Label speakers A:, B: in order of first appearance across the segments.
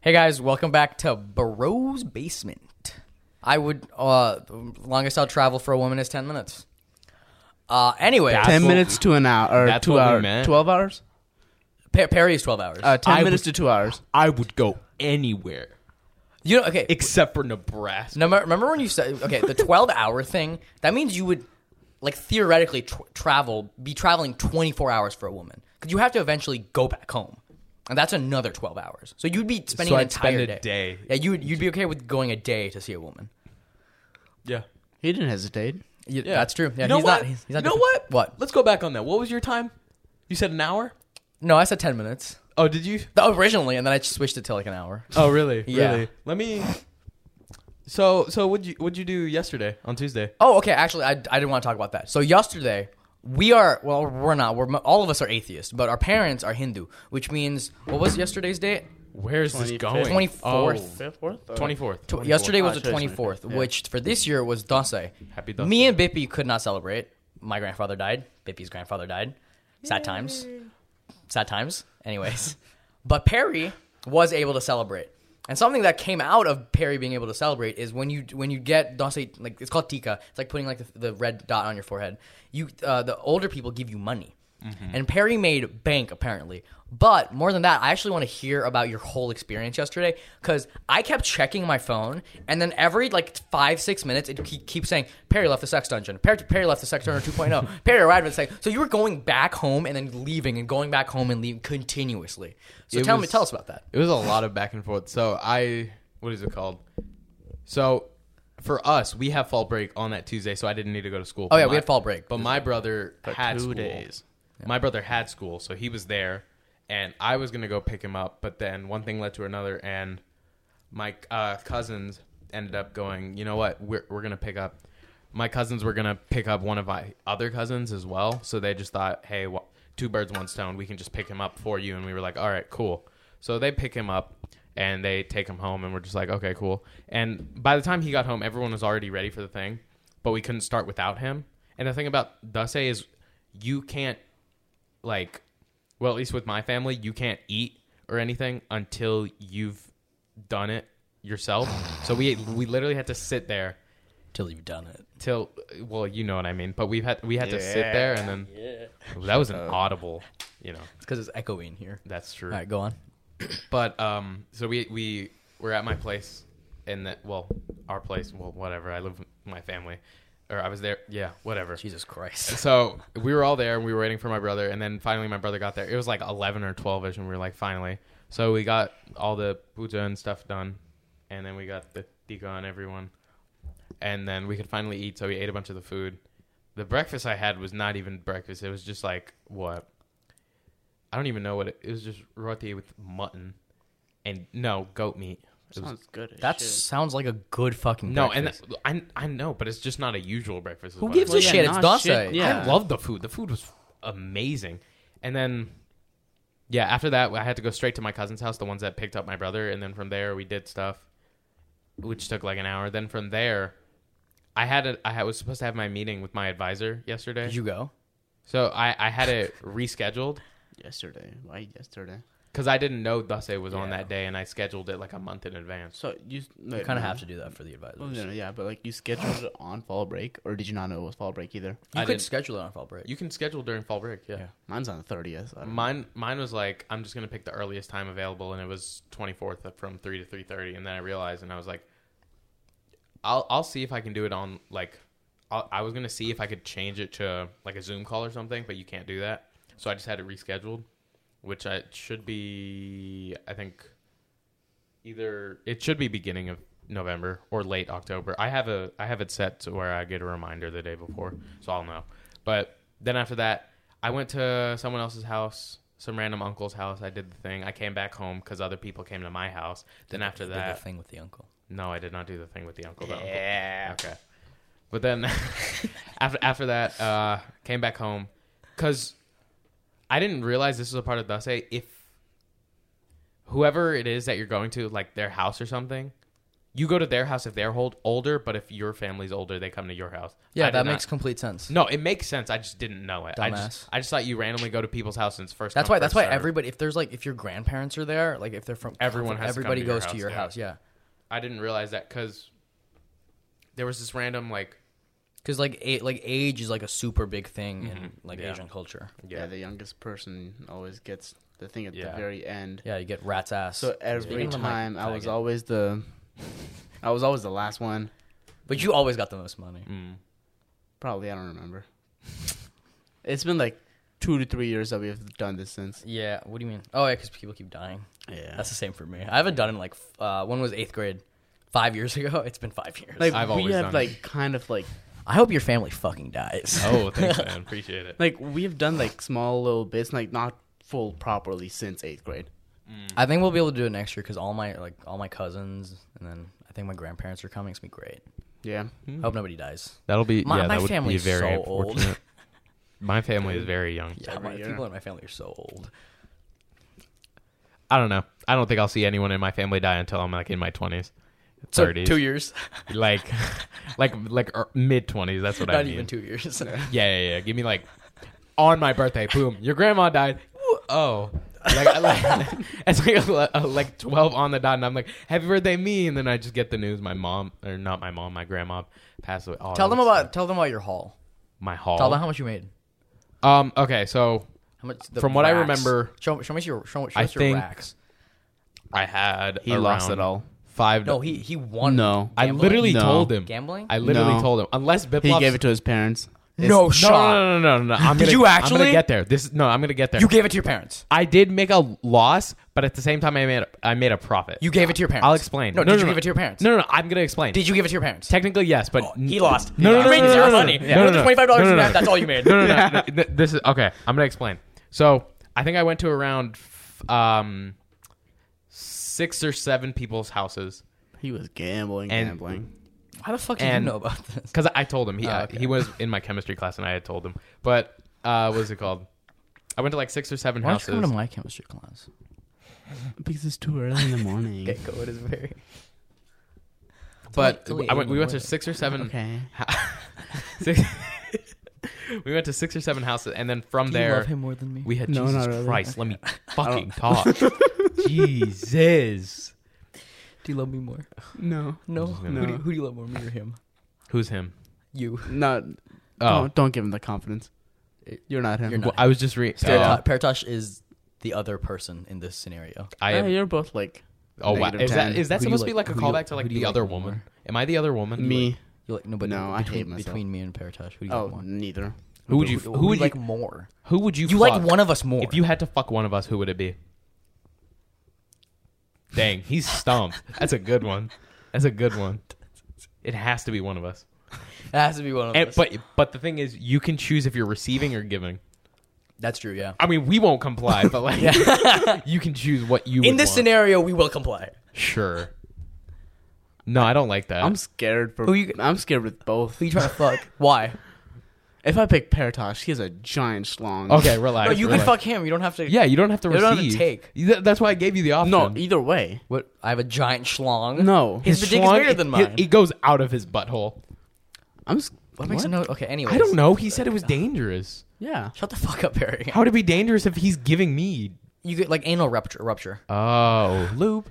A: Hey guys, welcome back to Baro's Basement. I would uh longest I'll travel for a woman is ten minutes. Uh anyway,
B: That's
A: Pe-
B: Ten what- minutes to an hour or
C: that's
B: two
C: what we
B: hours.
C: meant.
B: Twelve hours.
A: Perry is twelve hours.
B: Uh, ten
C: I
B: minutes to two hours.
C: I would go anywhere
A: you know, okay.
C: except for Nebraska.
A: Remember, remember when you said okay the twelve hour thing? That means you would like theoretically tr- travel be traveling twenty four hours for a woman because you have to eventually go back home, and that's another twelve hours. So you'd be spending
C: So
A: an
C: I'd
A: entire
C: spend a
A: day.
C: day.
A: Yeah, you would you'd be okay with going a day to see a woman.
C: Yeah.
B: He didn't hesitate.
A: You- that's true. Yeah,
C: you know
A: he's
C: what?
A: not. He's, he's not
C: you know
A: different.
C: what? Let's go back on that. What was your time? You said an hour?
A: No, I said ten minutes.
C: Oh, did you?
A: The- Originally, and then I just switched it to like an hour.
C: Oh, really?
A: Yeah.
C: Really? Let me. So, so what'd you what'd you do yesterday on Tuesday?
A: Oh, okay. Actually, I, I didn't want to talk about that. So yesterday, we are well, we're not. We're all of us are atheists, but our parents are Hindu, which means what was yesterday's date?
C: Where's this
B: 25th.
C: going? Oh.
A: 24th.
B: Fifth, fourth,
C: Twenty fourth.
A: Tw- Yesterday was
B: Ah,
A: the
B: today's
A: 24th,
B: 25th, yeah.
A: which for this year was Dasai.
C: Happy Dasai.
A: Me and Bippy could not celebrate. My grandfather died. Bippy's grandfather died. Sad times. Sad times. Anyways, but Perry was able to celebrate. And something that came out of Perry being able to celebrate is when you when you get Dasai like it's called tika. It's like putting like the, the red dot on your forehead. You uh, the older people give you money.
B: Mm-hmm.
A: And Perry made bank apparently. But more than that, I actually want to hear about your whole experience yesterday because I kept checking my phone, and then every like five six minutes, it keep, keeps saying Perry left the sex dungeon. Perry, Perry left the sex dungeon 2.0. Perry arrived at the sex. So you were going back home and then leaving and going back home and leaving continuously. So
C: It
A: tell me,
C: was-
A: tell us about that.
C: It was a lot of back and forth. So I, what is it called? So for us, we have fall break on that Tuesday, so I didn't need to go to school.
A: Oh, yeah, we had fall break.
C: But my brother had
B: two
C: school.
B: days.
C: My brother had school, so he was there, and I was gonna go pick him up. But then one thing led to another, and my uh, cousins ended up going. You know what? We're we're gonna pick up. My cousins were gonna pick up one of my other cousins as well, so they just thought, hey, wh- two birds, one stone. We can just pick him up for you, and we were like, all right, cool. So they pick him up and they take him home, and we're just like, okay, cool. And by the time he got home, everyone was already ready for the thing, but we couldn't start without him. And the thing about Dase is, you can't like well at least with my family you can't eat or anything until you've done it yourself so we we literally had to sit there
A: Till you've done it.
C: till well you know what i mean but we've had we had to sit there and then that was an audible you know
A: It's because it's echoing here.
C: that's true
A: All right, go on.
C: but um so we we were at my place and that well our place well whatever i live with my family or i was there yeah whatever
A: Jesus Christ.
C: so we were all there and we were waiting for my brother and then finally my brother got there it was like 11 or 12 ish and we were like finally so we got all the puja and stuff done and then we got the tika on everyone and then we could finally eat so we ate a bunch of the food the breakfast i had was not even breakfast it was just like what i don't even know what it, it was just roti with mutton and no goat meat It was-
B: Sounds good. as
A: That
B: shit.
A: sounds like a good fucking
C: no
A: breakfast.
C: and I, I know but it's just not a usual breakfast is
A: who
C: what I'm
A: gives
B: Well,
A: a
B: yeah,
A: shit? It's
B: nah,
A: Dasai.
B: shit, yeah.
C: I loved the food. The food was amazing. And then, yeah, after that, I had to go straight to my cousin's house, the ones that picked up my brother. And then from there, we did stuff, which took like an hour. Then from there, I had a, I had- was supposed to have my meeting with my advisor yesterday.
A: Did you go?
C: so I, I had it rescheduled
B: yesterday. Why yesterday?
C: because I didn't know Dase was on
A: Yeah.
C: that day, and I scheduled it like a month in advance.
B: So you, no,
A: You kind of have to do that for the advisors.
B: Well, no, no, yeah, but like you scheduled it on fall break, or did you not know it was fall break either?
A: You
C: I
A: could
C: didn't-
A: schedule it on fall break.
C: You can schedule during fall break, yeah.
A: Yeah.
B: Mine's on the thirtieth.
C: Mine, mine was like, I'm just gonna pick the earliest time available, and it was 24th from three to 3:30, and then I realized, and I was like, I'll, I'll see if I can do it on like, I'll, I was gonna see if I could change it to like a Zoom call or something, but you can't do that, so I just had it rescheduled, which I it should be, I think, either it should be beginning of November or late October. I have a I have it set to where I get a reminder the day before, so I'll know. But then after that, I went to someone else's house, some random uncle's house. I did the thing. I came back home because other people came to my house. Then after
A: Did the
C: that,
A: thing with the uncle.
C: no, I did not do the thing with the uncle. The yeah. Okay. But then after after that, uh, came back home because I didn't realize this was a part of Dase. If whoever it is that you're going to, like their house or something, you go to their house if they're old, older, but if your family's older, they come to your house. I
A: Yeah,
C: did
A: that
C: not-
A: makes complete sense.
C: No, it makes sense. I just didn't know it. I
A: Dumbass.
C: just, I just thought you randomly go to people's house and it's first.
A: That's
C: come,
A: why. That's
C: first
A: why
C: served.
A: everybody. If there's like, if your grandparents are there, like if they're from,
C: Everyone has to come
A: everybody
C: to your
A: goes to
C: house,
A: your
C: yeah.
A: house. Yeah,
C: I didn't realize that because there was this random like
A: because like, a, like age is like a super big thing in like
C: Yeah.
A: Asian culture.
C: yeah,
B: Yeah. the youngest person always gets the thing at
C: Yeah.
B: the very end.
A: Yeah, you get rat's ass.
B: So every
A: Speaking of the mic,
B: time I was
A: faggot.
B: always the I was always the last one.
A: but you always got the most money.
C: mm.
B: Probably I don't remember. It's been like two to three years that we've done this since.
A: Yeah. What do you mean? Oh, yeah, because people keep dying.
B: Yeah.
A: That's the same for me. I haven't done it in like f- uh, when was eighth grade, five years ago. It's been five years.
B: like
C: I've
B: we
C: always
B: have
C: done
B: like
C: it.
B: kind of like
A: I hope your family fucking dies.
C: Oh, thanks, man. Appreciate it.
B: like we've done like small little bits like not full properly since eighth grade.
A: I think we'll be able to do it next year because all my like all my cousins and then I think my grandparents are coming. It's gonna be great.
B: Yeah.
A: I hope nobody dies.
C: That'll be
A: My-
C: yeah.
A: my
C: that would be
A: family's
C: very
A: so old.
C: unfortunate. my family is very young.
A: Yeah,
B: Every
A: my,
B: year.
A: people in my family are so old.
C: I don't know. I don't think I'll see anyone in my family die until I'm like in my twenties,
A: So,
C: thirties,
A: two years,
C: like, like, like mid twenties. That's what
A: not
C: I mean.
A: even two years.
C: Yeah, yeah, yeah. Give me like on my birthday. Boom, your grandma died. Woo, Oh, like, I- like it's like a- a- like twelve on the dot, and I'm like, happy birthday me, and then I just get the news. My mom, or not my mom, my grandma passed away. Oh,
A: tell them
C: that's
A: about tell them about your haul.
C: my haul.
A: Tell them how much you made.
C: um. Okay, so
A: How much? the
C: From what I
A: racks.
C: remember-
A: show, show me your show, show
C: I
A: us your
C: think-
A: racks.
C: I had
B: He lost
C: around
B: it all.
C: Five.
A: No, he he won.
B: No.
C: I
A: Gambling?
C: literally
B: No.
C: told him
A: Gambling?
C: I literally
B: No.
C: told him unless Biplops Oh,
B: He gave it to his parents.
A: no
C: No,
A: shot.
C: no, no, no, no, no. I'm
A: Did
C: gonna,
A: you
C: I'm
A: actually?
C: gonna get there. This no, I'm gonna get there.
A: You gave it to your parents.
C: I did make a loss, but at the same time, I made a, I made a profit.
A: You gave it to your parents.
C: I'll explain.
A: No, did you give it to your parents?
C: No, no, no. I'm gonna explain.
A: Did you give it to your parents? Oh,
C: Technically, yes, but
A: he lost.
C: No, no,
A: You
C: no,
A: made
C: no, no,
A: zero
C: no, no,
A: money.
C: no,
A: You
C: no,
A: went to
C: no,
A: $25
C: no,
A: you
C: no,
A: had,
C: no.
A: that's all you made.
C: No, no, no. no, th- This is okay. I'm gonna explain. So I think I went to around f- um six or seven people's houses
B: He was gambling,
C: And-
B: gambling.
A: Why the fuck did
C: And-
A: you know about this?
C: because I told him he
A: Oh,
C: uh,
A: okay.
C: he was in my chemistry class and I had told him. But uh, what is it called? I went to like six or seven
A: Why don't you
C: houses.
A: come to my chemistry class?
B: Because it's too early in the morning.
A: Get code is very.
C: but
A: Till- till
C: I went. We went to
A: eight in the
C: six or seven.
B: Okay.
C: six- we went to six or seven houses, and then from
A: morning. Do
C: there,
A: you love him more than me?
C: We had
B: No,
C: Jesus
B: not really.
C: Christ. Let me fucking talk. Jesus.
A: Do you love me more?
B: No.
A: No.
C: gonna-
A: Who, do you, who do you love more, me or him?
C: Who's him?
A: You.
B: No.
C: Oh,
B: Don't, don't give him the confidence. You're not him.
A: You're not.
C: well, I was just re.
A: Paritosh,
C: Oh,
A: Paritosh is the other person in this scenario.
C: I
B: Yeah,
C: am.
B: you're both like
C: Oh wow.
B: negative
C: Is that
B: 10.
C: is that
A: Who do you
C: supposed to be
A: like-
C: like a
A: who do you-
C: callback to
A: who
C: like
A: do you
C: the
A: like
C: other
A: more?
C: woman? Am I the other woman?
B: me.
A: You like no, but
B: No, I hate
A: between,
B: myself.
A: between me and Paritosh, who do you
B: Oh,
A: like more?
B: neither.
C: Who would you?
A: Who,
C: Who
A: who do
C: would
A: you
C: you?
A: like more?
C: Who would you?
A: You like
C: fuck?
A: one of us more.
C: If you had to fuck one of us, who would it be? Dang, he's stumped. That's a good one. That's a good one. It has to be one of us.
A: it has to be one of
C: And,
A: us.
C: but but the thing is, you can choose if you're receiving or giving.
A: that's true. Yeah.
C: I mean, we won't comply, but like, you can choose what you
A: In
C: would
A: this
C: want.
A: scenario, we will comply.
C: Sure. No, I don't like that.
B: I'm scared for.
A: Who you-
B: I'm scared with both.
A: Who you trying to fuck? Why?
B: If I pick Paratosh, he has a giant schlong.
C: okay, relax.
A: No, you can
C: relax.
A: fuck him. You don't have to.
C: Yeah, you don't have to
A: You
C: receive.
A: don't have to take.
C: You- that- That's why I gave you the option.
B: No, either way.
A: What? I have a giant schlong.
B: No.
A: His, dick is
C: schlong,
A: bigger
C: it-
A: than
C: it-
A: mine.
C: It, goes out of his butthole.
B: I'm. s-
A: what makes it no? Okay. Anyway.
C: I don't know. He said it was dangerous.
B: Yeah.
A: Shut the fuck up, Harry.
C: How would it be dangerous if he's giving me?
A: You get like anal rupture. Rupture.
C: Oh, lube.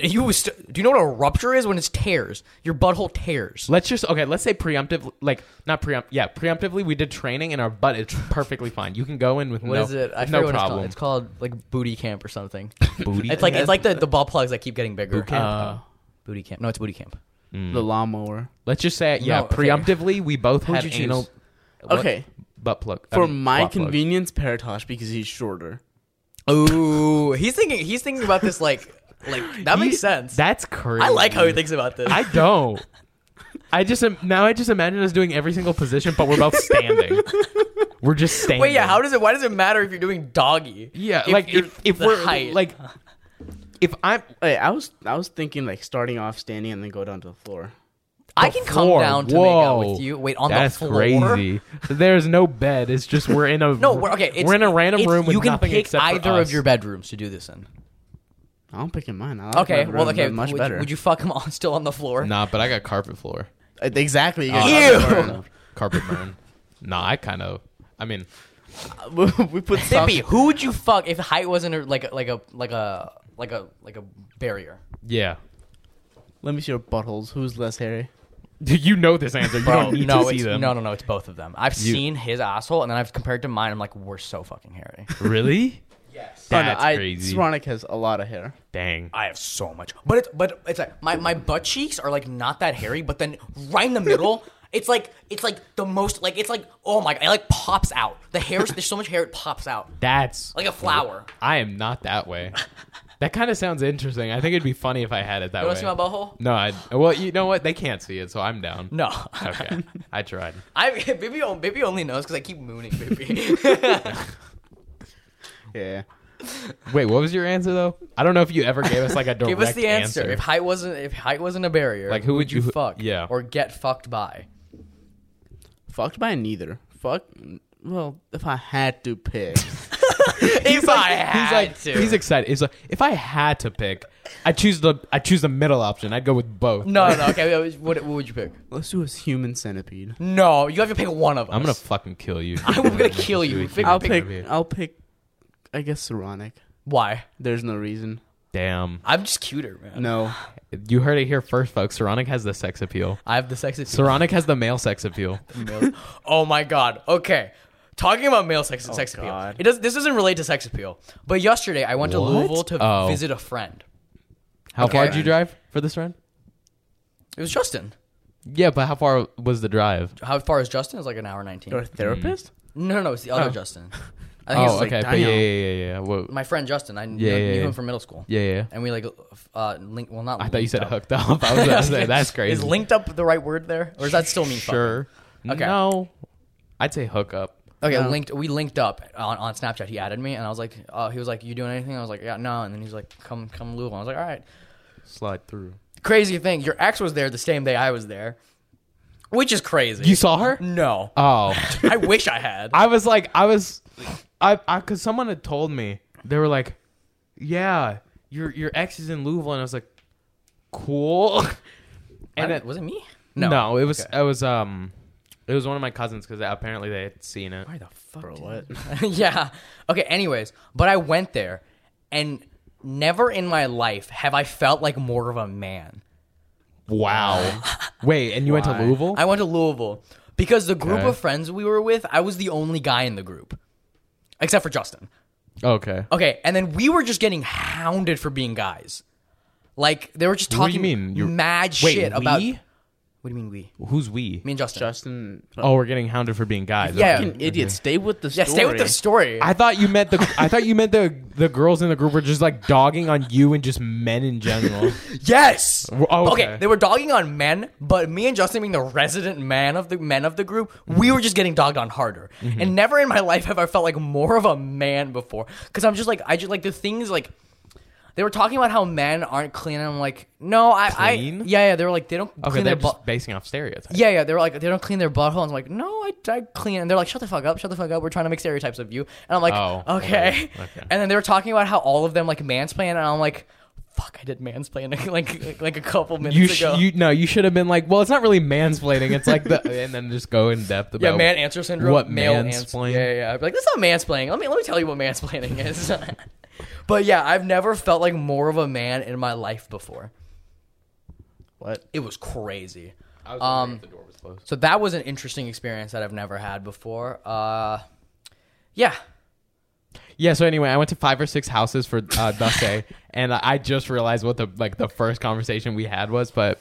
A: you was st- do you know what a rupture is? When it's tears, your butthole tears.
C: Let's just okay. Let's say preemptive, like not preempt. Yeah, preemptively, we did training, and our butt is perfectly fine. You can go in with
A: What
C: no,
A: is it? I forget
C: with no
A: what
C: problem.
A: it's called. It's called like booty camp or something.
C: Booty.
A: it's like it's like the, the ball plugs that keep getting bigger.
C: Boot camp?
A: Uh, booty camp. No, it's booty camp.
C: Hmm.
B: The lawnmower.
C: Let's just say yeah.
A: No, okay.
C: Preemptively, we both
A: Who'd
C: had
A: you choose?
C: anal. what?
B: Okay.
C: butt plug
B: For
C: I mean,
B: my
C: butt plug.
B: convenience, Paratosh because he's shorter.
A: Ooh, he's thinking. He's thinking about this like like that
C: He-
A: makes sense.
C: That's crazy.
A: I like how he thinks about this.
C: I don't. I just am, now I just imagine us doing every single position, but we're both standing. we're just standing.
A: Wait, yeah. How does it? Why does it matter if you're doing doggy?
C: yeah,
A: if
C: like
A: you're
C: if, if
A: the
C: we're
A: height.
C: like if I'm
B: Wait, I was I was thinking like starting off standing and then go down to the floor.
A: I can
C: floor.
A: come down to make out
C: Whoa.
A: with you. Wait, on
C: that's
A: the floor.
C: crazy. There's no bed. It's just we're in a
A: No, we're okay. It's,
C: we're in a random
A: it's-
C: room with
A: you can
C: nothing
A: pick
C: except for
A: either of
C: us.
A: your bedrooms to do this in.
B: I'm picking mine. I like
A: Okay,
B: my
A: well,
B: room
A: okay.
B: much
A: would,
B: better.
A: Would you fuck him on still on the floor?
C: Nah, but I got carpet floor.
B: Uh, Exactly. You
C: Oh,
B: guys
A: Ew.
B: are-
C: Carpet burn. nah, I kind of. I mean,
B: we put stuff.
A: Sippy, who would you fuck if height wasn't a, like a- like a like a like a like a barrier?
C: yeah.
B: Let me see your buttholes. Who's less hairy?
C: You know this answer. You
A: Bro,
C: don't need
A: no,
C: to see
A: it's,
C: them.
A: no, no, no. It's both of them. I've
C: You-
A: seen his asshole, and then I've compared to mine. I'm like, we're so fucking hairy.
C: Really? Yes.
B: Oh, no,
C: That's
B: I-
C: crazy.
B: Saronic has a lot of hair.
C: Dang.
A: I have so much, but it's but it's like my my butt cheeks are like not that hairy, but then right in the middle, it's like it's like the most like it's like oh my, it like pops out. The hairs, there's so much hair, it pops out
C: That's
A: like a flower.
C: I am not that way. That kind of sounds interesting. I think it'd be funny if I had it that
A: You
C: way.
A: want to see my butthole?
C: No, I. Well, you know what? They can't see it, so I'm down.
A: No,
C: Okay. I tried.
A: I baby o- baby only knows because I keep mooning baby.
B: Yeah.
C: Wait, what was your answer though? I don't know if you ever gave us like a direct
A: Give us the answer. If height wasn't if height wasn't a barrier,
C: Like, who would you-
A: fuck?
C: yeah.
A: or get fucked by?
B: Fucked by neither. Fuck. Well, if I had to pick,
A: if
C: like, he's like, he's excited. He's like, if I had to pick, I choose the I choose the middle option. I'd go with both.
A: no, no, okay. What, what would you pick?
B: let's do a human centipede.
A: No, you have to pick one of us.
C: I'm gonna fucking kill you.
A: I'm gonna kill you. Pick-
B: I'll
A: pick-
B: pick.
C: Pick-
B: I'll pick. I guess Saronic.
A: Why?
B: There's no reason.
C: Damn.
A: I'm just cuter, man.
B: No.
C: You heard it here first, folks. Saronic has the sex appeal.
A: I have the sexy.
C: Saronic has the male sex appeal.
A: male- oh my god. Okay. Talking about male sex,
C: Oh
A: sex appeal.
B: God.
A: It does. This doesn't relate to sex appeal. But yesterday, I went to
C: What?
A: Louisville to
C: Oh.
A: visit a friend.
C: How
A: Okay.
C: far did you drive for this run?
A: It was Justin.
C: Yeah, but how far was the drive?
A: How far is Justin? It's like an hour nineteen.
B: You're a
A: No,
B: therapist.
A: no, no. It's the other Justin. I think
C: Oh,
A: it's
B: like
C: okay. but
B: Dino.
C: yeah, yeah, yeah, yeah. Whoa.
A: my friend Justin. I kn- knew,
C: Yeah, yeah, yeah.
A: him from middle school.
C: yeah, yeah.
A: And we like f- uh link. Well, not.
C: I thought you said
A: hook.
C: hooked up. I was gonna say that's crazy.
A: Is linked up the right word there, or is that still mean fucking?
C: sure?
A: Okay.
C: No, I'd say hook up.
A: Okay,
B: No.
A: linked. We linked up on, on Snapchat. He added me, and I was like, uh, he was like, "You doing anything?" I was like, "Yeah, no." And then he's like, "Come, come, Louisville." I was like, "All right."
C: Slide through.
A: Crazy thing, your ex was there the same day I was there, which is crazy.
C: You saw her?
A: No,
C: Oh,
A: I wish I had.
C: I was like, I was, I, I, cause someone had told me they were like, yeah, your your ex is in Louisville, and I was like, cool.
A: And
C: And
A: it,
C: it,
A: was it me?
C: no, it was it was um, it was one of my cousins because apparently they had seen it.
A: Why the fuck?
B: Bro,
A: did-
B: what?
A: yeah. Okay. Anyways, but I went there, and never in my life have I felt like more of a man.
C: Wow. Wait, and you went to
B: Why?
C: Louisville?
A: I went to Louisville because the group
C: Okay.
A: of friends we were with, I was the only guy in the group, except for Justin.
C: okay.
A: Okay, and then we were just getting hounded for being guys. Like they were just
C: What do
A: talking
C: you mean? You're-
A: mad
C: Wait,
A: shit about.
C: we?
A: What do you mean we?
C: Who's we?
A: Me and Justin.
B: Justin.
C: Oh, we're getting hounded for being guys.
A: Yeah.
C: Okay.
B: Fucking idiot. Mm-hmm. Stay with the
A: yeah,
B: story.
A: stay with the story.
C: I thought you meant the I thought you meant the the girls in the group were just like dogging on you and just men in general.
A: yes.
C: Oh, okay.
A: they were dogging on men, but me and Justin being the resident man of the men of the group, we
C: Mm-hmm.
A: were just getting dogged on harder. And never in my life have I felt like more of a man before. Because I'm just like I just like the things like they were talking about how men aren't clean, and I'm like, no, I, I
C: Clean?
A: yeah, yeah. They were like they don't
C: Okay,
A: clean
C: they're
A: their butt.
C: just basing off stereotypes.
A: Yeah, yeah. They were like, they don't clean their butthole. And I'm like, no, I, I clean. it." And they're like, shut the fuck up, shut the fuck up. We're trying to make stereotypes of you. And I'm like,
C: Oh,
A: okay.
C: okay, okay.
A: And then they were talking about how all of them like mansplain, and I'm like, fuck, I did mansplain like like, like a couple minutes
C: You, sh-
A: ago.
C: you no, you should have been like, well, it's not really mansplaining. It's like the and then just go in depth about
A: yeah, man answer syndrome.
C: What
A: male ans-
C: mansplain?
A: Yeah, yeah. I'd be like, that's not mansplaining. Let me let me tell you what mansplaining is. but yeah, I've never felt like more of a man in my life before.
B: What?
A: It was crazy.
C: I was
A: wondering Um, if
C: the door was closed.
A: So that was an interesting experience that I've never had before. Uh, yeah.
C: Yeah. So anyway, I went to five or six houses for uh, thus day, and I just realized what the like the first conversation we had was. But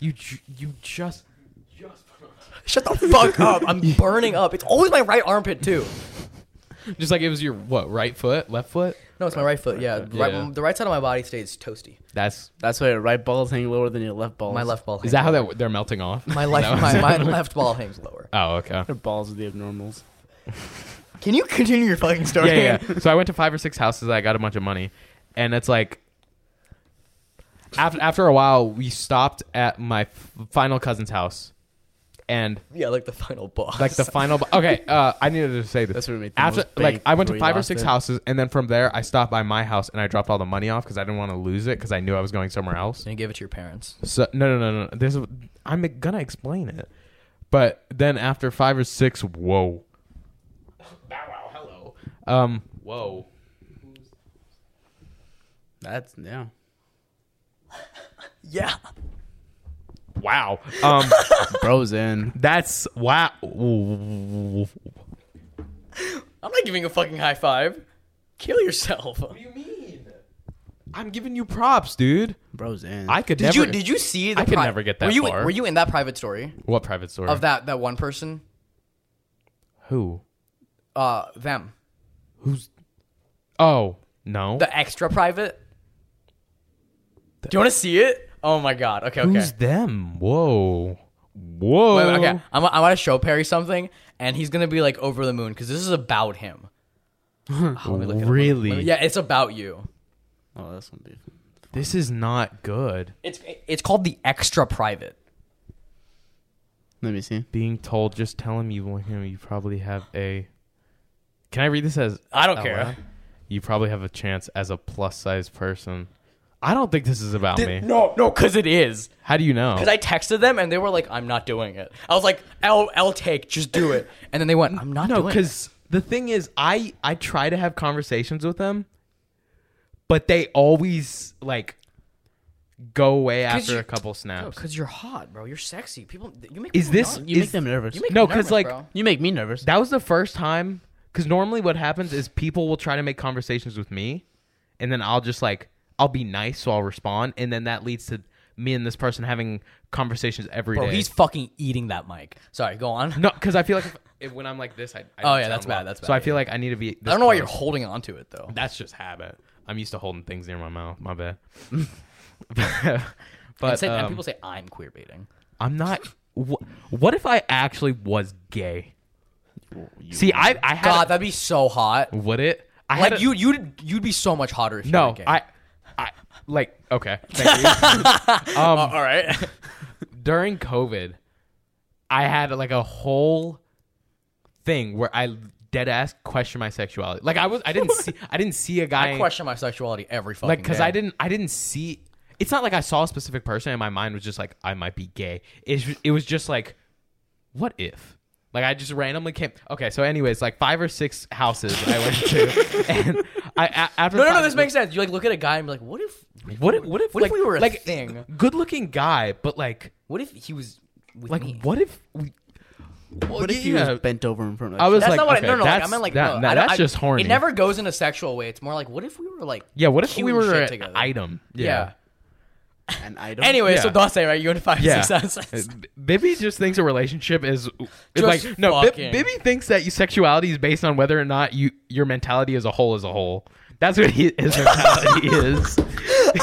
C: you ju- you just
A: Shut the fuck up. I'm burning up. It's always my right armpit too.
C: just like it was your what right foot, left foot.
A: No, it's my right foot. Yeah,
C: Yeah.
A: Right, the right side of my body stays toasty.
C: That's
B: That's why your right balls hang lower than your left balls.
A: My left ball.
C: is
A: hangs
C: that how
A: lower.
C: they're, they're melting off?
A: My left, my, my left ball hangs lower.
C: Oh, okay.
B: Your balls are the abnormals.
A: Can you continue your fucking story?
C: Yeah, yeah. yeah. so I went to five or six houses. I got a bunch of money, and it's like after after a while, we stopped at my f- final cousin's house, and
A: Yeah, like the final boss.
C: like the final. bo- okay, uh, I needed to say this.
B: That's where we made the
C: After,
B: most
C: like,
B: bank
C: I went to
B: where we
C: five or
B: lost
C: six
B: it.
C: houses, and then from there, I stopped by my house and I dropped all the money off because I didn't want to lose it because I knew I was going somewhere else.
A: So you give it to your parents.
C: So no, no, no, no. There's, a, I'm gonna explain it, but then after five or six, whoa. Bow wow, hello. Um, whoa.
B: That's yeah.
A: Yeah.
C: Wow. Um,
B: Bro's in.
C: that's wow. What
A: I'm not giving a fucking high five. Kill yourself.
C: do you mean? I'm giving you props, dude.
B: Bro's in.
C: I could
A: Did
C: never.
A: you did you see? The
C: I could never get that
A: were you,
C: far.
A: Were you in that private story
C: what private story?
A: of that that one person?
C: Who?
A: Uh, them.
C: Who's? Oh no.
A: The extra private. Do you want to see it? Oh my god. Okay. Okay.
C: Who's them? Whoa. Whoa.
A: Wait, wait, okay. I'm, I want to show Perry something, and he's gonna be like over the moon because this is about him. Oh, let me look it up.
C: Really?
A: Let me- Yeah, it's about you.
B: oh, this one be.
C: This is not good.
A: It's it's called the extra private.
B: Let me see.
C: Being told, just tell him you want him. You probably have a. Can I read this as?
A: I don't
C: out
A: care.
C: loud? You probably have a chance as a plus size person. I don't think this is about me.
A: No, no, because it is.
C: How do you know?
A: Because I texted them and they were like, "I'm not doing it." I was like, "I'll, I'll take, just do it." And then they went, "I'm not
C: no,
A: doing it."
C: because the thing is, I I try to have conversations with them, but they always like go away after
A: you-
C: a couple snaps.
A: Because you're hot, bro. You're sexy. People, you make.
C: is
A: people
C: this
A: nervous.
B: You make
C: is-
B: them nervous.
A: You make
C: No,
A: them
C: 'cause,
A: nervous,
C: like,
A: bro.
B: You make me nervous.
C: That was the first time because normally what happens is people will try to make conversations with me, and then I'll just like I'll be nice, so I'll respond, and then that leads to me and this person having conversations every day.
A: bro, he's fucking eating that mic. Sorry, go on.
C: no, because I feel like if, if- when I'm like this, I, I
A: Oh,
C: don't
A: yeah, that's
C: sound
A: bad,
C: well.
A: that's bad,
C: So I
A: yeah.
C: feel like I need to be.
A: I don't know why you're holding on to it though.
C: That's just habit. I'm used to holding things near my mouth. My bad.
A: and,
C: but
A: say- and
C: um,
A: people say I'm queer baiting.
C: I'm not. Wh- what if I actually was gay? See, I I had
A: God, that'd be so hot.
C: would it? I had
A: Like
C: a-
A: you, you'd you'd be so much hotter if you
C: No,
A: were gay.
C: I, I like okay. Thank you. um,
A: all right.
C: during COVID, I had like a whole thing where I dead ass questioned my sexuality. Like I was, I didn't see, I didn't see a guy
A: I question my sexuality every fucking
C: like because
A: day.
C: I didn't, I didn't see. It's not like I saw a specific person and my mind was just like I might be gay. It it was just like, what if? Like I just randomly came. Okay, so anyways, like five or six houses I went to, and I a- after
A: No, no, no.
C: five-
A: This makes sense. You like look at a guy and be like, what if?
C: What if, what if,
A: What if
C: like-
A: we were a
C: like,
A: thing?
C: Good looking guy, but like,
A: What if he was with
C: like
A: me?
C: what if we?
B: What if you was bent over in front of?
C: I was
A: That's
C: like,
A: not what
C: okay,
A: I. No, no. Like, I
C: that's-
A: meant like
C: that-
A: no,
C: no,
A: I don't-
C: that's
A: I-
C: just horny.
A: It never goes in a sexual way. It's more like, what if we were like?
C: Yeah, what if we
A: cute
C: were
A: shit
C: an
A: together?
C: item?
A: Yeah.
B: and I don't.
A: Anyway, so
C: Yeah.
A: Dase, right? You and five,
C: yeah.
A: six
C: Uh,
A: houses.
C: Bibby just thinks a relationship is
A: Just
C: like no. Bib-
A: fucking.
C: Bibby thinks that your sexuality is based on whether or not you your mentality as a whole is a whole. That's what he, his mentality is.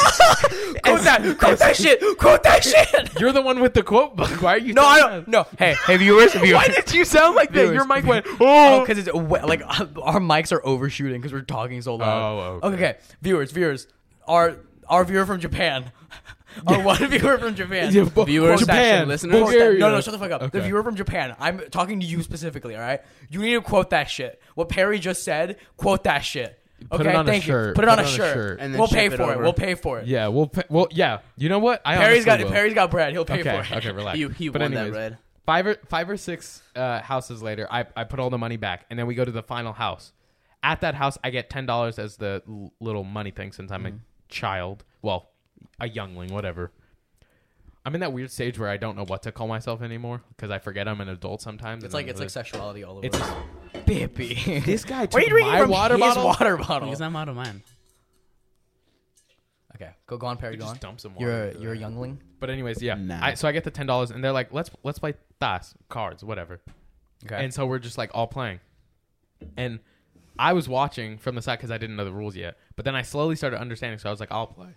A: Quote that. Quote that shit. Quote that shit.
C: You're the one with the quote book. Why are you?
A: No, I
C: saying
A: don't.
C: that?
A: No. Hey,
C: Hey viewers, viewers.
A: Why did you sound like that?
C: Viewers.
A: Your mic went oh, because it's we- like our mics are overshooting because we're talking so loud.
C: Oh, okay.
A: viewers, viewers, our our viewer from Japan, our one viewer from Japan,
C: Yeah, bu-
A: viewers,
C: Japan,
A: section, listeners.
C: Bulgaria.
A: No, no, shut the fuck up. The
C: Okay.
A: viewer from Japan. I'm talking to you specifically. All right, you need to quote that shit. What Perry just said, quote that shit.
C: Put it
A: okay,
C: on a
A: thank you.
C: shirt.
A: Put it on a shirt.
B: And then
A: We'll pay
B: ship it
A: for it.
B: over.
A: We'll pay for it.
C: Yeah, we'll pay, well yeah. You know what? I
A: Perry's
C: honestly
A: got
C: will.
A: Perry's got bread. He'll pay for
C: okay,
A: it.
C: okay, relax.
B: He- he won that red.
C: Five or five or six uh, houses later, I, I put all the money back, and then we go to the final house. At that house, I get ten dollars as the l- little money thing since
A: Mm-hmm.
C: I'm a child, well, a youngling, whatever. I'm in that weird stage where I don't know what to call myself anymore because I forget I'm an adult sometimes.
A: It's like it's like sexuality all over.
C: It's-
A: Bippy.
C: This guy
A: Why are you
C: took
A: drinking
C: my
A: from
C: water
A: his
C: bottle?
A: water bottle?
B: Because I'm out of mine.
A: Okay, go go on, Perry. Go
C: just
A: on.
C: dump some
A: You're
C: water
A: a,
C: into
A: you're a
C: that.
A: youngling.
C: But anyways, yeah.
B: Nah.
C: I, so I get the ten dollars, and they're like, "Let's let's play tas cards, whatever."
A: Okay.
C: And so we're just like all playing. And I was watching from the side because I didn't know the rules yet. But then I slowly started understanding, so I was like, I'll play.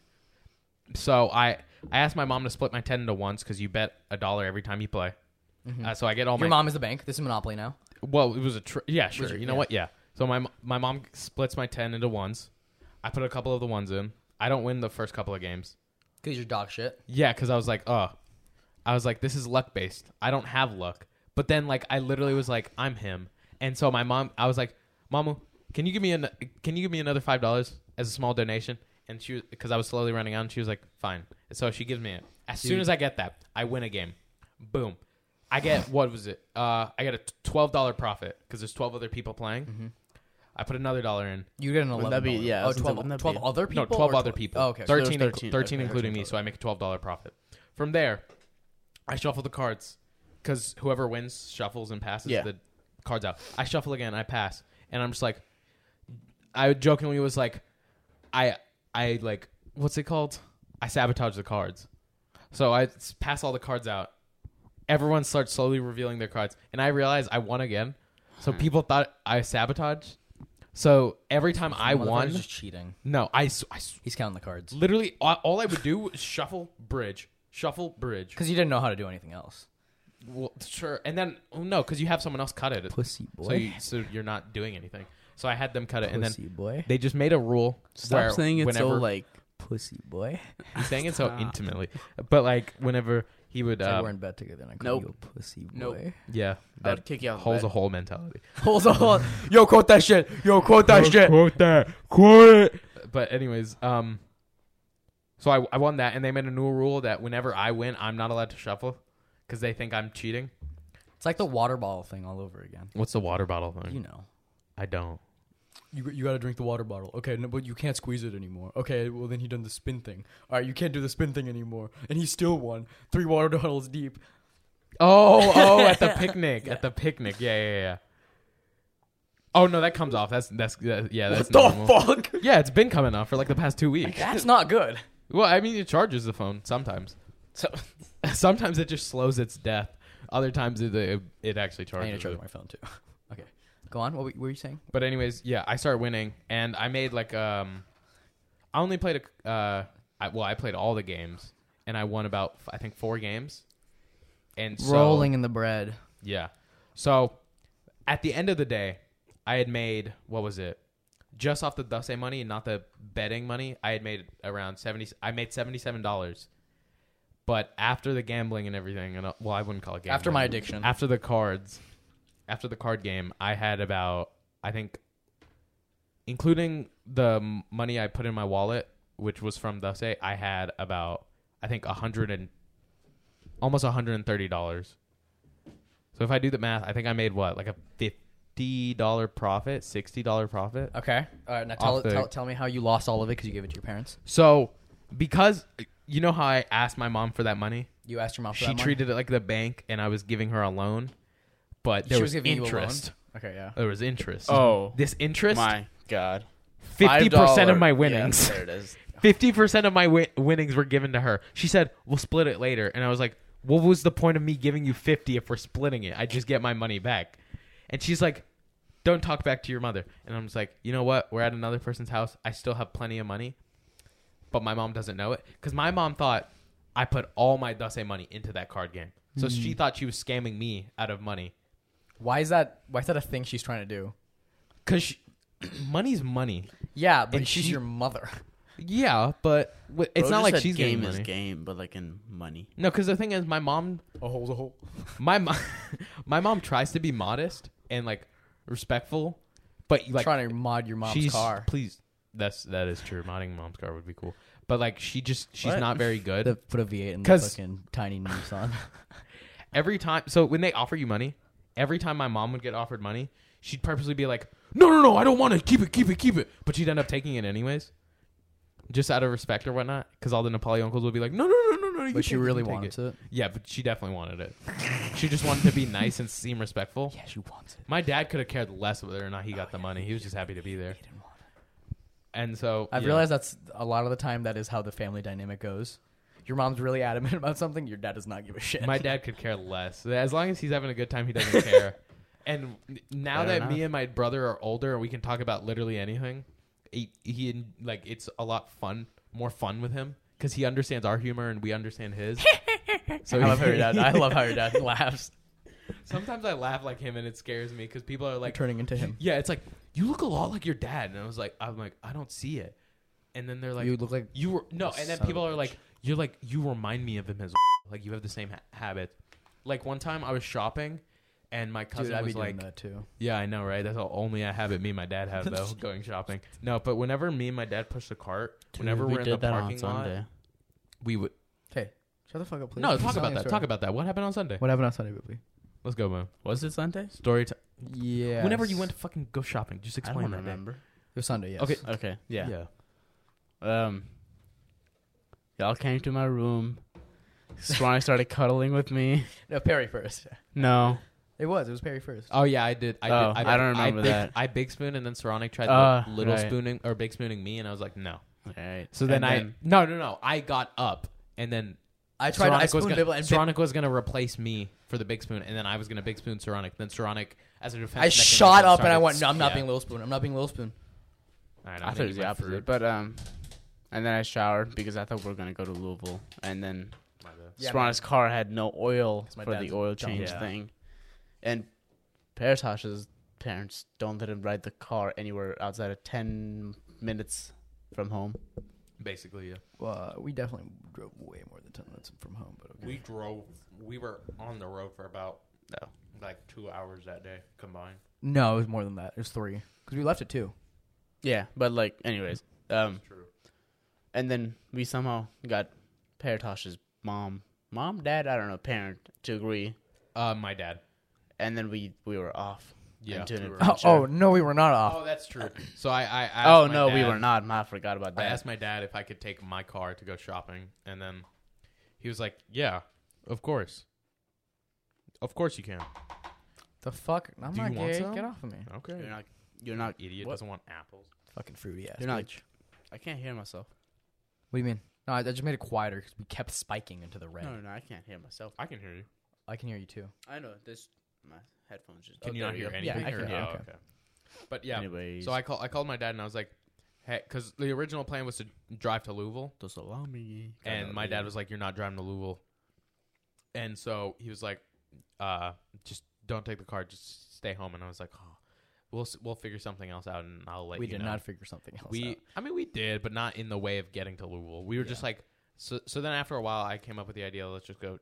C: So I I asked my mom to split my ten into ones because you bet a dollar every time you play. Uh, so I get all
A: Mm-hmm. Your
C: my
A: mom is the bank. This is Monopoly now.
C: well, it was a tr- yeah, sure.
A: your-
C: you know
A: yeah.
C: what? Yeah. So my m- my mom splits my ten into ones. I put a couple of the ones in. I don't win the first couple of games.
A: Cause you're dog shit.
C: Yeah, because I was like, oh, I was like, this is luck based. I don't have luck. But then like I literally was like, I'm him. And so my mom, I was like, Mamu, can you give me an can you give me another five dollars as a small donation? And she was because I was slowly running out, and she was like, fine. And so she gives me it. As soon as I get that, I win a game. Boom. I get what was it? Uh, I got a twelve dollar profit because there's twelve other people playing. I put another dollar in.
D: You get an eleven.
B: Wouldn't that be-
D: dollar.
B: yeah, I
D: Oh,
B: was gonna say,
D: 12,
B: wouldn't that
D: 12
B: be-
D: other people.
C: No, 12
D: or
C: other
D: tw-
C: people.
D: Oh, okay.
B: Thir-
C: 13,
B: There
C: inclu-
B: was
C: 13,
B: 13, okay,
C: including me, so I make a $12 profit. From there, I shuffle the cards because whoever wins shuffles and passes
B: Yeah.
C: the cards out. I shuffle again, I pass, and I'm just like, I jokingly was like, I, I like, what's it called? I sabotage the cards. So I s- pass all the cards out. Everyone starts slowly revealing their cards, and I realize I won again.
D: Hmm.
C: So people thought I sabotaged. So every time I
D: Motherfucker's
C: won,
D: Just cheating.
C: no, I, s- I s-
D: He's counting the cards
C: Literally, all, all I would do was shuffle bridge, shuffle bridge.
D: because you didn't know how to do anything else.
C: Well, sure, and then oh no, because you have someone else cut it.
D: Pussy
C: So, you, so you're not doing anything. So I had them cut it, and then
D: boy.
C: they just made a rule
B: Stop
C: where
B: saying it's
C: whenever
B: so like.
D: Pussy boy.
C: he's saying it so
B: Stop.
C: intimately, but like whenever he would,
D: Said
C: uh,
D: we're in bed together. And I
B: nope.
D: nope. You a pussy boy.
B: Nope.
C: yeah,
B: I would
C: that
B: kick you out. of
C: holes a
B: bed.
C: hole mentality.
D: Hold on. Yo, quote that shit. Yo, quote that shit.
C: Quote that. Quote it. But anyways, um, so I, I won that, and they made a new rule that whenever I win, I'm not allowed to shuffle because they think I'm cheating.
D: It's like the water bottle thing all over again.
C: What's the water bottle thing?
D: You know.
C: I don't.
A: You, you got to drink the water bottle. Okay, no, but you can't squeeze it anymore. Okay, well then he done the spin thing. All right, you can't do the spin thing anymore, and he still won three water bottles deep.
C: Oh, oh, at the picnic, at the picnic. Yeah, yeah, yeah. Oh no, that comes off. That's that's that- yeah. That's normal.
A: fuck?
C: Yeah, it's been coming off for like the past two weeks.
D: That's not good.
C: Well, I mean, it charges the phone sometimes. So sometimes it just slows its death. Other times it it, it actually
D: I
C: charges.
D: need to charge
C: it.
D: my phone too. Okay. Go on. What were- were you saying?
C: But anyways, yeah, I started winning, and I made like um, I only played a uh, I, well, I played all the games, and I won about I think four games. And so,
D: Rolling in the bread.
C: Yeah. So at the end of the day, I had made what was it? Just off the Dusty money and not the betting money, I had made around seventy. I made seventy-seven dollars, but after the gambling and everything, and uh, well, I wouldn't call it gambling.
D: After my addiction.
C: after the cards, after the card game, I had about I think, including the m- money I put in my wallet, which was from Dusty, I had about I think a hundred and almost hundred and thirty dollars. So if I do the math, I think I made what like a fifty dollar profit, sixty dollar profit.
D: Okay. All right. Now tell,
C: Off the-
D: tell, tell me how you lost all of it because you gave it to your parents.
C: So because you know how I asked my mom for that money,
D: You asked your mom for
C: she
D: that money?
C: treated it like the bank, and I was giving her a loan, but there
D: She
C: was,
D: giving you a loan?
C: interest.
D: Okay. Yeah.
C: There was interest.
B: Oh.
C: this interest,
B: My God.
C: fifty percent
B: $5.
C: of my
B: Yeah,
C: winnings.
B: there it is.
C: Fifty percent of my wi- winnings were given to her. She said, "We'll split it later," and I was like, "What was the point of me giving you fifty if we're splitting it? I just get my money back." And she's like, "Don't talk back to your mother." And I'm just like, "You know what? We're at another person's house. I still have plenty of money, but my mom doesn't know it because my mom thought I put all my Dase money into that card game, so she thought she was scamming me out of money
D: Why is that? Why is that a thing she's trying to do?
C: because money's money.
D: Yeah, but
C: And
D: she's
C: she-
D: your mother.
C: Yeah, but w- it's
B: Bro
C: not
B: just
C: like
B: said
C: she's
B: game
C: getting
B: is
C: money.
B: game, but like in money.
C: No, because the thing is, my mom
A: A hole's a hole.
C: my mom, my mom tries to be modest and like respectful, but like
D: trying to mod your mom's
C: she's
D: car.
C: please. That's that is true. Modding mom's car would be cool, but like she just she's
B: What?
C: not very good.
D: The, put a V8 in the
C: 'Cause-
D: fucking tiny Nissan.
C: every time, so when they offer you money, every time my mom would get offered money, she'd purposely be like, "No, no, no, I don't want it. Keep it, keep it, keep it." But she'd end up taking it anyways, just out of respect or whatnot, because all the Nepali uncles would be like, "No, no, no, no, no." You
D: but she
C: take it,
D: really
C: you take
D: wants
C: it.
D: it.
C: Yeah, but she definitely wanted it. she just wanted to be nice and seem respectful.
D: Yeah, she wants it.
C: My dad could have cared less whether or not he got the money. He was just happy to be there.
D: He didn't want it.
C: And so
D: I've
C: yeah.
D: realized that's a lot of the time that is how the family dynamic goes. Your mom's really adamant about something. Your dad does not give a shit.
C: my dad could care less. As long as he's having a good time, he doesn't care. And now
B: Fair
C: that
B: enough.
C: me and my brother are older and we can talk about literally anything, he, he like it's a lot fun, more fun with him because he understands our humor and we understand his.
D: I
C: so
D: love how your dad. I love how your dad laughs.
C: sometimes I laugh like him and it scares me because people are
D: Like
C: like,
D: turning into him.
C: "Yeah, it's like you look a lot like your dad," and I was like, "I'm like I don't see it," and then they're like,
D: you look like
C: You were no, and then
D: Son of
C: people
D: a
C: are
D: bitch.
C: like, you're like you remind me of him as like you have the same ha- habit. Like one time I was shopping, and my cousin
A: Dude, I'd be
C: was
A: doing
C: like,
A: that too.
C: "Yeah, I know, right? That's the only a habit me and my dad have though, going shopping." No, but whenever me and my dad push the cart, whenever
B: we
C: are in
B: did
C: the
B: that
C: parking
B: on
C: lot,
B: Sunday.
C: we would
A: Hey, shut the fuck up, please.
C: no
A: Keep
C: talk
A: telling
C: about
A: the
C: that.
A: story.
C: Talk about that. What happened on Sunday?
A: what happened on Sunday, Whitley?
C: Let's go, man.
B: Was it Sunday?
C: Story time.
A: Yeah.
C: Whenever you went to fucking go shopping, just
B: I
C: explain
B: don't
C: that. man.
B: remember.
A: it was Sunday, yes.
C: Okay.
B: Okay. Yeah. Um, y'all came to my room. Swanee started cuddling with me.
D: No, Perry first.
B: No.
A: It was. It was Perry first.
C: Oh yeah, I did. I,
B: Oh,
C: did,
B: I don't remember
C: big,
B: that.
C: I big spoon and then Saronic tried
B: Ah,
C: the little
B: right.
C: spooning or big spooning me, and I was like, no.
B: All right.
C: So then, I no no no. I got up and then
D: I tried. to I
C: Saronic was
D: spoon
C: gonna,
D: nibble and
C: Saronic was gonna replace me for the big spoon, and then I was gonna big spoon Saronic. Then Saronic as a defense.
D: I
C: mechanism,
D: shot up and
C: started-
D: I went. No, I'm not
C: yeah.
D: being little spoon. I'm not being little spoon.
C: All right, I'm
B: I thought
C: gonna
B: it was
C: eat
B: the
C: my
B: opposite,
C: fruit.
B: but um, and then I showered because I thought we were gonna go to Louisville, and then
C: My bad.
D: Yeah,
B: Swan's car had no oil
D: my
B: for the
D: dad's
B: oil
D: dumb.
B: change
C: Yeah.
B: thing, and Paratash's parents don't let him ride the car anywhere outside of ten minutes from home.
C: Basically, yeah.
A: Well, Uh, we definitely drove way more than 10 minutes from home, but okay.
C: We drove. We were on the road for about
B: No.
C: like two hours that day combined.
A: no, it was more than that. It was three. Because we left at two.
B: Yeah, but like, anyways, um,
C: True.
B: and then we somehow got Paratosh's mom, mom, dad, I don't know, parent to agree,
C: Uh, my dad.
B: and then we we were off.
C: Yeah,
B: into
C: we
B: an
C: were
B: adventure.
A: Oh, oh, no, we were not off.
C: Oh, that's true. So I, I asked
B: Oh
C: my
B: no, we
C: dad-
B: were not. I forgot about
C: I
B: that.
C: asked my dad if I could take my car to go shopping, and then he was like, "Yeah, of course, of course you can."
A: The fuck? I'm
C: Do
A: not
C: you want
A: gay.
C: some?
A: Get off of me.
C: Okay,
B: You're not. You're not.
C: idiot
B: What?
C: doesn't want apples.
A: Fucking fruity ass.
B: You're not.
A: bitch.
B: I can't hear myself.
A: What do you mean? No, I, I just made it quieter because we kept spiking into the red.
B: No, no, no, I can't hear myself.
C: I can hear you.
A: I can hear you too.
B: I know this. My headphones just.
A: Oh,
B: oh,
C: Can you not hear
B: any?
A: Yeah,
C: anything?
A: I can
C: or-
A: hear,
C: oh,
A: okay.
C: okay. But yeah,
B: Anyways,
C: so I call I called my dad and I was like, "Hey," because the original plan was to drive to Louisville,
B: the salami.
C: and my dad was like, "You're not driving to Louisville," and so he was like, uh, "Just don't take the car, just stay home." And I was like, "Oh, we'll s- we'll figure something else out, and I'll let
A: we
C: you
A: did
C: know."
A: not figure something else
C: we
A: out.
C: i mean we did but not in the way of getting to louisville we were just like so so then after a while i came up with the idea let's just go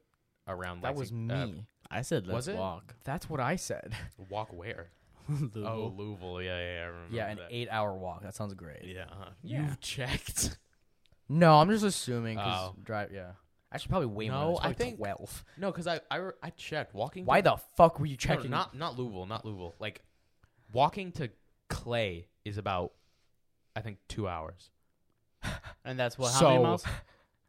C: around
A: That was
C: Lexing-
A: me.
C: uh,
B: I said let's
C: Was it?
B: walk.
A: That's what I said.
C: uh, walk where oh
B: Louisville.
C: louisville yeah yeah, yeah I remember
A: Yeah, an
C: that.
A: eight hour walk. That sounds great.
C: yeah, uh-huh.
B: Yeah.
C: you've checked
A: No, I'm just assuming 'cause
C: Oh.
A: drive. Yeah, actually probably way
C: No,
A: more. It's
C: I
A: probably
C: think-
A: twelve.
C: no because I, I re- i checked walking
A: Why
C: to,
A: the fuck were you
C: no, no,
A: checking?
C: not not louisville not louisville like walking to clay is about i think two hours
B: And that's what. How
C: So-
B: many miles?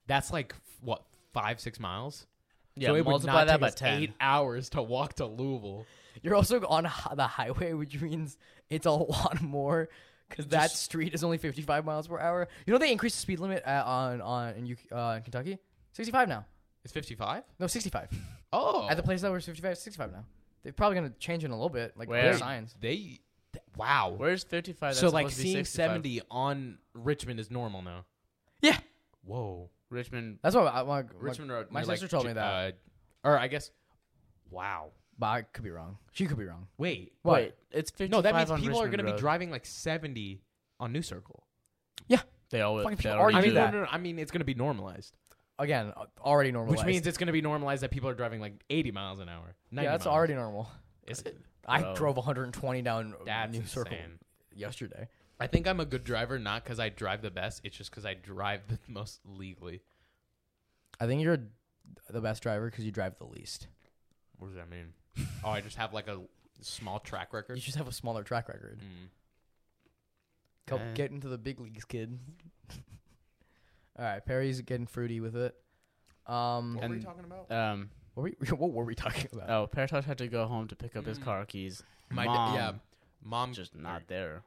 C: that's like f- what five six miles
B: Yeah,
C: so it would
B: multiply
C: not
B: that
C: take
B: by
C: us
B: ten.
C: eight hours to walk to louisville
A: You're also on hi- the highway, which means it's a lot more because that street is only 55 miles per hour. You know they increased the speed limit uh on on in, UK, uh, in Kentucky, 65 now.
C: it's 55
A: No, 65
C: oh
A: at the place that we're 55, 65 now. They're probably gonna change it in a little bit, like
B: Where?
A: their signs.
C: They th- wow.
B: Where's fifty-five?
C: so
B: That's
C: like
B: supposed to be
C: seeing
B: 65.
C: seventy on Richmond is normal now.
A: Yeah,
C: Whoa,
B: Richmond.
A: that's what I, my, my-
C: Richmond Road.
A: My
C: you're
A: sister
C: like,
A: told
C: j-
A: me that,
C: Uh, or I guess, wow.
A: but I could be wrong. She could be wrong.
C: Wait,
A: What?
B: Wait, it's fifty-five.
C: no, that means
B: on
C: people are
B: Richmond
C: going to be
B: Road.
C: driving like seventy on New Circle.
B: They always.
A: Fucking
B: they
A: people
B: already
A: argue
C: I mean,
B: do.
C: no,
A: that.
C: no, no, I mean, it's going to be normalized,
A: Again, uh, already normalized.
C: which means it's going to be normalized that people are driving like eighty miles an hour. 90
A: yeah, that's
C: miles.
A: already normal.
C: Is it?
A: I
B: Bro.
A: drove 120 down uh,
C: That's
A: New
C: insane.
A: Circle yesterday.
C: I think I'm a good driver not because I drive the best. It's just because I drive the most legally.
A: I think you're the best driver because you drive the least.
C: What does that mean? oh, I just have like a small track
A: You
C: record.
A: just have a smaller track record.
C: Mm.
A: Go
B: Eh.
A: get into the big leagues, kid. All right, Perry's getting fruity with it. Um,
C: What were you
B: And-
C: talking about?
B: Um.
A: what, were we, what were we talking about?
B: Oh, Paratosh had to go home to pick up his car keys.
C: Mm. My da-
B: mom,
C: yeah, mom
B: just not there.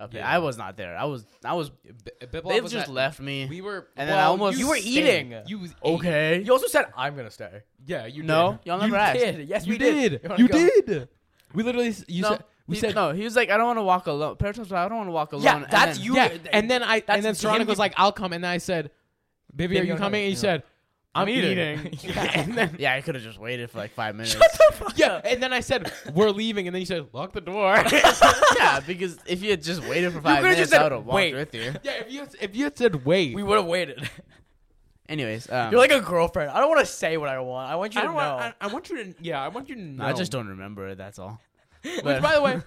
B: Okay,
C: Yeah.
B: I was not there. I was. I was.
C: B- Biplav
B: They've
C: was
B: just
C: at-
B: left me.
C: We were,
B: And then I
C: well,
B: almost
A: you were
B: stayed.
A: eating.
C: You was ate.
B: Okay.
A: You also said I'm gonna stay.
C: Yeah, you
B: no, y'all never
A: you
B: asked.
A: did. Yes,
C: did. you
A: we did.
C: did.
A: wanna
C: You
A: go?
C: did. We literally, s- you
B: No,
C: said, we
B: he-
C: said
B: no. He was like, I don't want to walk alone. Paratosh, I don't want to walk alone.
A: Yeah,
B: and
A: that's
B: then-
A: you.
C: yeah. And then I,
A: That's
C: and then
A: him
C: Saronic was
A: getting-
C: like, "I'll come," and then I said, "Baby,
A: Baby,
C: are you
A: I'm
C: coming?"
A: coming.
C: And he
A: Yeah.
C: said, "I'm
A: eating."
C: eating."
B: and then- yeah, I could have just waited for like five minutes.
C: yeah, and then I said, "We're leaving," and then you said, "Lock the door."
B: yeah, because if you had just waited for five
A: could've
B: minutes,
A: just
B: I
A: said,
B: would have walked
A: "Wait."
B: with you.
C: yeah, if you if you had said wait,
A: We would have waited.
B: Anyways, um,
A: You're like a girlfriend. I don't want to say what I want. I want you
C: I
A: to
C: don't
A: know.
C: want. I, I want you to. Yeah, I want you to know.
B: I just don't remember it. That's all.
C: Which,
B: But-
C: by the way,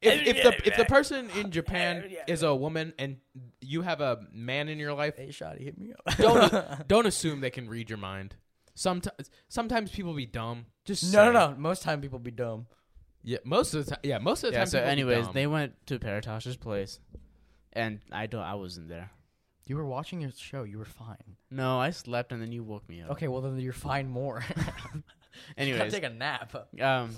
C: if, if the if the person in Japan is a woman and you have a man in your life,
A: hey, Shotty, hit me up.
C: don't don't assume they can read your mind. Sometimes sometimes people be dumb. Just
A: No,
C: saying.
A: no, no. Most time people be dumb.
C: Yeah, most of the time. Yeah, most of the
B: yeah.
C: time.
B: So,
C: people be
B: anyways,
C: dumb.
B: they went to Paratosh's place, and I don't. I wasn't there.
A: You were watching your show. You were fine.
B: No, I slept, and then you woke me up.
A: Okay, well then you're fine more. Gotta
B: Anyways,
A: take a nap.
B: um,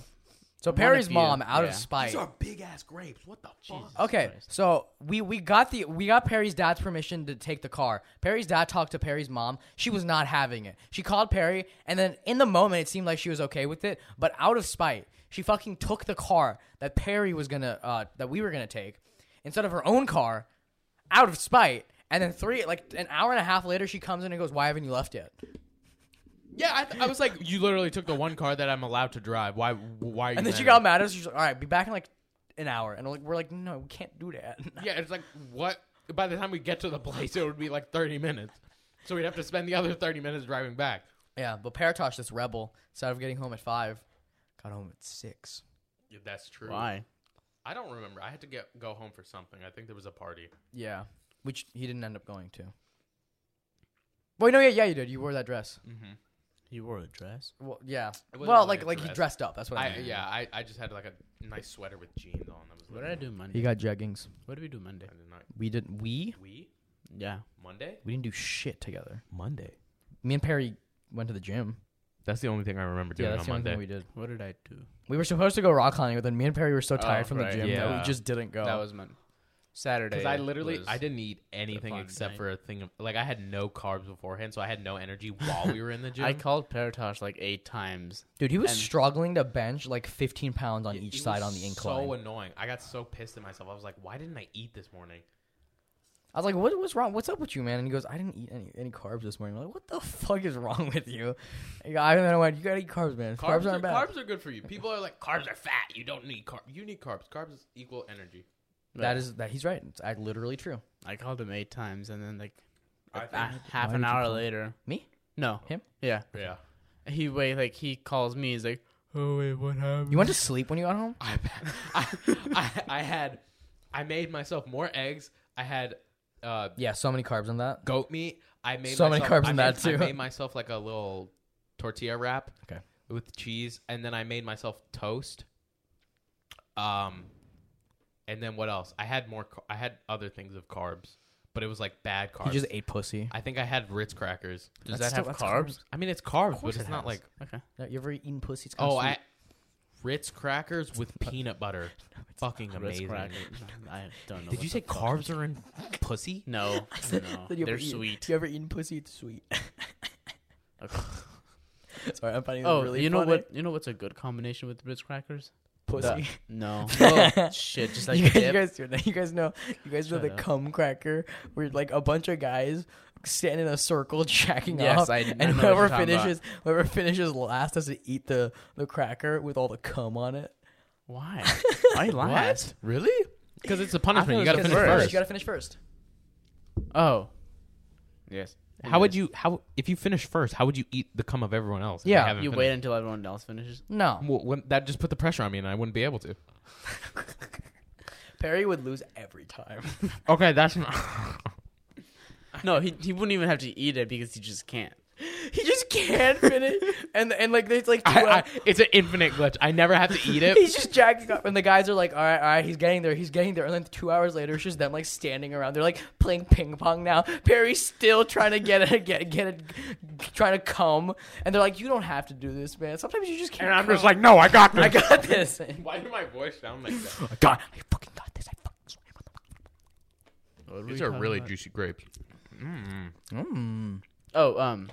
A: So
B: One
A: Perry's
B: of you.
A: mom, out of
B: Yeah.
A: spite.
C: big ass grapes. What the fuck?
A: Okay,
B: Christ.
A: so we we got the we got Perry's dad's permission to take the car. Perry's dad talked to Perry's mom. She was not having it. She called Perry, and then in the moment it seemed like she was okay with it, but out of spite, she fucking took the car that Perry was gonna uh, that we were gonna take instead of her own car, out of spite. And then three like an hour and a half later, she comes in and goes, "Why haven't you left yet?"
C: Yeah, I, th- I was like, you literally took the one car that I'm allowed to drive. Why? Why? Are you
A: And then she
C: mad
A: got
C: at me?
A: mad at us. She's like, "All right, be back in like an hour." And we're like, "We're like, no, we can't do that."
C: Yeah, it's like what? By the time we get to the place, it would be like 30 minutes. So we'd have to spend the other 30 minutes driving back.
A: Yeah, but Paratosh, this rebel, instead of getting home at five, got home at six.
C: Yeah, that's true.
B: why?
C: I don't remember. I had to get go home for something. I think there was a party.
A: Yeah, which he didn't end up going to. Wait, no, yeah, yeah, you did. You wore that dress.
B: You wore a dress.
A: Well, yeah.
C: Mm. wasn't
A: Well,
C: really
A: like
C: a
A: like he
C: dress.
A: dressed up. That's what I,
C: I
A: mean.
C: yeah. I, I just had like a nice sweater with jeans on. I was
B: What did I do Monday?
A: He got jeggings.
B: what did we do Monday?
C: I did not.
A: We didn't. We
C: We
B: Yeah.
C: Monday.
A: we didn't do shit together.
C: Monday.
A: Me and Perry went to the gym.
C: That's the only thing I remember doing
A: yeah, that's
C: on
A: the only
C: Monday.
A: thing we did.
B: What did I do?
A: We were supposed to go rock climbing, but then me and Perry were so tired from
B: right,
A: the gym that
C: Oh, yeah.
A: we just didn't go.
B: That was Monday. Saturday.
C: Because I literally,
B: was-
C: I didn't eat anything
B: fun
C: except
B: night.
C: for a thing of like I had no carbs beforehand, so I had no energy while we were in the gym.
B: I called Paratosh like eight times.
A: Dude, he was
B: and-
A: struggling to bench like 15 pounds on
C: It-
A: each
C: it
A: side
C: was
A: on the incline.
C: So annoying. I got so pissed at myself. I was like, why didn't I eat this morning?
A: I was like, what, what's wrong? What's up with you, man? And he goes, I didn't eat any, any carbs this morning. I'm like, what the fuck is wrong with you? And I- and then I went, you gotta eat carbs, man. Carbs,
C: are
A: aren't bad.
C: carbs are good for you. People are like, carbs are fat. You don't need carbs. You need carbs. Carbs is equal energy.
A: That is that he's right. It's act- literally true.
B: I called him eight times, and then like
C: I
B: a-
C: think-
B: half
A: Why
B: an
A: did you
B: hour
A: call-
B: later,
A: Me?
B: no,
A: Him?
B: yeah,
C: Yeah.
B: he wait like he calls me. He's like, oh wait, what happened?
A: You went to sleep when you got home?
C: I, I, I, I had, I made myself more eggs. I had uh,
A: Yeah, so many carbs in that.
C: goat meat. I made
A: So many
C: myself,
A: carbs
C: I
A: in
C: made,
A: that, too.
C: I made myself like a little tortilla wrap.
A: Okay.
C: With cheese, and then I made myself toast. Um, and then what else? I had more. ca- I had other things of carbs, but it was like bad carbs.
A: You just ate pussy.
C: I think I had Ritz crackers.
B: Does
A: That's
B: that
A: still-
B: have
A: that's
B: carbs?
C: I mean, it's carbs, but
A: course
C: it's
A: it
C: not
A: has.
C: like
B: Okay,
A: Yeah, You ever eaten pussy? It's kinda
C: oh,
A: sweet.
C: I Ritz crackers with peanut butter. Fucking
B: Ritz
C: amazing.
B: crackers. I don't know.
C: Did
B: what
C: you
B: the
C: say
B: fuck-
C: carbs are in pussy?
B: No,
A: Did you
B: no,
A: ever
B: they're
A: eat-
B: sweet.
A: You ever eaten pussy? It's sweet.
B: Okay.
A: Sorry, I'm finding
B: Oh,
A: that really
B: you know
A: funny.
B: what? You know what's a good combination with Ritz crackers?
A: Pussy.
B: No, oh, shit, just like
A: you,
B: a
A: guys, you
B: dip.
A: guys do that. You guys know. You guys know
B: Shut
A: the
B: up.
A: cum cracker, where like a bunch of guys stand in a circle jacking
B: Yes,
A: off,
B: I- I know
A: and
B: what
A: whoever
B: you're talking about.
A: finishes, whoever finishes last has to eat the the cracker with all the cum on it.
B: Why? Why last?
C: Really? Because it's a
B: it
C: punishment. You
B: was
C: gotta
B: just
C: finish
B: first.
C: first.
A: You gotta finish first.
B: Oh, yes.
C: How would you? How if you finish first? How would you eat the cum of everyone else? if they
A: Yeah.
C: haven't
B: You wait
C: finished?
B: until everyone else finishes.
A: No,
C: Well, when- that just put the pressure on me, and I wouldn't be able to.
A: Perry would lose every time.
C: Okay, that's not.
B: No, he he wouldn't even have to eat it because he just can't.
A: he just can't finish, and and like it's like two
C: I,
A: out-
C: I, it's an infinite glitch. I never have to eat it.
A: He's just jacking up, and the guys are like, "All right, all right, he's getting there, he's getting there." And then two hours later, it's just them like standing around. They're like playing ping pong now. Perry's still trying to get it, get get it, trying to come, and they're like, "You don't have to do this, man. Sometimes you just can't."
C: and I'm
A: come."
C: just like, no, I got this.
A: "I got this." I
C: Why did my voice sound like that?
A: got, I fucking got this. I fucking swear.
C: These are really juicy grapes. Mm.
B: Oh, um,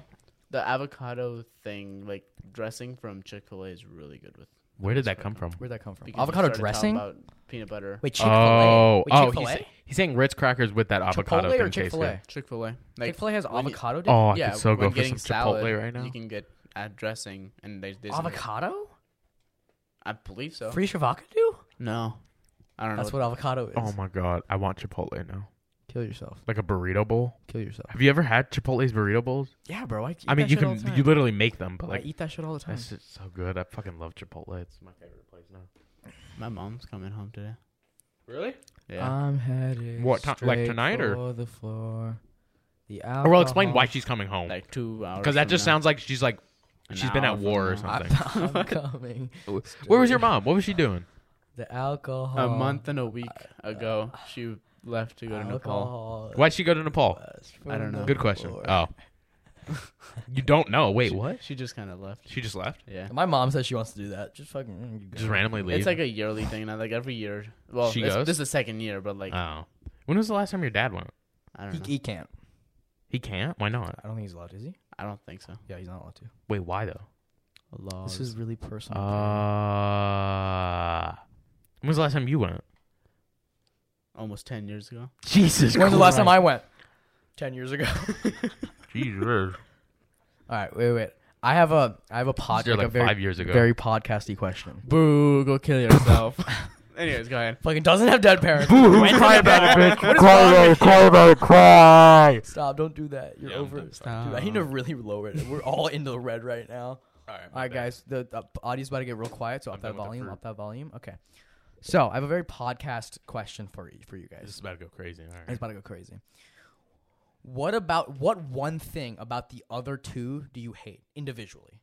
B: the avocado thing, like dressing from Chick Fil A, is really good with.
C: Where did that come from?
A: Where'd that come from?
B: because we
A: Avocado
B: started talking
A: dressing?
B: about peanut butter.
A: Wait, Chick Fil A?
C: Oh,
A: Wait,
C: oh,
A: Chick-fil-A?
C: he's, he's saying Ritz crackers with that avocado
A: Chipotle or
C: thing tastes
A: Chick-fil-A?
C: good.
B: Chick Fil A.
A: Chick Fil A has avocado. dip?
C: Oh, I
B: yeah,
C: could so
B: when
C: go for
B: getting
C: some
B: salad,
C: Chipotle right now.
B: You can get a dressing, and they, they
A: avocado?
B: I believe so.
A: Free shavakadu?
B: no, I don't
A: That's
B: know.
A: what avocado is.
C: Oh my god, I want Chipotle now.
A: Kill yourself.
C: like a burrito bowl.
A: Kill yourself.
C: Have you ever had Chipotle's burrito bowls?
A: Yeah, bro. I, eat
C: I mean,
A: that
C: you
A: shit all
C: can
A: the time.
C: you literally make them, but
A: I
C: like
A: eat that shit all the time.
C: that's just so good. I fucking love Chipotle. It's my favorite place now.
B: My mom's coming home today.
C: Really?
B: Yeah.
A: I'm headed.
C: What ti- like
A: straight
C: tonight or-
A: for the floor. The
C: Or well, explain
A: alcohol-
C: why she's coming home.
B: like two hours.
C: Because that just sounds like she's like
B: An
C: she's been
B: hour
C: at
B: from
C: war or
B: now.
C: something.
A: I'm coming.
C: Where was your mom? What was she doing?
A: The alcohol.
B: a month and a week ago. She left to go to Nepal.
A: uh, alcohol
C: Why'd she go to Nepal?
A: was
B: I don't
A: from
B: know.
A: the
C: Good question.
A: floor.
C: Oh, you don't know? Wait, what?
B: She just kind of left.
C: She just left.
B: Yeah.
A: My mom says she wants to do that. Just fucking. mm, you
C: Just
A: go.
C: randomly leave.
B: It's like a yearly thing now. Like every year. Well,
C: She
B: it's-
C: goes?
B: this is the second year, but like
C: oh, when was the last time your dad went?
B: I don't know.
A: He, he can't.
C: He can't. Why not?
A: I don't think he's allowed. Is he?
B: I don't think so.
A: Yeah, he's not allowed to.
C: Wait, why though?
B: Laws.
C: Oh,
A: This is really personal.
C: Uh, when was the last time you went?
B: almost ten years ago.
C: Jesus.
A: When's the last time I went? Ten years ago.
C: Jesus.
A: All right, wait, wait. I have a, I have a pod,
C: You're
A: like,
C: like
A: a very,
C: five years ago.
A: very podcasty question.
B: Boo! Go kill yourself. Anyways, go ahead.
A: Fucking doesn't have dead parents.
C: Who cry about it, bitch? Cry about it. Cry about it. Cry.
A: Stop! Don't do that. You're
C: Yeah, I'm
A: over.
C: done.
A: it. Dude, I need to really lower it. We're all into the red right now.
C: All right,
A: All right, guys. The, the audio's about to get real quiet, so
C: I'm
A: up
C: done
A: that
C: with the
A: volume.
C: fruit.
A: Up that volume. Okay. So I have a very podcast question for you, for you guys.
C: This is about to go crazy. All
A: It's
C: right.
A: about to go crazy. What about what one thing about the other two do you hate individually?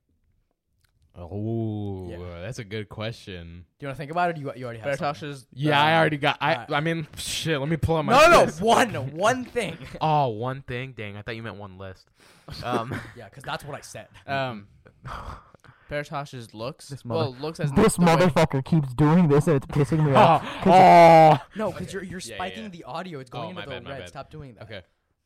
C: Oh,
A: Yeah.
C: that's a good question.
A: Do you want to think about it? Or do you you already have. something?
B: Bertosh's.
C: Yeah, I already got. I.
A: alright.
C: I mean, shit. Let me pull up my.
A: No, no, no.
C: list.
A: One, one thing.
C: Oh, one thing. Dang, I thought you meant one list. Um,
A: yeah, because that's what I said.
B: Um. Bertosh's looks.
D: mother-
B: well, looks as
D: This
B: the way-
D: motherfucker keeps doing this and it's pissing me off.
C: oh, oh.
A: No, because you're you're
C: Yeah, yeah,
A: spiking
C: yeah.
A: the audio. It's going
C: Oh,
A: into
C: my
A: the
C: bad, my
A: red.
C: bad.
A: Stop doing that.
C: Okay. uh,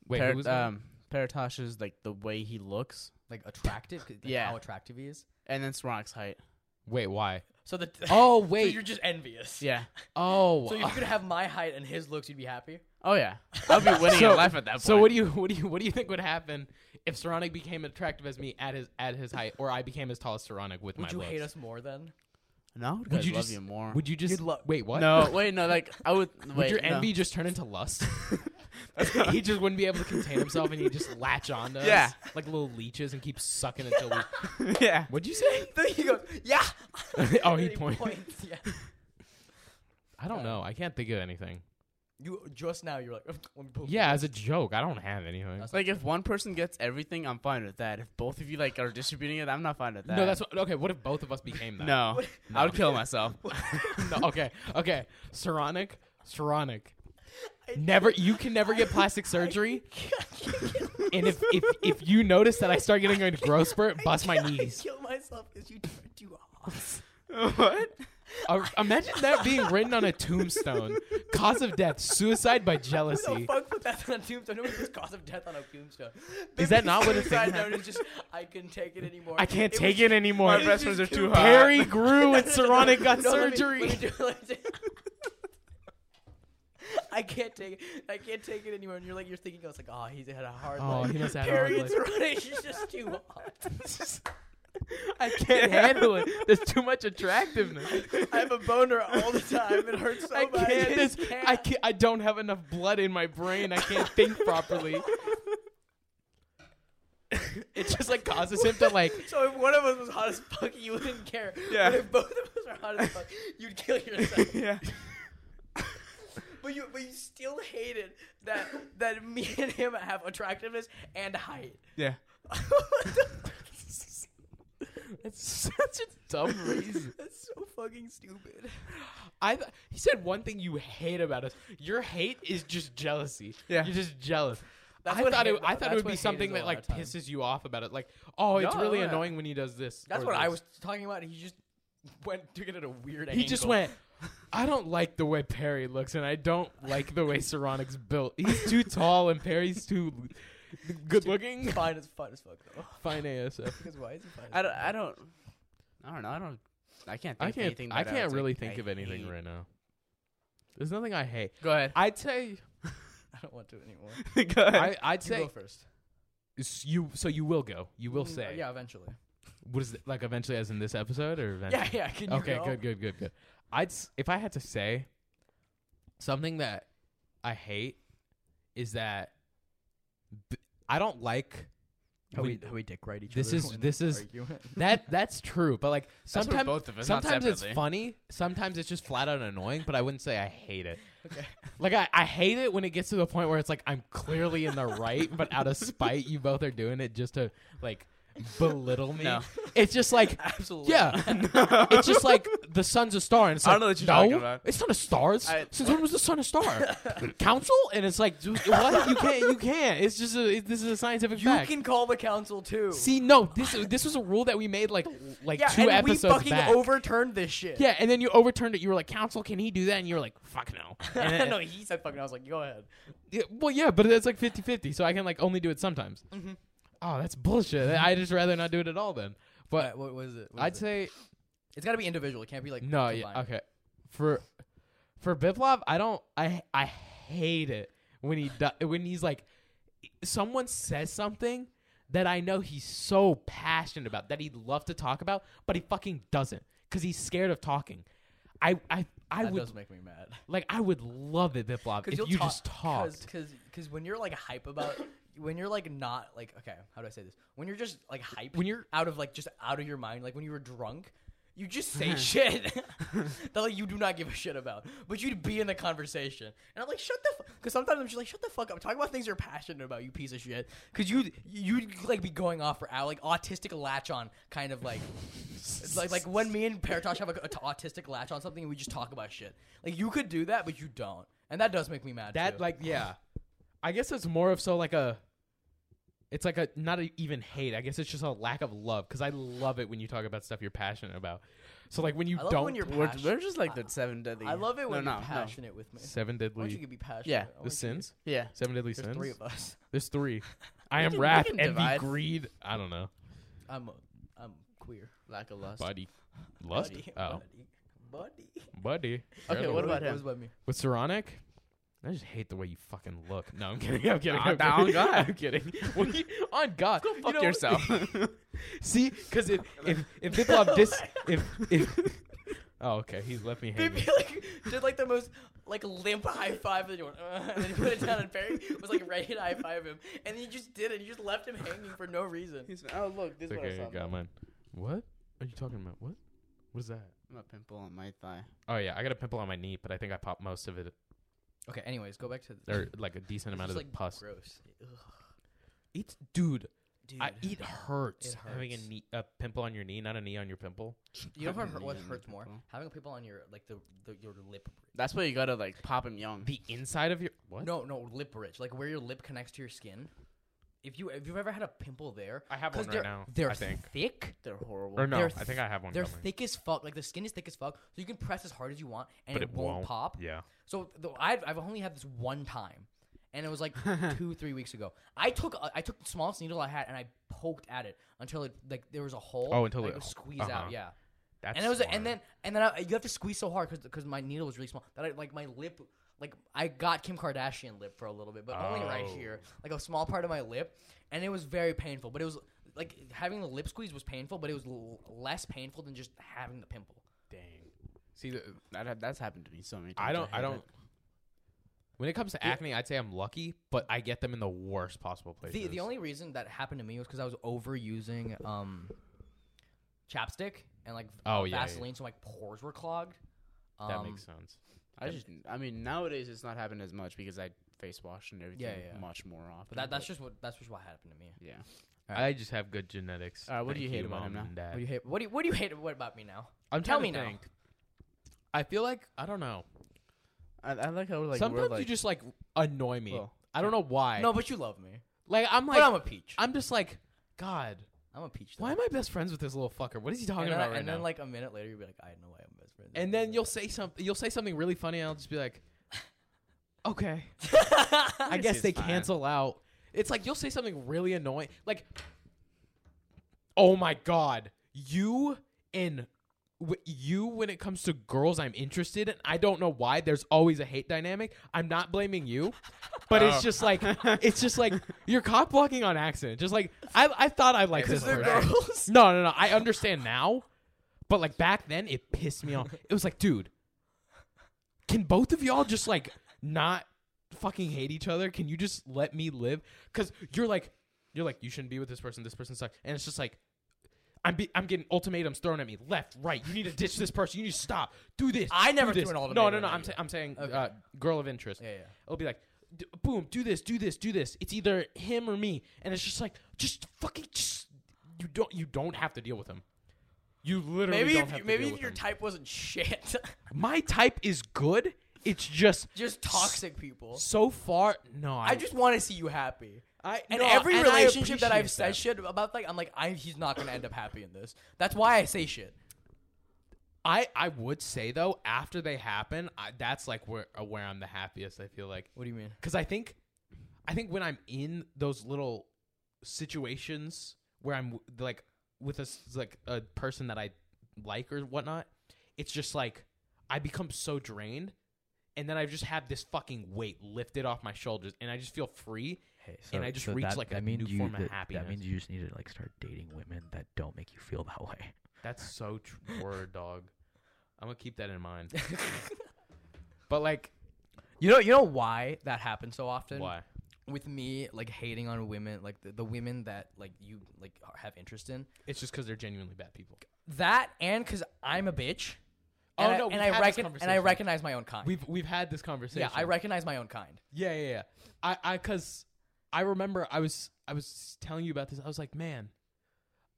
C: Wait,
B: Per-
C: who was that?
B: um, Paratosh's like the way he looks,
A: Like attractive. 'cause, Like
B: Yeah.
A: How attractive he is.
B: and then Swarovski's height.
C: Wait, why?
A: So the.
B: Oh
A: so
B: wait,
A: you're just envious.
B: yeah.
C: Oh.
A: So if you could have my height and his looks, you'd be happy.
B: Oh yeah, I'll be winning
C: So-
B: in life at that point.
C: So what do you what do you what do you think would happen if Saronic became attractive as me at his at his height, or I became as tall as Saronic with
A: Would
C: my
A: you
C: looks?
A: hate us more then?
B: No, would,
C: you
B: you love
C: just-
B: you more?
C: Would you just
A: You'd lo-
C: wait? What?
B: No, wait, no. Like I would. Wait,
C: Would your
B: no.
C: envy just turn into lust? he just wouldn't be able to contain himself, and he'd just latch onto us
B: Yeah.
C: like little leeches and keep sucking until we.
B: yeah.
C: What'd you say?
A: Then he goes, yeah.
C: oh,
A: And
C: he point.
A: points. Yeah.
C: I don't know. I can't think of anything.
A: You just now you're like, let me pull-
C: Yeah, as a joke, I don't have anything.
A: That's-
B: Like if one person gets everything, I'm fine with that. If both of you like are distributing it, I'm not fine with that.
C: No, that's what, okay. What if both of us became that?
B: no. I would kill myself.
C: No, okay, okay. Saronic, Saronic. Never, you can never get plastic surgery. and if, if if you notice that I start getting a growth spurt, bust my knees.
A: kill myself because you tried to ass.
B: what?
C: Uh, imagine that being written on a tombstone: cause of death, suicide by
A: Who the
C: jealousy.
A: fuck put that on a tombstone? Nobody puts cause of death on a tombstone.
C: Is that not what it's
A: suicide
C: saying?
A: note is just I can take it anymore.
C: I can't
A: It
C: take
A: was-
C: it anymore.
B: My best friends are too hot.
C: Harry grew and Saronic got
A: No, let me-
C: surgery.
A: let me do- let me do- I can't take it. I can't take it anymore. And you're like, you're thinking, I was like, oh, he's had a hard
C: Oh,
A: life.
C: he must have had a hard
A: Period.
C: life.
A: Running. He's just too hot.
C: I can't handle it. There's too much attractiveness.
A: I have a boner all the time. It hurts so
C: I
A: bad.
C: can't. This,
A: just
C: I can't. I don't have enough blood in my brain. I can't think properly. it just like causes him to like.
A: So if one of us was hot as fuck, you wouldn't care.
B: Yeah.
A: But if both of us are hot as fuck, you'd kill yourself.
B: yeah.
A: but you, but you still hated that that me and him have attractiveness and height.
B: Yeah.
A: That's
C: It's such a dumb reason.
A: so fucking stupid.
C: I. th- He said one thing you hate about us. Your hate is just jealousy.
B: Yeah.
C: You're just jealous.
A: That's
C: I
A: what
C: thought
A: hate-
C: it. I thought
A: that's
C: it would
A: what
C: be
A: hate is
C: something
A: a
C: that
A: lot
C: like
A: of times.
C: pisses you off about it. Like, oh, it's
A: No,
C: really
A: yeah.
C: annoying when he does this.
A: That's
C: or
A: what I
C: this.
A: was talking about. He just went took it at a weird
C: He just went. I don't like the way Perry looks, and I don't like the way Saronic's built. He's too tall, and Perry's too good looking.
A: fine as fine as fuck though.
C: Fine ASF.
A: Because why is he fine?
B: I don't. I don't. I don't know. I don't. I can't. Think
C: I
B: of anything
C: can't. I
B: that would
C: can't
B: say
C: really think
B: I
C: of anything
B: hate.
C: right now. There's nothing I hate.
B: Go ahead.
C: I'd say.
A: I don't want to anymore.
B: go ahead.
C: I, I'd
A: You go
C: say
A: first. Mm,
C: s- you. So you will go. You will say.
A: Yeah, eventually.
C: What is it, like eventually, as in this episode, or
A: Yeah,
C: eventually?
A: yeah. Can you
C: Okay.
A: go?
C: Good. Good. Good. Good. I'd. s- If I had to say something that I hate is that th- I don't like
A: How
C: we-
A: we, how we dick right each
C: this
A: other.
C: is-
A: when
C: this
A: we
C: is-
A: argue.
C: that. That's true, but like
D: That's for
C: sometimes
D: both of us, not
C: sometimes it's
D: separately.
C: funny, sometimes it's just flat out annoying. But I wouldn't say I hate it. Like I, I hate it when it gets to the point where it's like I'm clearly in the right, but out of spite, you both are doing it just to like belittle me.
D: No.
C: It's just like
D: Absolutely.
C: yeah, it's just like the sun's a star, and it's
D: I don't
C: like
D: know what you're
C: no,
D: talking about.
C: it's not a star. It's-
D: I-
C: since when was the sun a star? Council, and it's like dude, what you can't, you can't. It's just a, it- this is a scientific
A: You
C: fact.
A: can call the council too.
C: See, no, this this was a rule that we made like like
A: yeah,
C: two
A: and
C: episodes
A: we fucking
C: back.
A: overturned this shit.
C: yeah, and then you overturned it. You were like, "Council, can he do that?" And you were like, "Fuck no." And then-
A: no, he said fucking. I was like, go ahead.
C: Yeah, well, yeah, but it's like 50-50, so I can like only do it sometimes.
A: Mm-hmm.
C: Oh, that's bullshit. I just rather not do it at all then. But
A: What, what was it? What
C: I'd
A: is it?
C: say
A: it's got to be individual. It can't be like
C: no.
A: combined.
C: Yeah, okay. For for Biplov, I don't. I I hate it when he do, when he's like someone says something that I know he's so passionate about that he'd love to talk about, but he fucking doesn't because he's scared of talking. I I I
A: That
C: would
A: does make me mad.
C: like I would love it, Biplov, if
A: you'll
C: you
A: talk-
C: just talked.
A: Cause, cause when you're like hype about, when you're like not like okay, how do I say this? When you're just like hype,
C: When you're-
A: out of like just out of your mind, like when you were drunk, you just
C: Uh-huh.
A: say shit that like you do not give a shit about, but you'd be in the conversation, and I'm like shut the, because sometimes I'm just like shut the fuck up, talk about things you're passionate about, you piece of shit, because you you'd like be going off for hour, like autistic latch on kind of like. It's like like when me and Paratosh have like, a, autistic latch on something and we just talk about shit. Like you could do that, but you don't, and that does make me mad.
C: That
A: too.
C: like yeah. I guess it's more of so like a it's like a not a, even hate. I guess it's just a lack of love cuz I love it when you talk about stuff you're passionate about. So like when you
A: I love
C: don't
A: when you're
B: We're,
A: passionate.
B: we're just like the seven deadly.
A: I love it when
B: no,
A: you're
B: no,
A: passionate with me.
C: seven
A: I want you
C: deadly
A: to be passionate.
B: Yeah,
A: I
C: the
A: want you-
C: sins?
B: No. Yeah.
C: Seven deadly
A: There's
C: sins.
A: three of us.
C: There's three. I am
B: can- we
C: wrath,
B: can
C: envy,
B: divide.
C: greed. I don't know.
A: I'm a, I'm queer.
B: Lack of lust.
C: Buddy. Lust?
A: Buddy,
C: Oh.
A: buddy, buddy.
C: Buddy.
B: Okay, what about
A: What
B: him?
A: was about me?
C: With Saronic? I just hate the way you fucking look. No, I'm kidding. I'm kidding.
B: Ah,
C: I'm
B: down
C: kidding.
B: God.
C: I'm kidding. What are you- on God. Go
B: Fuck yourself.
C: See, because if if if Biplov dis if if oh okay, he's left me hanging.
A: Maybe like did like the most like limp high five and then you went, uh, and then you put it down and Barry was like ready to high five him and then you just did it. You just left him hanging for no reason.
B: He's- oh look, this is what I
C: Okay,
B: saw.
C: I got mine. What are you talking about? What? What is that?
B: I'm a pimple on my thigh.
C: Oh yeah, I got a pimple on my knee, but I think I popped most of it,
A: Okay. Anyways, go back to the.
C: or like a decent amount of
A: Just,
C: the
A: like
C: pus.
A: gross. Ugh,
C: It's dude,
A: dude,
C: I, it hurts,
A: It
C: having a
A: hurts.
C: knee, a pimple on your knee, not a knee on your pimple.
A: you know what,
B: Having
A: hurt-
B: a
A: what
B: knee on
A: hurts
B: the
A: more?
B: pimple.
A: Having a pimple on your like the, the your lip.
B: That's why you gotta like pop him young.
C: The inside of your what?
A: No, no, lip ridge, like where your lip connects to your skin. If you if you've ever had a pimple there,
C: I have
A: 'cause
C: one
A: they're-
C: right now,
A: They're
C: I think.
A: thick.
B: They're horrible.
C: Or no,
A: They're
C: I think I have one.
A: They're
C: coming,
A: thick as fuck. Like the skin is thick as fuck, so you can press as hard as you want, and
C: but
A: it, won't, pop.
C: Yeah,
A: So the, I've I've only had this one time, and it was like two three weeks ago. I took a, I took the smallest needle I had and I poked at it until it like there was a hole.
C: Oh, until
A: like,
C: it-
A: was squeezed
C: uh-huh.
A: out. Yeah.
C: that's
A: and it was
C: smart.
A: and then and then I, you have to squeeze so hard because my needle was really small that I like my lip like I got Kim Kardashian lip for a little bit, but only right
C: Oh.
A: here, like a small part of my lip, and it was very painful. But it was like having the lip squeeze was painful, but it was l- less painful than just having the pimple.
C: dang. See, the,
B: That, ha- that's happened to me so many times.
C: I don't. I
B: hate
C: don't. When it comes to acne, I'd say I'm lucky, but I get them in the worst possible places.
A: The the only reason that happened to me was because I was overusing um, chapstick and like
C: Oh,
A: uh,
C: yeah, yeah.
A: Vaseline, so my pores were clogged. Um,
C: that makes sense.
B: I just. I mean, nowadays it's not happened as much because I face wash and everything
A: yeah.
B: much more often.
A: But that, that's just what that's just what happened to me.
B: yeah.
C: I just have good genetics.
B: All right, what do
C: Thank
B: you hate about
C: Mom
B: him now?
C: and Dad.
A: What do you hate? What do you, what do you hate? What about me now?
C: I'm
A: Tell
C: trying
A: me
C: to
A: now.
C: think. I feel like I don't know.
B: I, I like how like
C: Sometimes
B: we're like
C: you just like annoy me.
B: Well,
C: I don't know why.
A: No, but you love me.
C: like I'm like
A: but I'm a peach.
C: I'm just like God.
A: I'm a peach. Though.
C: Why am I best friends with this little fucker? What is he talking
A: And then,
C: about
A: I-
C: right
A: and
C: now?
A: then like a minute later, you'll be like, I know why I'm best friends.
C: and then you'll say something. You'll say something really funny, and I'll just be like, "Okay." I guess
B: is
C: they
B: fine.
C: cancel out. It's like you'll say something really annoying, like, "Oh my god, you and w- you." When it comes to girls, I'm interested in. I don't know why. There's always a hate dynamic. I'm not blaming you, but
B: Oh.
C: it's just like it's just like you're cock blocking on accident. Just like I, I thought I liked this
A: because they're
C: person.
A: girls.
C: No, no, no. I understand now, but like back then, it pissed me off. It was like, dude, can both of y'all just like not fucking hate each other. Can you just let me live? Because you're like, you're like, you shouldn't be with this person. This person sucks. And it's just like, I'm be- I'm getting ultimatums thrown at me left, right. You need to ditch this person. You need to stop. Do this.
A: I
C: Do
A: never threw
C: this.
A: an ultimatum
C: No, no, no.
A: at
C: I'm
A: you.
C: sa- I'm saying uh, girl of interest.
A: Yeah, yeah.
C: It'll be like, d- boom, do this, do this, do this. It's either him or me, and it's just like, just fucking, just you don't you don't have to deal with him. You literally
A: Maybe
C: don't
A: if,
C: have
A: you-
C: to
A: maybe
C: deal
A: if
C: with
A: your
C: him.
A: type wasn't shit,
C: My type is good. It's just
A: just toxic people.
C: so far. No, I,
A: I just want to see you happy.
C: I
A: And
C: no,
A: every
C: and I
A: relationship that I've
C: appreciate
A: said shit about, like I'm like, I, he's not gonna end up happy in this. That's why I say shit.
C: I I would say though after they happen, I, that's like where uh, where I'm the happiest. I feel like
A: What do you mean?
C: because I think I think when I'm in those little situations where I'm like with a s- like a person that I like or whatnot, it's just like I become so drained, and then I just have this fucking weight lifted off my shoulders, and I just feel free, and I just reach like a new form of happiness.
E: That means you just need to like start dating women that don't make you feel that way.
C: That's so tr- word dog. I'm gonna keep that in mind. but like,
A: You know, you know why that happens so often.
C: why?
A: With me, like hating on women, like the, the women that like you like have interest in
C: It's just because they're genuinely bad people.
A: that, and because I'm a bitch. and I,
C: Oh, no, we've
A: and I
C: had this
A: reckon and I
C: conversation.
A: recognize my own kind.
C: We've we've had this conversation.
A: yeah, I recognize my own kind.
C: Yeah, yeah, yeah. I, I, cause I remember I was, I was telling you about this. I was like, man,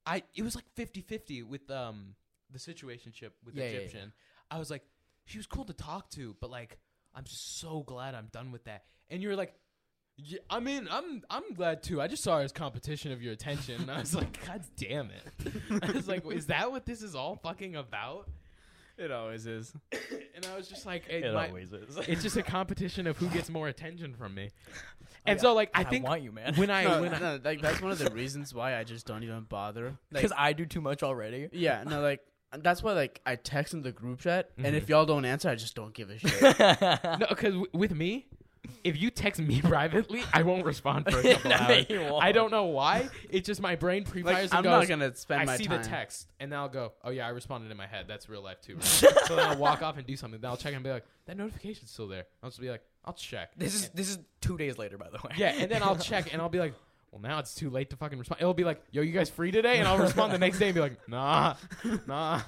C: I, it was like 50 50 with, um, the situationship with
A: Yeah, yeah,
C: Egyptian. I was like, she was cool to talk to, but like, I'm so glad I'm done with that. And you were like, yeah, I mean, I'm, I'm glad too. I just saw it as competition of your attention. And I was like, God damn it. I was like, is that what this is all fucking about?
B: It always is.
C: And I was just like, it, my-
E: is.
C: it's just a competition of who gets more attention from me.
B: Oh,
C: And so like I
A: I,
C: think
A: want you, man.
C: when I
B: No,
C: when I,
B: no, like that's one of the reasons why I just don't even bother. Like,
A: Because I do too much already.
B: yeah, no, like that's why like I text in the group chat, and if
C: Mhm.
B: y'all don't answer, I just don't give a shit.
C: no because with me, if you text me privately, I won't respond for a couple hours.
A: you won't.
C: I don't know why. It's just my brain pre-fires and
B: like, I'm
C: goes.
B: not gonna spend
C: I
B: my
C: see
B: time.
C: the text and then I'll go, oh yeah, I responded in my head. That's real life too. Right? so then I'll walk off and do something. Then I'll check and be like, that notification's still there. I'll just be like, I'll check.
A: This is this is two days later, by the way.
C: Yeah, and then I'll check and I'll be like, well, now it's too late to fucking respond. It'll be like, yo, you guys free today? And I'll respond the next day and be like, nah, nah.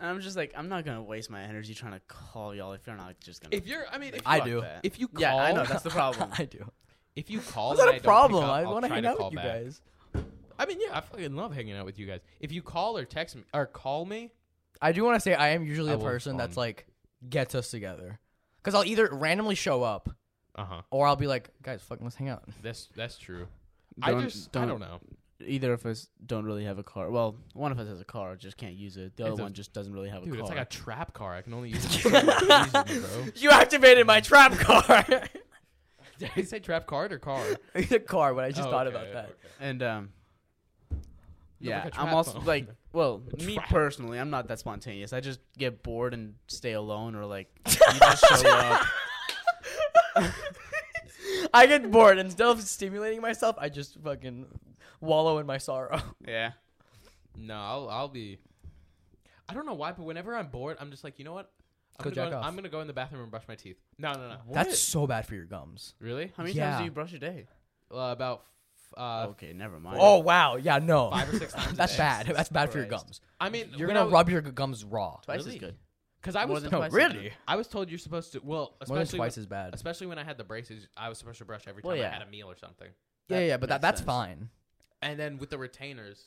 B: And I'm just like, I'm not gonna waste my energy trying to call y'all if you're not just gonna.
C: If you're, I mean, if
A: I
B: fuck
A: do.
B: that.
C: If you call,
B: yeah, I know that's the problem.
A: I do.
C: if you call,
A: That's not a
C: and I don't pick
A: problem.
C: up,
A: I
C: I'll
A: want to
C: try
A: hang out
C: call
A: with you
C: back.
A: guys.
C: I mean, yeah, I fucking love hanging out with you guys. If you call or text me or call me,
A: I do want to say I am usually
C: I
A: a
C: will
A: person that's
C: respond.
A: like gets us together, because I'll either randomly show up
C: uh huh.
A: or I'll be like, guys, fucking let's hang out.
C: That's that's true. I
B: Don't-
C: just I don't
B: don't-
C: know.
B: Either of us don't really have a car. Well, one of us has a car, just can't use it. The
C: It's
B: other
C: a-
B: one just doesn't really have
C: Dude,
B: a car.
C: it's like a trap car. I can only use it. for certain reasons, bro.
A: You activated my trap car.
C: Did I say trap card or car?
A: the car, but I just
C: Oh,
A: thought
C: okay,
A: about that.
C: okay.
B: and um, yeah,
C: like a
B: I'm
C: trap
B: also
C: phone.
B: like, well, me
C: trap.
B: personally, I'm not that spontaneous. I just get bored and stay alone, or like you just show up.
A: I get bored instead of stimulating myself, I just fucking wallow in my sorrow.
B: Yeah.
C: No, I'll I'll be. I don't know why, but whenever I'm bored, I'm just like, you know what? I'm
A: Go
C: gonna
A: jack
C: go in,
A: off.
C: I'm gonna go in the bathroom and brush my teeth. No, no, no.
A: That's so bad for your gums.
C: Really?
B: How many
A: Yeah.
B: times do you brush a day?
C: Uh, about f- uh,
B: okay, never mind.
A: Oh wow, yeah, no,
C: five or six times. a
A: that's
C: day.
A: bad. That's bad for your
B: Christ.
A: gums.
C: I mean,
A: You're gonna rub your g- gums raw.
B: twice
C: really?
B: is good.
C: because I
B: More
C: was
B: than
C: no,
B: twice is
A: Really?
B: good.
C: I was told you're supposed to. Well,
A: More than
C: especially
A: twice
C: when,
A: is bad.
C: especially when I had the braces, I was supposed to brush every time
B: Well,
C: I
B: yeah.
C: had a meal or something.
A: yeah, yeah, but
B: that
A: that, that's
B: makes
A: fine.
C: And then with the retainers,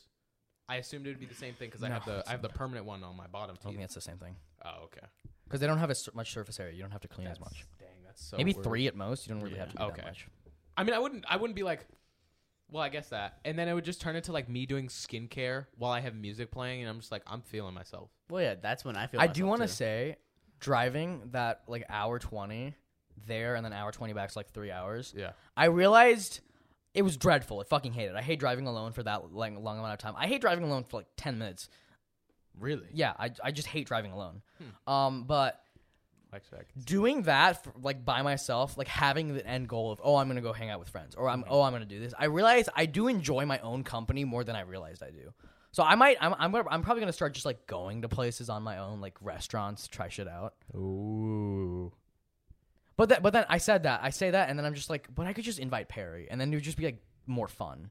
C: I assumed it would be the same thing because I
A: No,
C: have the
A: it's
C: I have the permanent one on my bottom
A: I think
C: teeth.
A: it's the same thing
C: Oh, okay.
A: because they don't have as sur- much surface area. You don't have to clean as
C: That's-
A: much.
C: Dang, that's so.
A: Maybe
C: weird.
A: three at most. You don't really
B: Yeah.
A: have to do
C: Okay.
A: that much.
C: I mean, I wouldn't. I wouldn't be like. Well, I guess that, and then it would just turn into like me doing skincare while I have music playing, and I'm just like, I'm feeling myself.
B: Well, yeah, that's when I feel.
A: I do
B: myself,
A: want to
B: too.
A: say, driving that like hour twenty there and then hour twenty back is like three hours.
C: Yeah.
A: I realized it was dreadful. I fucking hate it. I hate driving alone for that like long amount of time. I hate driving alone for like ten minutes.
C: Really?
A: Yeah, I, I just hate driving alone. Um, but
C: Like sec.
A: doing that for, like by myself, like having the end goal of oh I'm gonna go hang out with friends or I'm oh I'm gonna do this. I realize I do enjoy my own company more than I realized I do. So I might I'm I'm, gonna, I'm probably gonna start just like going to places on my own like restaurants, try shit out.
C: Ooh.
A: But that, but then I said that I say that, and then I'm just like, but I could just invite Perry, and then it would just be like more fun.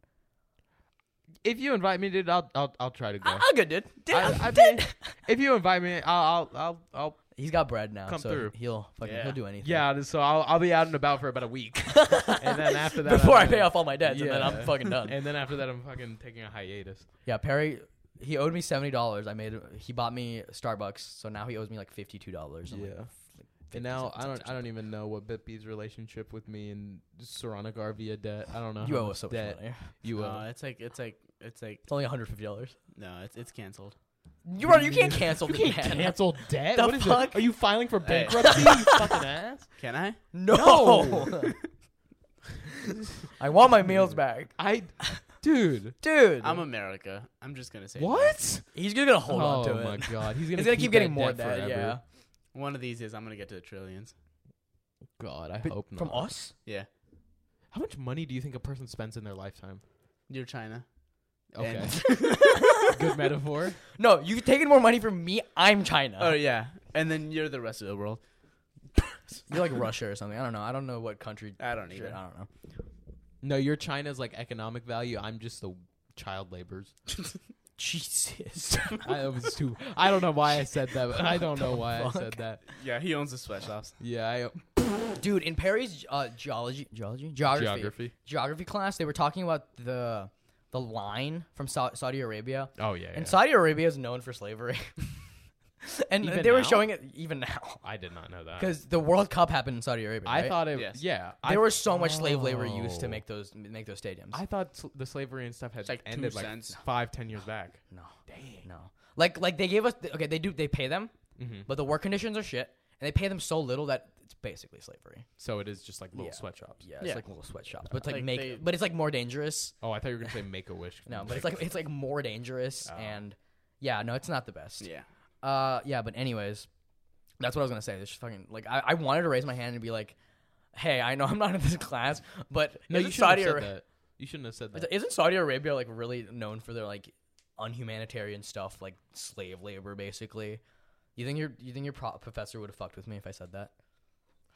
C: If you invite me, dude, I'll I'll, I'll try to go.
D: I- I'll good, dude. Dude,
C: I-
D: I,
C: I
D: did.
C: mean, if you invite me, I'll I'll I'll, I'll
A: He's got bread now,
C: Come
A: so
C: through.
A: he'll fucking
B: Yeah.
A: he'll do anything.
C: yeah. So I'll I'll be out and about for about a week, and then after that,
A: Before I
C: I'm
A: pay
C: gonna-
A: off all my debts, and then
C: Yeah.
A: I'm fucking done.
C: And then after that, I'm fucking taking a hiatus.
A: Yeah, Perry. He owed me seventy dollars. I made. He bought me Starbucks, so now he owes me like fifty two dollars.
C: And now I don't I don't even know what Bippy's relationship with me and Saronic are via debt. I don't know.
A: You
C: how
A: owe
C: much
A: us Uh, so much
C: debt.
A: money.
C: You owe.
B: No, it's like it's like it's like
A: It's only one hundred fifty dollars.
B: no, it's it's canceled.
A: You are, you can't cancel me, man.
C: cancel debt.
A: The
C: What is it?
A: fuck?
C: Are you filing for bankruptcy? you fucking ass.
B: Can I?
A: No. I want my meals back,
C: I, dude.
A: dude.
B: I'm America. I'm just gonna say
C: What?
A: he's just gonna hold on to
C: oh
A: it.
C: my god, he's gonna,
A: He's gonna keep, getting
C: that
A: more
C: debt
A: debt.
C: forever.
A: Yeah.
B: no. One of these days, I'm gonna get to the trillions.
C: God, I
A: But
C: hope not.
A: from us?
B: Yeah,
C: How much money do you think a person spends in their lifetime?
B: you're China.
C: Okay.
B: And-
C: Good metaphor.
A: No, you've taken more money from me. I'm China.
B: oh yeah, and then you're the rest of the world.
A: You're like Russia or something. I don't know. I don't know what country.
B: I don't
A: shit,
B: even.
A: I don't know.
C: No, your China's like economic value. I'm just the child laborers.
A: Jesus.
C: I was too. I don't know why I said that. But I don't know why I said that.
B: Yeah, he owns the sweatshops.
C: Yeah, I,
A: Dude, in Perry's uh, geology, geology, geography,
C: Geography.
A: geography class, they were talking about the the line from Sau- Saudi Arabia,
C: oh yeah. yeah.
A: and Saudi Arabia is known for slavery. and
C: Even
A: they were
C: now?
A: showing it even now
C: I did not know that.
A: because the World Cup happened in Saudi Arabia.
C: I
A: right?
C: thought it.
B: Yes.
C: Yeah, I,
A: there was so much slave labor used to
C: Oh.
A: make those make those stadiums.
C: I thought sl- the slavery and stuff had
B: like two
C: ended like
B: cents.
C: five, ten years back.
A: no, dang, no. Like like they gave us okay, they do they pay them,
C: Mm-hmm.
A: but the work conditions are shit, and they pay them so little that it's basically slavery.
C: So it is just like little sweatshops.
A: Yeah, it's
B: Yeah.
A: like little sweatshops, but it's like,
B: Like
A: make,
B: they-
A: but it's like more dangerous.
C: Oh, I thought you were gonna say Make a Wish.
A: No, but it's like it's like more dangerous
C: Ah.
A: and yeah, no, it's not the best.
B: Yeah,
A: Uh yeah, but anyways, that's what I was gonna say. It's just fucking like I, I wanted to raise my hand and be like, Hey, I know I'm not in this class, but
C: no, you
A: isn't
C: shouldn't
A: Saudi
C: have said
A: Arabia
C: that. You shouldn't have said that.
A: isn't Saudi Arabia like really known for their like unhumanitarian stuff, like slave labor basically? You think your you think your pro- professor would have fucked with me if I said that?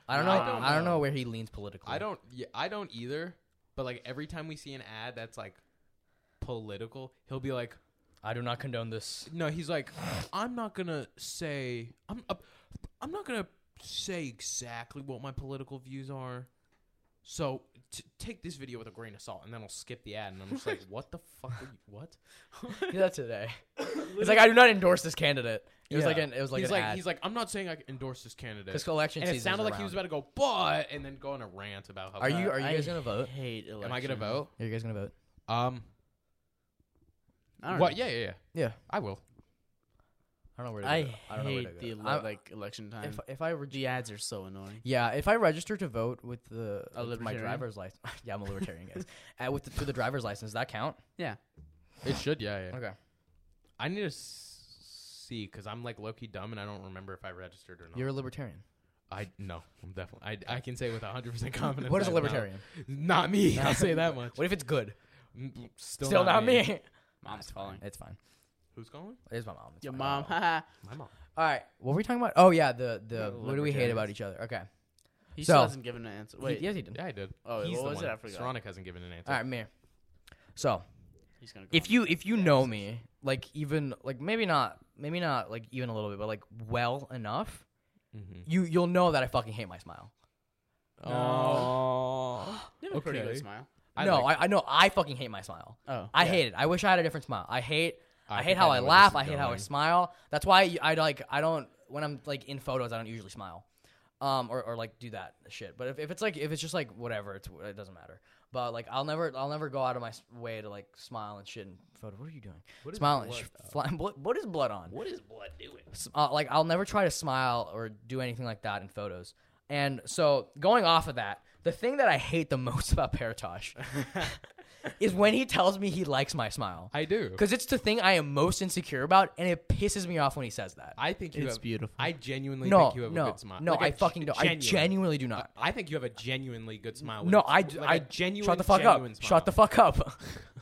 A: I don't know. I don't know, where he leans politically.
C: I don't. Yeah, I don't either. But like every time we see an ad that's like political, he'll be like,
A: I do not condone this.
C: "No, he's like, I'm not gonna say. I'm. Uh, I'm not gonna say exactly what my political views are. So t- take this video with a grain of salt, and then I'll skip the ad, and I'm just like, what the fuck? Are you, what?
A: He did that today. It's like I do not endorse this candidate. It was
C: Yeah.
A: like an it was like
C: he's
A: an
C: like
A: ad.
C: he's like I'm not saying I endorse this candidate.
A: This election
C: and it
A: season's
C: sounded like he was
A: around.
C: about to go but and then go on a rant about how
A: Are you
C: bad-
A: are you
B: I
A: guys gonna vote?
B: hate election.
C: am I gonna vote?
A: Are you guys gonna vote?
C: Um,
B: I don't
C: what?
B: know.
C: Yeah, yeah, yeah.
A: Yeah.
C: I will.
A: I don't know where to
B: I
A: go. I don't know where to
B: hate
A: go.
B: the
A: I-
B: ele- like election time.
A: if if I were
B: the ads are so annoying.
A: yeah, if I register to vote with the
B: A
A: with my
B: libertarian?
A: driver's license, yeah, I'm a libertarian, guys. Uh, with the, through the driver's license, does that count?
B: Yeah,
C: It should. Yeah, yeah.
A: Okay.
C: I need to s- see because I'm like low key dumb and I don't remember if I registered or not.
A: You're a libertarian.
C: I no, I'm definitely. I I can say with 100 percent confidence.
A: What is a
C: I'm
A: libertarian?
C: Not, not me. I'll say that much.
A: What if it's good?
C: Mm, Still,
A: Still not me.
B: mom's calling.
A: it's fine.
C: Who's calling?
A: It's my mom. It's
B: Your
A: fine.
B: mom. haha.
C: My mom.
A: All right. What were we talking about? Oh yeah, the the what do we hate
B: libertarians.
A: about each other? Okay.
B: He
A: So-
B: still hasn't given an answer. Wait,
A: He, yes, he did.
C: Yeah, I did.
B: Oh,
C: He's
B: what
C: the
B: was it?
C: one.
B: I forgot.
C: Saronic hasn't given an answer.
A: All right, me. So
B: he's gonna. Go
A: if
B: on.
A: you if you know me like even like maybe not maybe not like even a little bit but like well enough
C: Mm-hmm.
A: you you'll know that i fucking hate my smile
C: Oh.
B: you have a pretty
C: okay.
B: good smile.
C: I
A: no
C: like-
A: I, I know i fucking hate my smile
B: Oh,
A: i hate it i wish i had a different smile i hate i,
C: I
A: hate
C: think
A: how i,
C: I know where this
A: laugh
C: is
A: i hate how i
C: going.
A: smile that's why you- i like i don't when i'm like in photos i don't usually smile um or, or like do that shit but if, if it's like if it's just like whatever it's it doesn't matter but like i'll never i'll never go out of my s- way to like smile and shit in photo what are you doing
C: What is
A: smiling
C: blood
A: flying, what, what is blood on
C: What is blood doing?
A: s- uh, like I'll never try to smile or do anything like that in photos. And so going off of that, the thing that I hate the most about Paratosh is when he tells me he likes my smile.
C: I do.
A: Because it's the thing I am most insecure about, and it pisses me off when he says that.
C: I think you
B: It's
C: have
B: beautiful.
C: I genuinely
A: no,
C: think you have
A: no,
C: a good smile.
A: no,
C: Like a
A: I fucking
C: ge-
A: don't. I
C: genuine.
A: genuinely do not.
C: I think you have a genuinely good smile.
A: No, I,
C: do.
A: d-
C: like
A: I
C: a genuine.
A: shut the fuck up.
C: genuine Smile.
A: Shut the fuck up.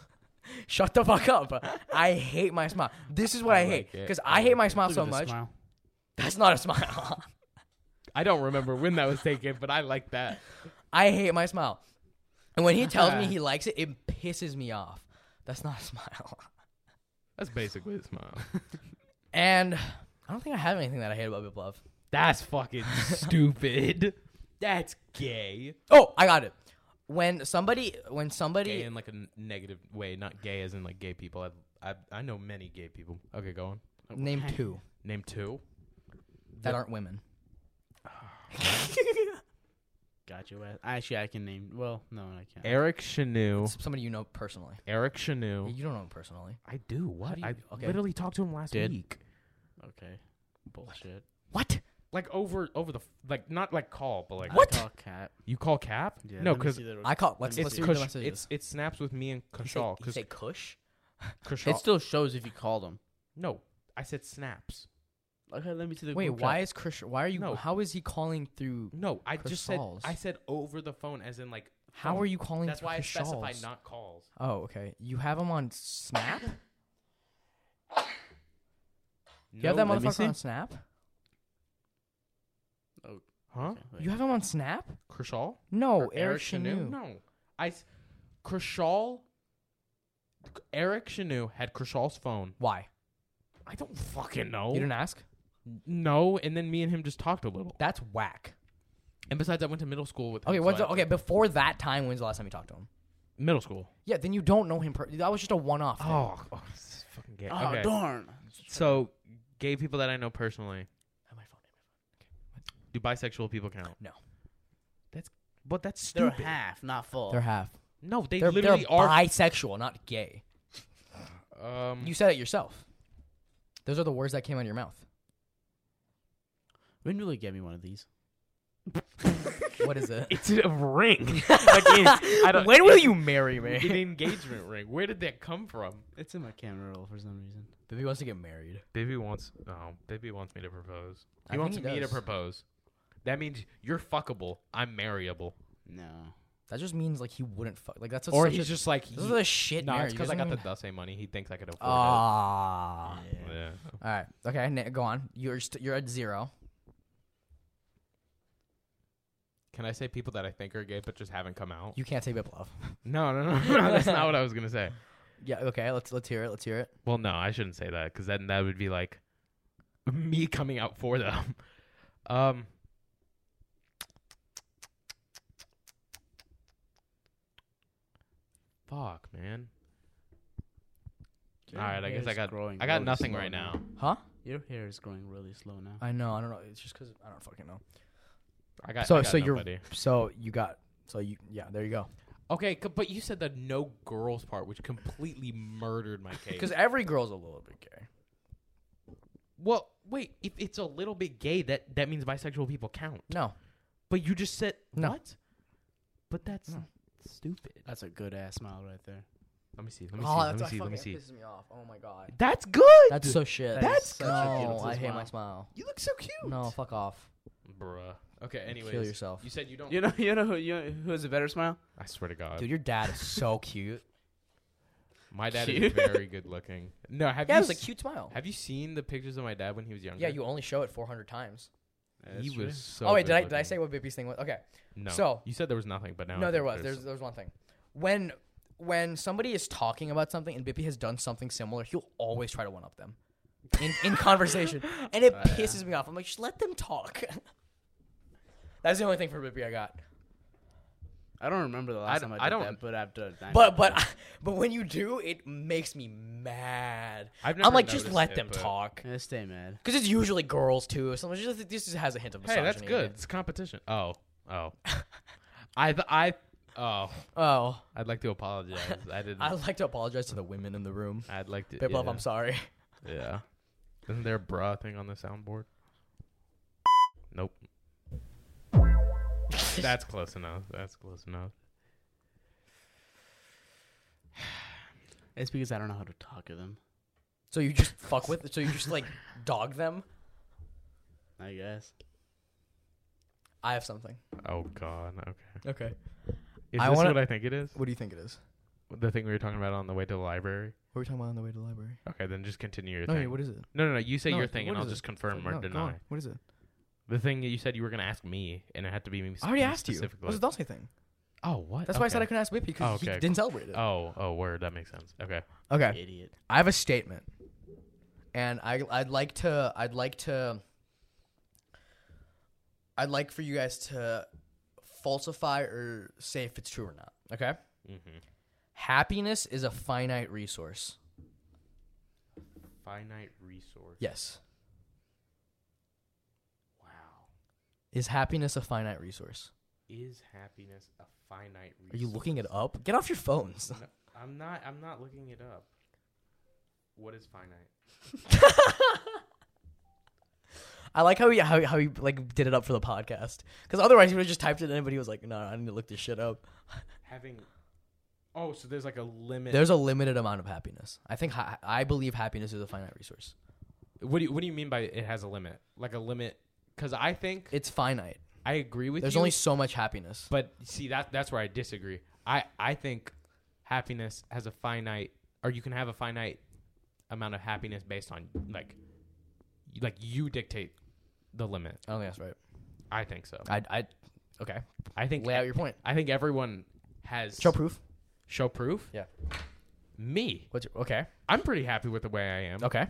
A: shut the fuck up. I hate my smile. This is what I, hate
C: it.
A: because I hate my smile
B: Look
A: so
B: at this
A: much.
B: smile.
A: That's not a smile.
C: I don't remember when that was taken, but I like that.
A: I hate my smile. And when he tells me he likes it, it pisses me off. That's not a smile.
C: That's basically a smile.
A: And I don't think I have anything that I hate about Biplav.
C: That's fucking stupid. That's gay.
A: Oh, I got it. When somebody, when somebody,
C: Gay in like a n- negative way, not gay as in like gay people. I I, I know many gay people. Okay, go on.
A: name two
C: Name two.
A: that aren't women.
B: Got you. Wes. Actually, I can name. Well, no, I can't.
C: Eric Chanu.
A: Somebody you know personally.
C: Eric Chanu.
A: You don't know him personally.
C: I do. What?
A: do you-
C: I
A: okay.
C: literally talked to him last
B: Did.
C: week.
B: Okay. Bullshit.
A: What?
C: Like over over the f- like not like call, but like
B: I call cat.
C: you call Cap?
B: Yeah,
C: no,
B: let me
C: because
B: see the-
A: I caught. Let's
B: me
A: let's
C: it's
A: see the
C: Kush,
A: messages.
C: it's it snaps with me and
A: You say-
C: Kashaw.
A: you
C: Because
A: say Kush?
C: Kashaw.
B: It still shows if you called him.
C: no, I said snaps.
B: Okay, let me see the.
A: Wait,
B: group
A: why
B: chat.
A: is Kush? Why are you?
C: No.
A: How is he calling through?
C: No, I just said
A: Kashaw's.
C: I said over the phone, as in like.
A: How
C: phone.
A: are you calling?
C: That's
A: through
C: why I
A: Kashaw's?
C: specified not calls.
A: Oh, okay. You have him on Snap. You have that
C: No,
B: let me
A: motherfucker on
B: see.
A: Snap.
C: huh?
B: Wait.
A: You have him on Snap?
C: Kershaw?
A: No,
C: Or
A: Oh, Eric, Chanu.
C: No, I. s- Kershaw. Eric Chanu had Kershaw's phone.
A: Why?
C: I don't fucking know.
A: You didn't ask.
C: No, and then me and him just talked a little.
A: That's whack.
C: And besides, I went to middle school with. Him,
A: Okay,
C: so
A: what's
C: I-
A: the, okay? Before that time, when's the last time you talked to him?
C: Middle school.
A: Yeah, then you don't know him. Per- that was just a one-off. thing.
C: Oh, oh this is fucking gay.
B: Oh
C: okay.
B: darn!
C: So, gay people that I know personally,
A: I have my phone.
C: do bisexual people count?
A: No.
C: That's but that's
B: They're
C: stupid.
B: half, not full.
A: They're half.
C: no, they
A: They're,
C: literally
A: they're
C: are.
A: bisexual, not gay.
C: um,
A: You said it yourself. Those are the words that came out of your mouth.
B: when will you get me one of these?
A: What is it?
C: it's a ring. like, it- I don't,
A: when will you marry me?
C: an engagement ring. Where did that come from?
B: It's in my camera roll for some reason.
A: Baby wants to get married.
C: Baby wants. Oh, baby wants me to propose.
A: I
C: He
A: think
C: wants
A: he
C: me to
A: does.
C: propose. That means you're fuckable. I'm marryable.
B: No.
A: That just means like he wouldn't fuck. Like that's a,
C: Or
A: such
C: he's
A: a,
C: just like.
A: this is
C: he-
A: a shit
C: Nah,
A: marriage.
C: it's because I
A: Doesn't
C: got the
A: even-
C: Dase money. He thinks I could afford
A: Ah.
C: it. Yeah.
A: All right. Okay. na- Go on. You're st- you're at zero.
C: Can I say people that I think are gay but just haven't come out?
A: You can't say Biplov.
C: No, no, no, no. That's not what I was gonna say.
A: Yeah. Okay. Let's let's hear it. Let's hear it.
C: Well, no, I shouldn't say that because then that would be like me coming out for them. Um, fuck, man. All right, I guess I got I got nothing right now.
A: Huh?
B: Your hair is growing really slow now.
A: I know. I don't know. It's just because I don't fucking know.
C: I got
A: so
C: I got
A: so you're
C: nobody.
A: so you got so you yeah. There you go.
C: okay, c- but you said the no girls part, which completely murdered my case.
A: Because every girl's a little bit gay.
C: well, wait, if it's a little bit gay, that that means bisexual people count.
A: No.
C: But you just said
A: No.
C: what? But that's stupid.
B: That's a good ass smile right there.
C: Let me see. Let me
A: oh,
C: see. Let
A: that's
C: me
A: what
C: see. Let me
A: fucking
C: see.
A: pisses me off. Oh my god.
C: That's good.
A: That's so shit.
B: That is such a
A: no.
B: beautiful
A: I hate my
B: smile.
A: smile.
C: you look so cute.
A: No. Fuck off.
C: Bruh. Okay. Anyways,
A: Kill yourself.
C: You said you don't.
B: You know, you know who, you know who has a better smile?
C: I swear to God,
A: Dude, your dad is so cute.
C: my dad is
B: Cute.
C: very good looking. No, have
A: yeah,
C: you
A: it was a
C: s-
A: cute smile.
C: have you seen the pictures of my dad when he was younger?
A: Yeah, you only show it 400 times.
C: He was so.
A: oh wait, did I did I
C: good-looking.
A: say what Bippy's thing was? Okay,
C: no?
A: so-
C: you said there was nothing, but now I
A: no, there
C: think
A: was. There's there's one thing. When when somebody is talking about something and Bippy has done something similar, he'll always try to one up them in in conversation, and
C: Uh,
A: it pisses me off. I'm like, just let them talk. That's the only thing for Bippy I got.
B: I don't remember the last
C: d-
B: time I did
C: I don't-
B: that, but I've done. I
A: But but but when you do, it makes me mad.
C: I've never
A: I'm like, just
C: noticed
A: let
C: it,
A: them
C: but-
A: talk.
B: Yeah, stay mad.
A: Because it's usually girls too. So it's just, this just has a hint of
C: Hey,
A: misogyny.
C: that's
A: in it.
C: good. It's competition. Oh, oh. I th- I oh.
A: Oh,
C: I'd like to apologize. I didn't.
A: I'd like to apologize to the women in the room.
C: I'd like to.
A: Bip
C: yeah.
A: I'm sorry.
C: Yeah. Isn't there a bra thing on the soundboard? Nope. That's close enough. That's close enough.
B: It's because I don't know how to talk to them.
A: So you just fuck with? So you just like dog them?
B: I guess.
A: I have something.
C: Oh God. Okay.
A: Okay.
C: Is
A: I
C: this
A: wanna-
C: what I think it is?
A: What do you think it is?
C: The thing we were talking about on the way to the library.
A: What are we talking about on the way to the library?
C: Okay, then just continue your
A: No,
C: thing.
A: yeah, what is it?
C: no, no, no. You say
A: No,
C: your thing,
A: what
C: and I'll
A: is it?
C: just confirm or
A: No, go
C: deny.
A: on. What is it?
C: The thing that you said you were gonna ask me, and it had to be me.
A: I already asked you. It
C: specifically.
A: was a Dulce thing.
C: oh, what?
A: That's why I said
C: Okay.
A: I couldn't ask Whippy because
C: Oh, okay.
A: he didn't celebrate it.
C: Oh, oh, word. That makes sense. Okay.
A: okay.
B: Idiot.
A: I have a statement, and I I'd like to I'd like to I'd like for you guys to falsify or say if it's true or not. Okay. Happiness is a finite resource.
C: Finite resource.
A: Yes.
C: Wow.
A: Is happiness a finite resource?
C: Is happiness a finite resource?
A: Are you looking it up? Get off your phones.
C: No, I'm not. I'm not looking it up. What is finite?
A: I like how he how, how he like did it up for the podcast because otherwise he would have just typed it in, but he was like, no, I need to look this shit up.
C: Having. Oh, so there's like a limit.
A: There's a limited amount of happiness. I think ha- I believe happiness is a finite resource.
C: what do you What do you mean by it has a limit? Like a limit? Because I think
A: It's finite.
C: I agree with
A: There's
C: you.
A: only so much happiness.
C: But see that that's where I disagree. I I think happiness has a finite, or you can have a finite amount of happiness based on like, you- like you dictate the limit.
A: I don't think that's right.
C: I think so.
A: I, I okay.
C: I think
A: Lay out your point.
C: I think everyone has
A: Show proof.
C: Show proof.
A: Yeah.
C: Me,
A: What's your, okay?
C: I'm pretty happy with the way I am.
A: Okay.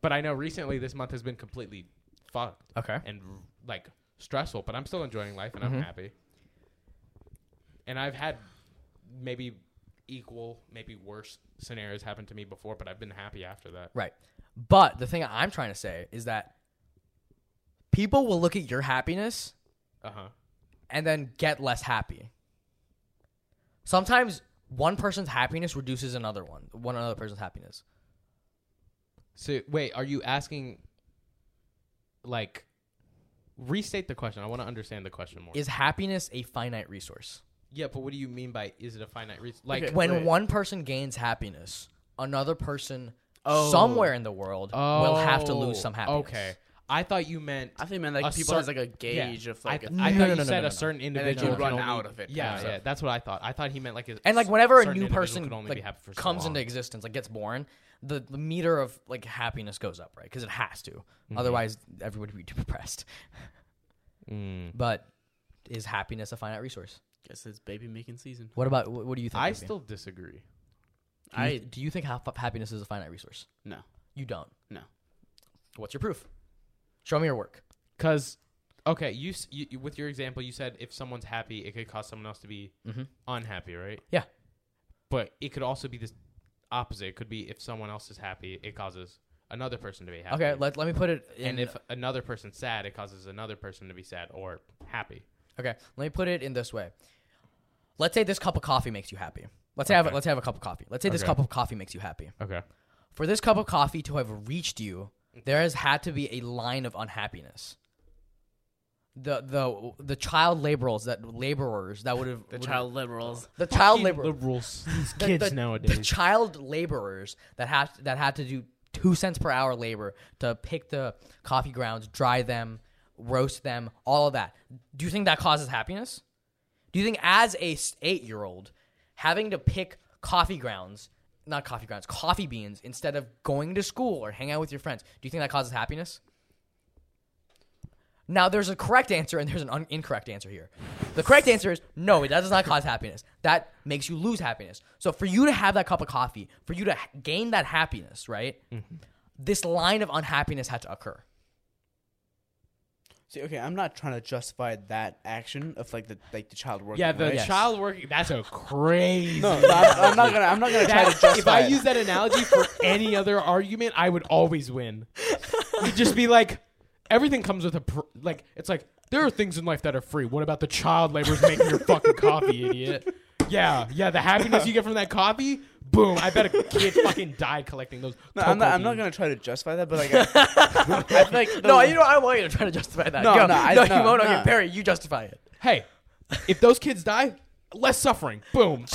C: But I know recently this month has been completely fucked
A: Okay.
C: and like stressful, but I'm still enjoying life and I'm happy. And I've had maybe equal, maybe worse scenarios happen to me before, but I've been happy after that.
A: Right. But the thing I'm trying to say is that people will look at your happiness
C: Uh huh.
A: and then get less happy. Sometimes one person's happiness reduces another one, one another person's happiness.
C: So wait, are you asking like restate the question? I want to understand the question more.
A: Is happiness a finite resource?
C: yeah, but what do you mean by is it a finite resource? Like
B: Okay.
A: When
B: Wait.
A: one person gains happiness, another person
C: Oh.
A: somewhere in the world will have to lose
C: Oh,
A: some happiness.
C: Okay. I thought you meant
B: I think man, like
C: A
B: people has
C: cer-
B: like a gauge of
C: I,
B: like.
C: th-
B: a-
C: I
A: No,
C: thought
A: no,
C: you
A: no, no,
C: said
A: no, no.
C: a certain
B: then
C: individual
B: you'll
C: can
B: run
C: only-
B: out of it
C: Yeah,
B: kind of
C: yeah,
B: stuff.
C: that's what I thought. I thought he meant like a
A: And like whenever a
C: certain
A: new
C: individual
A: person
C: could only be
A: like
C: happy for so
A: comes
C: long.
A: into existence, like gets born, the, the meter of like happiness goes up, right? Because it has to.
C: Mm-hmm.
A: Otherwise, everybody would be depressed.
C: Mm.
A: But is happiness a finite resource?
B: guess it's baby making season.
A: What about wh- what do you think?
C: I
A: Vivian?
C: still disagree.
A: Do you,
B: I
A: do you think ha- happiness is a finite resource?
B: no
A: You don't.
B: no.
A: What's your proof? Show me your work.
C: Cuz okay, you, s- you you- with your example you said if someone's happy, it could cause someone else to be unhappy, right?
A: Yeah.
C: But it could also be this opposite. It could be if someone else is happy, it causes another person to be happy.
A: Okay. Let, let me put it. In,
C: and if another person's sad, it causes another person to be sad or happy.
A: okay, let me put it in this way. Let's say this cup of coffee makes you happy. Let's say I have a-
C: Okay.
A: let's have a cup of coffee. Let's say this
C: Okay.
A: cup of coffee makes you happy.
C: Okay.
A: For this cup of coffee to have reached you, there has had to be a line of unhappiness. The the the child laborers that laborers that would have
B: The child liberals.
A: the child laborers
C: liberals, these
A: the-
C: kids
A: the-
C: nowadays.
A: The child laborers that had that had to do two cents per hour labor to pick the coffee grounds, dry them, roast them, all of that. Do you think that causes happiness? Do you think as a eight year old having to pick coffee grounds, not coffee grounds, coffee beans instead of going to school or hang out with your friends, do you think that causes happiness? Now, there's a correct answer and there's an un- incorrect answer here. The correct answer is no, it does not cause happiness. That makes you lose happiness. So, for you to have that cup of coffee, for you to h- gain that happiness, right?
B: Mm-hmm.
A: This line of unhappiness had to occur.
B: See, okay, I'm not trying to justify that action of like the like the child working.
C: yeah, the
B: right?
C: child working. That's a crazy.
B: No, no, I'm, I'm not gonna. I'm not gonna try to justify.
C: if I
B: it.
C: use that analogy for any other argument, I would always win. You'd just be like, everything comes with a pr- like. It's like there are things in life that are free. What about the child laborers making your fucking coffee, idiot? Yeah, yeah. The happiness you get from that coffee, boom. I bet a kid fucking died collecting those.
B: No, I'm
C: cocoa
B: not. I'm not
C: beans.
B: gonna try to justify that, but like, I, I feel like the-
A: No, you know, I want you to try to justify that.
B: No,
A: Go.
B: no, I-
A: no,
B: no,
A: you won't.
B: no.
A: Okay, Perry, you justify it.
C: Hey, if those kids die, less suffering. Boom.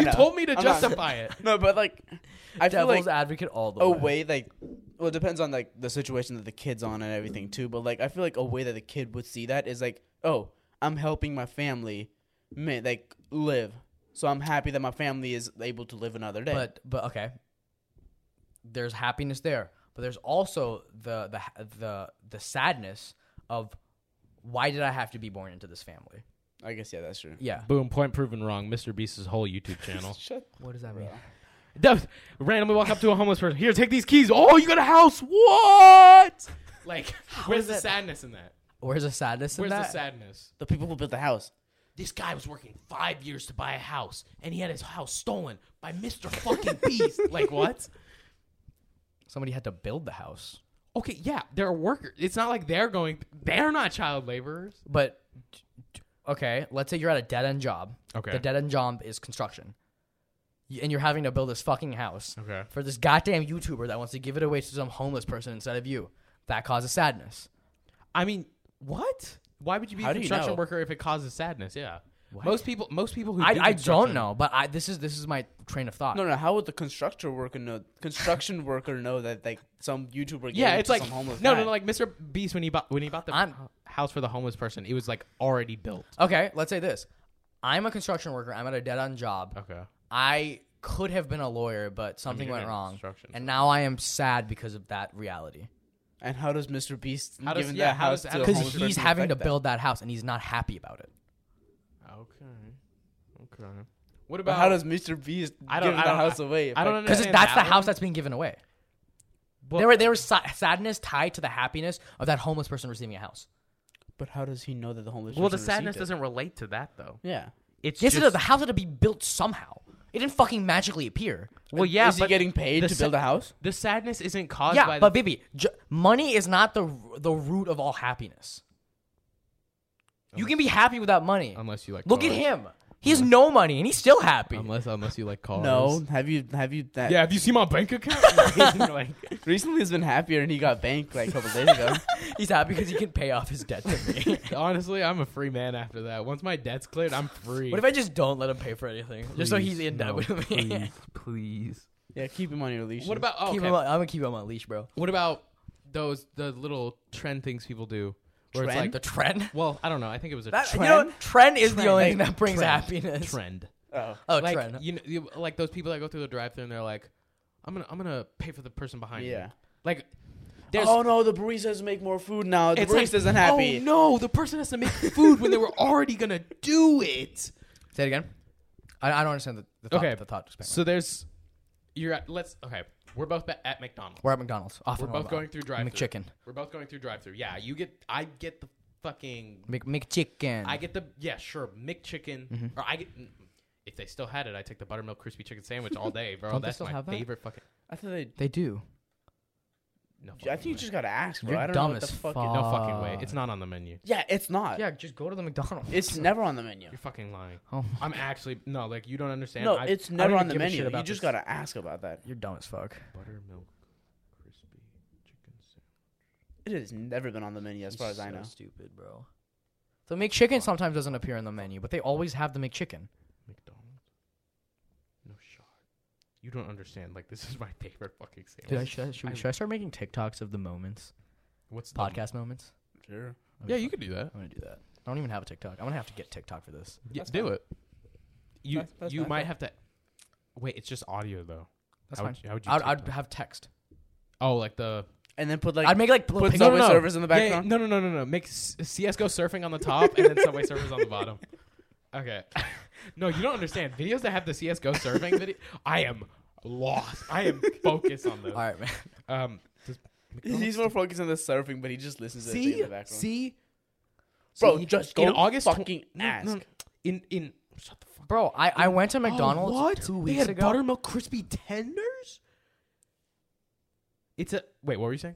C: you
B: no,
C: told me to
B: I'm not-
C: justify it.
B: No, but like, I feel
A: Devil's
B: like Oh,
A: advocate all the
B: a
A: way.
B: way like, well, it depends on like the situation that the kid's on and everything too. But like, I feel like a way that the kid would see that is like, oh, I'm helping my family, ma- like live. So I'm happy that my family is able to live another day.
A: But but okay. There's happiness there. but there's also the the the the sadness of why did I have to be born into this family?
B: I guess yeah, that's true.
A: Yeah.
C: Boom, point proven wrong. Mr. Beast's whole YouTube channel.
B: Shut
A: What does that mean?
C: Duff, randomly walk up to a homeless person. Here, take these keys. Oh, you got a house. What? Like, where's the sadness in that?
A: Where's the sadness in
C: Where's
A: that?
C: the sadness?
B: the people who built the house.
C: This guy was working five years to buy a house, and he had his house stolen by Mr. fucking Beast. like, what?
A: Somebody had to build the house.
C: Okay, yeah, they're workers. It's not like they're going. They're not child laborers.
A: But t- t- okay, let's say you're at a dead end job.
C: Okay.
A: The dead end job is construction. Y- And you're having to build this fucking house
C: Okay.
A: for this goddamn YouTuber that wants to give it away to some homeless person instead of you. That causes sadness.
C: I mean, what? Why would you be
B: How
C: a
B: do you
C: construction
B: know?
C: worker if it causes sadness? Yeah. Most people, most people who
A: I,
C: do
A: I don't
C: construction-
A: know, but I this is this is my train of thought.
B: No, no. How would the constructor worker know? Construction worker know that like some YouTuber? gave
C: Yeah,
B: it
C: it's
B: to
C: like
B: some homeless
C: no,
B: guy?
C: no, no, like Mr. Beast when he bought when he bought the
A: I'm-
C: house for the homeless person, it was like already built.
A: Okay, let's say this. I'm a construction worker. I'm at a dead end job.
C: Okay.
A: I could have been a lawyer, but something
C: you're
A: went
C: in
A: wrong.
C: construction,
A: And now I am sad because of that reality.
B: And how does Mr. Beast
C: How does-
B: giving
C: yeah,
B: that
C: how
B: house
C: does-
B: to
C: how
B: a
C: does-
A: Because
B: homeless
A: he's
B: person
A: having to
B: affect that?
A: build that house and he's not happy about it.
C: Okay. Okay. What about
B: But how does Mr. Beast
C: I don't-
B: giving
C: I
B: the
C: don't-
B: house away?
C: I don't
B: affect-
A: Because
C: understand
A: that's the
C: that
A: house
C: one.
A: that's being given away.
C: Well-
A: there were there was si- sadness tied to the happiness of that homeless person receiving a house.
B: But how does he know that the homeless?
C: Well, the
B: person received
C: sadness
B: it?
C: doesn't relate to that though.
B: Yeah.
C: It's
A: Yes, it
C: just,
A: does. The house had to be built somehow. It didn't fucking magically appear.
C: well, yeah,
B: Is he
C: but
B: getting paid
C: the
B: to
C: sa-
B: build a house?
C: the sadness isn't caused by
A: Yeah, but
C: the,
A: baby, j- money is not the r- the root of all happiness. You can be happy without money.
C: unless you like
A: Look at him. He has no money and he's still happy.
C: Unless unless you like cars.
B: No. Have you have you that?
C: have you seen my bank account? like,
B: Recently, he's been happier, and he got banked like a couple days ago.
A: He's happy because he can pay off his debt to me.
C: honestly, I'm a free man after that. Once my debt's cleared, I'm free.
A: what if I just don't let him pay for anything? just so he's in debt with me.
F: Please, please.
B: yeah, keep him on your leash.
C: What about oh,
A: Keep
C: okay.
A: him on- I'm gonna keep him on leash, bro.
C: What about those the little trend things people do? Where it's like
A: The trend.
C: well, I don't know. I think it was a
A: That,
C: trend.
A: You know,
B: Trend?
A: what? trend is the only thing
C: Like,
A: that brings
C: trend.
A: happiness.
C: trend.
B: Oh.
A: Oh,
C: Like
A: trend.
C: you know, you, like those people that go through the drive-through and they're like, I'm gonna I'm gonna pay for the person behind me.
B: Yeah.
C: Like there's
B: oh no, the baristas make more food now. The
C: it's like,
B: baristas isn't happy.
C: Oh no, the person has to make food when they were already gonna do it.
A: Say it again. I, I don't understand the, the thought.
C: Okay.
A: The thought experiment.
C: So there's you're at let's okay. We're both ba- at McDonald's.
A: We're at McDonald's. Off
C: We're
A: and
C: both
A: on.
C: going through drive-through.
A: McChicken.
C: We're both going through drive-through. Yeah, you get I get the fucking
A: Mc, McChicken.
C: I get the yeah, sure, McChicken,
A: Mm-hmm.
C: or I get. mm, If they still had it, I'd take the buttermilk crispy chicken sandwich all day, bro.
A: Don't they
C: That's
A: still
C: my
A: have that?
C: favorite fucking.
B: I thought they.
A: They do.
C: No,
B: I
C: fucking
B: think you
C: way.
B: just gotta ask, bro.
A: You're
B: I don't
A: dumb
B: know what
A: as
B: the fuck.
A: fuck.
B: it-
C: no fucking way.
A: Ah.
C: It's not on the menu.
B: Yeah, it's not.
A: Yeah, just go to the McDonald's.
B: It's never on the menu.
C: You're fucking lying.
A: Oh.
C: I'm actually no, like you don't understand.
B: No,
C: I- I
B: it's
C: don't
B: never
C: even
B: on the
C: give a shit
B: menu. You
C: about
B: just
C: this
B: gotta ask about that.
A: You're dumb as fuck.
C: buttermilk crispy chicken sandwich.
B: It has never been on the menu, as far as I know.
A: Stupid, bro. The McChicken sometimes doesn't appear in the menu, but they always have the McChicken.
C: McDonald's. No shot. You don't understand. Like this is my favorite fucking sandwich.
A: Dude, I should, should, we- should I start making TikToks of the moments,
C: What's the
A: podcast moments?
B: Sure.
C: Yeah, you could do that.
A: I'm gonna do that. I don't even have a TikTok. I'm gonna have to get TikTok for this.
C: Yeah,
B: That's
C: do
B: fine.
C: it. You
B: That's- that's
C: you
B: fine.
C: might have to. Wait, it's just audio though.
A: That's
C: How
A: fine.
C: would you- how would you
A: I'd,
C: take
A: I'd
C: that?
A: have text.
C: Oh, like the
B: And then put like
A: I'd make like little
B: put
A: pictures.
B: Subway Surfers in the
C: Yeah, yeah,
B: background?
C: no, no, no, no, no. Make S- CS:GO surfing on the top and then Subway Surfers on the bottom. Okay. no, you don't understand. Videos that have the CS:GO surfing video, I am lost. I am focused on those.
A: All right, man.
C: Um, does McDonald's
B: He's more focused on the surfing, but he just listens to it in
C: see,
B: the background.
C: see,
B: Bro,
C: See?
B: just go
C: in August tw-
B: fucking
C: no, no,
B: ask.
C: in in shut the fuck.
A: Bro, I, I went to
C: McDonald's
A: McDonald's
C: Oh, what?
A: two
C: they
A: weeks
C: had
A: ago.
C: buttermilk crispy tenders. It's a wait. What were you saying?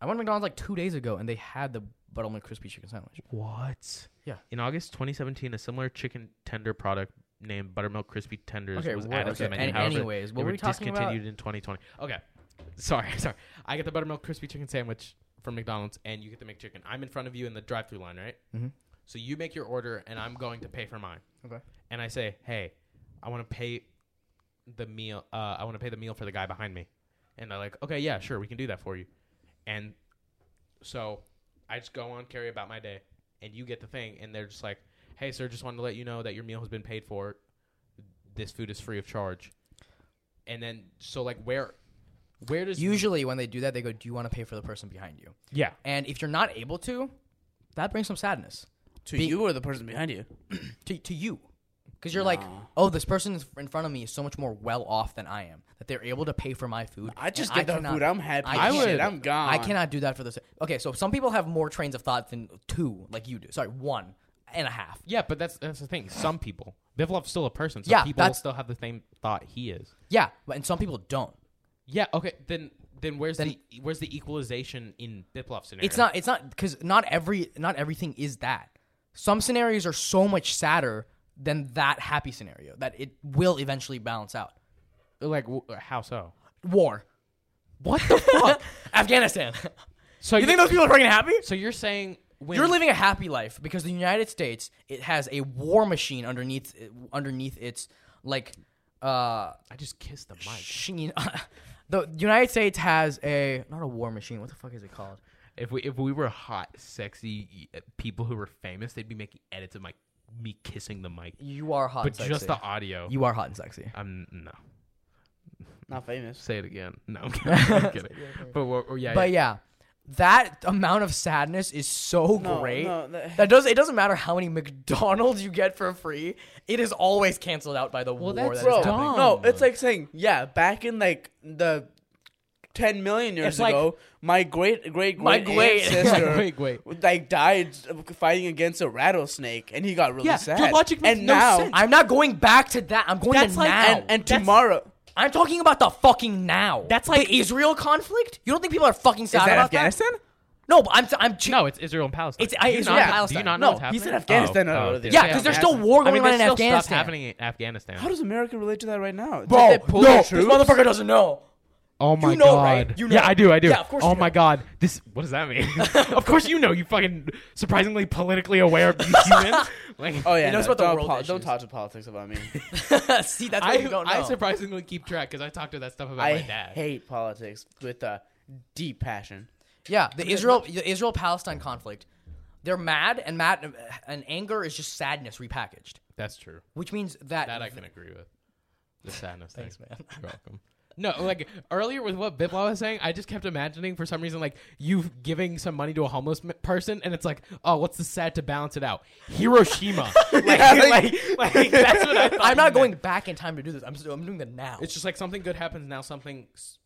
A: I went to McDonald's like two days ago, and they had the buttermilk crispy chicken sandwich.
C: What?
A: Yeah.
C: In August 2017, a similar chicken tender product named Buttermilk Crispy Tenders
A: Okay,
C: was
A: what-
C: added to the
A: okay,
C: menu.
A: and
C: However,
A: anyways, what
C: they
A: were
C: were
A: we talking about?
C: discontinued in 2020. Okay. Sorry, sorry. I get the Buttermilk Crispy Chicken Sandwich from McDonald's, and you get the McChicken. I'm in front of you in the drive through line, right?
A: Mhm.
C: So you make your order, and I'm going to pay for mine.
A: Okay.
C: And I say, hey, I want to pay the meal. Uh, I want to pay the meal for the guy behind me. And they're like, okay, yeah, sure, we can do that for you. And so I just go on, carry about my day, and you get the thing, and they're just like, hey, sir, just wanted to let you know that your meal has been paid for. This food is free of charge. And then, so like, where Where does
A: Usually, when they do that, they go, "Do you want to pay for the person behind you?"
C: yeah?
A: And if you're not able to, that brings some sadness
B: To you or the person behind you?
A: to to you, because you're like, "Oh, this person is in front of me is so much more well off than I am that they're able to pay for my food."
B: I just
A: and
B: get the
A: cannot-
B: food. I'm happy.
A: I
B: I
A: would-
B: Shit, I'm gone.
A: I cannot do that for this. Okay, so some people have more trains of thought than two, like you do. Sorry, one and a half.
C: Yeah, but that's that's the thing. Some people, Bivlov's still a person, so
A: Yeah,
C: people will
A: that's-
C: still have the same thought he is.
A: Yeah, but and some people don't.
C: Yeah. Okay. Then then where's
A: Then-
C: the where's the equalization in Biplov's scenario?
A: It's not. It's not because not every not everything is that. Some scenarios are so much sadder than that happy scenario that it will eventually balance out.
C: like w- how so.
A: War. What the fuck? Afghanistan.
C: So
A: You think those people are freaking happy?
C: So you're saying when
A: You're living a happy life because the United States it has a war machine underneath underneath its like uh
C: I just kissed the mic.
A: sheen. the United States has a not a war machine. What the fuck is it called?
C: If we if we were hot, sexy uh, people who were famous, they'd be making edits of my me kissing the mic,
A: You are hot.
C: but
A: and sexy.
C: just the audio.
A: you are hot and sexy.
C: I'm no.
B: Not famous.
C: Say it again. No, I'm kidding. I'm kidding. But we're, we're- yeah,
A: But yeah, that amount of sadness is so
B: No,
A: great.
B: no, that-
A: that does. It doesn't matter how many McDonald's you get for free. It is always canceled out by the war.
C: that's
A: that is
B: Bro,
A: happening.
B: no, it's like saying, yeah, back in like the ten million years
A: It's like-
B: ago, my great great
A: My
B: great
A: great-
B: sister
C: My great great.
B: like died fighting against a rattlesnake, and he got really
C: Yeah, your
B: sad.
C: logic makes
B: and
C: no
B: now,
C: sense.
A: I'm not going back to that. I'm going
C: That's
A: to
C: like-
A: now.
B: And, and tomorrow,
A: I'm talking about the fucking now.
C: That's like-
A: the Israel conflict. You don't think people are fucking sad
B: is that
A: about
B: Afghanistan?
A: that? No, but I'm I'm
C: No, it's Israel and Palestine.
A: It's- I-
C: Do you
A: Israel
C: not-
A: and Palestine.
C: Do you not
B: No,
C: know what's
B: he
C: happening? Oh,
B: said Afghanistan, no, no,
C: okay.
A: Yeah, because there's still war
C: I
A: going
C: mean,
A: on in
C: there's still stuff
A: Afghanistan.
C: happening in Afghanistan.
B: How does America relate to that right now? Did
A: Bro,
B: they pull
A: no,
B: their
A: this
B: troops?
A: motherfucker doesn't know.
C: oh my
A: know, right? You know.
C: Yeah, I do. I do.
A: Yeah, of course
C: Oh
A: you
C: my
A: know.
C: god. This. What does that mean? of course you know. You fucking surprisingly politically aware of human. Like,
B: Oh yeah,
A: He knows
B: no,
A: about the
B: don't,
A: world
B: pol- don't
A: issues.
B: talk to politics about me.
A: See, that's what
C: I,
A: you don't know.
C: I surprisingly keep track because I talk to that stuff about
B: I
C: my dad.
B: hate politics with a deep passion.
A: Yeah, the Israel the Israel Palestine conflict. They're mad and mad and anger is just sadness repackaged,
C: That's true.
A: which means that,
C: That I can agree with. The sadness thing.
A: Thanks, man.
C: You're welcome. No, like earlier with what Bipla was saying, I just kept imagining for some reason like you giving some money to a homeless m- person, and it's like, oh, what's the sad to balance it out? Hiroshima. like, like, like, that's what I thought.
A: I'm not going back in time to do this. I'm still, I'm doing that now.
C: It's just like something good happens now, something s-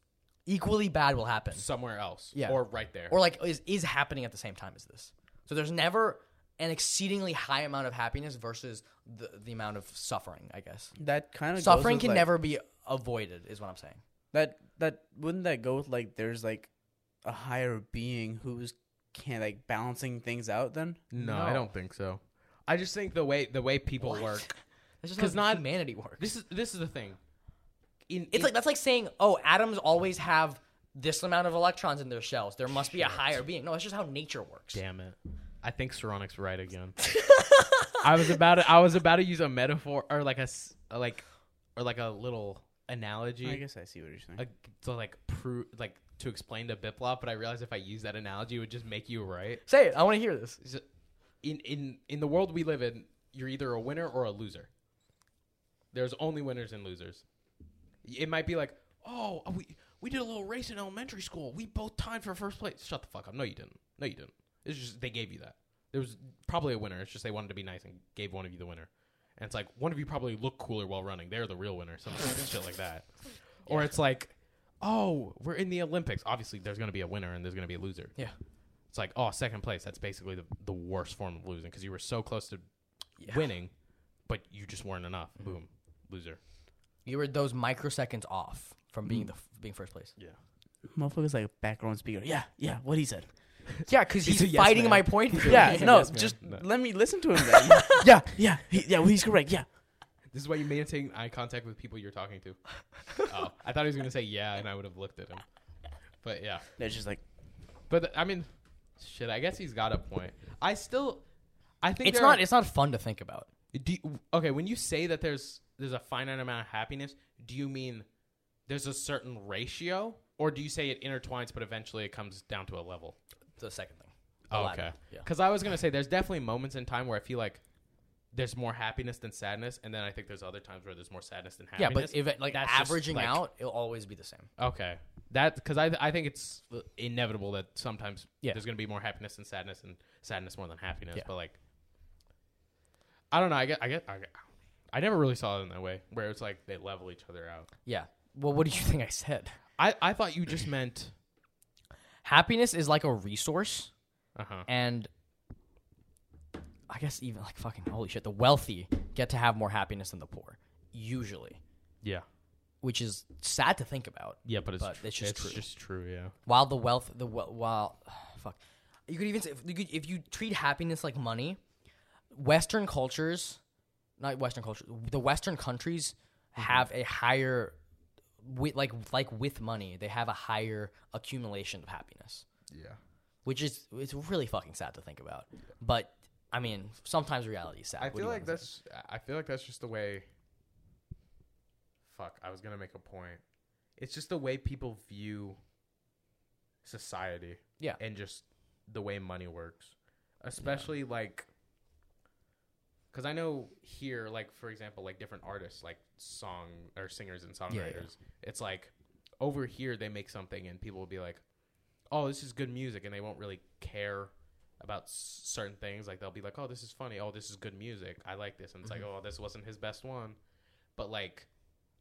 A: equally bad will happen,
C: somewhere else,
A: Yeah.
C: or right there.
A: or like is is happening at the same time as this. So there's never an exceedingly high amount of happiness versus the the amount of suffering. I guess
B: That kind of
A: suffering can
B: like,
A: never be avoided, is what I'm saying.
B: That that wouldn't that go with like there's like a higher being who's can like balancing things out then.
C: no,
A: No.
C: I don't think so. I just think the way the way people work.
A: That's just
C: 'Cause
A: how
C: not-
A: humanity works.
C: This is this is the thing. In,
A: It's
C: in-
A: like that's like saying, oh, atoms always have this amount of electrons in their shells. There must be a higher being. No, that's just how nature works.
C: Damn it. I think Saronic's right again. I was about to, I was about to use a metaphor or like a s- like or like a little analogy
B: I guess I see what you're saying.
C: like, to like prove like to explain to Biplop, but I realized if I use that analogy it would just make you right.
A: Say it. I want to hear this.
C: So, In in in the world we live in, you're either a winner or a loser. There's only winners and losers. It might be like, "Oh, we we did a little race in elementary school. We both tied for first place." Shut the fuck up. No you didn't. No you didn't. It's just they gave you that. There was probably a winner. It's just they wanted to be nice and gave one of you the winner. And it's like one of you probably look cooler while running. They're the real winner. Some shit like that. Or it's like, "Oh, we're in the Olympics. Obviously, there's going to be a winner and there's going to be a loser."
A: Yeah.
C: it's like oh second place that's basically the, the worst form of losing because you were so close to winning but you just weren't enough boom loser
A: You were those microseconds off from
C: Mm.
A: being the being first place.
C: yeah
B: Motherfucker's like a background speaker. Yeah, yeah, what he said.
A: Yeah, because he's,
C: a yes
A: fighting
C: man.
A: my point.
B: Yeah, no,
C: yes, man.
B: just
C: No.
B: let me listen to him then. yeah, yeah, he, yeah, well, he's correct. Yeah.
C: this is why you maintain eye contact with people you're talking to oh i thought he was going to say yeah and i would have looked at him but yeah
B: They're just like
C: but th- i mean shit i guess he's got a point i still i think
A: it's
C: there are-
A: not. It's not fun to think about.
C: Do you, okay, when you say that there's there's a finite amount of happiness, do you mean there's a certain ratio, or do you say it intertwines but eventually it comes down to a level?
A: The second thing. The
C: Oh,
A: latter.
C: okay,
A: Yeah.
C: because I was gonna say there's definitely moments in time where I feel like there's more happiness than sadness, and then I think there's other times where there's more sadness than
A: Yeah,
C: happiness.
A: but if it, like
C: That's just,
A: averaging
C: like-
A: out, it'll always be the same.
C: okay, That because I I think it's inevitable that sometimes
A: Yeah.
C: there's gonna be more happiness than sadness and sadness more than happiness.
A: Yeah.
C: But like, I don't know. I get I get I, get- I never really saw it in that way where it's like they level each other out.
A: Yeah. Well, what did you think I said?
C: I I thought you just meant
A: Happiness is like a resource,
C: uh huh.
A: and I guess even like fucking holy shit, the wealthy get to have more happiness than the poor, usually,
C: Yeah.
A: which is sad to think about.
C: Yeah, but it's
A: But
C: tr-
A: it's just
C: it's
A: true.
C: just true. Yeah.
A: While the wealth, the we- while, fuck, you could even say if you, could, if you treat happiness like money, Western cultures, not Western cultures, the Western countries have a higher, with like like with money, they have a higher accumulation of happiness,
C: Yeah.
A: which is it's really fucking sad to think about. But I mean, sometimes reality is sad.
C: I
A: What do
C: feel
A: you
C: like
A: wanna say?
C: that's I feel like that's just the way fuck, I was going to make a point. It's just the way people view society.
A: Yeah.
C: And just the way money works. Especially like cuz I know here like for example like different artists like song or singers and songwriters. It's like over here they make something and people will be like oh, this is good music, and they won't really care about s- certain things. Like they'll be like, oh, this is funny. Oh, this is good music. I like this. And it's
A: Mm-hmm.
C: like, oh, this wasn't his best one. But like,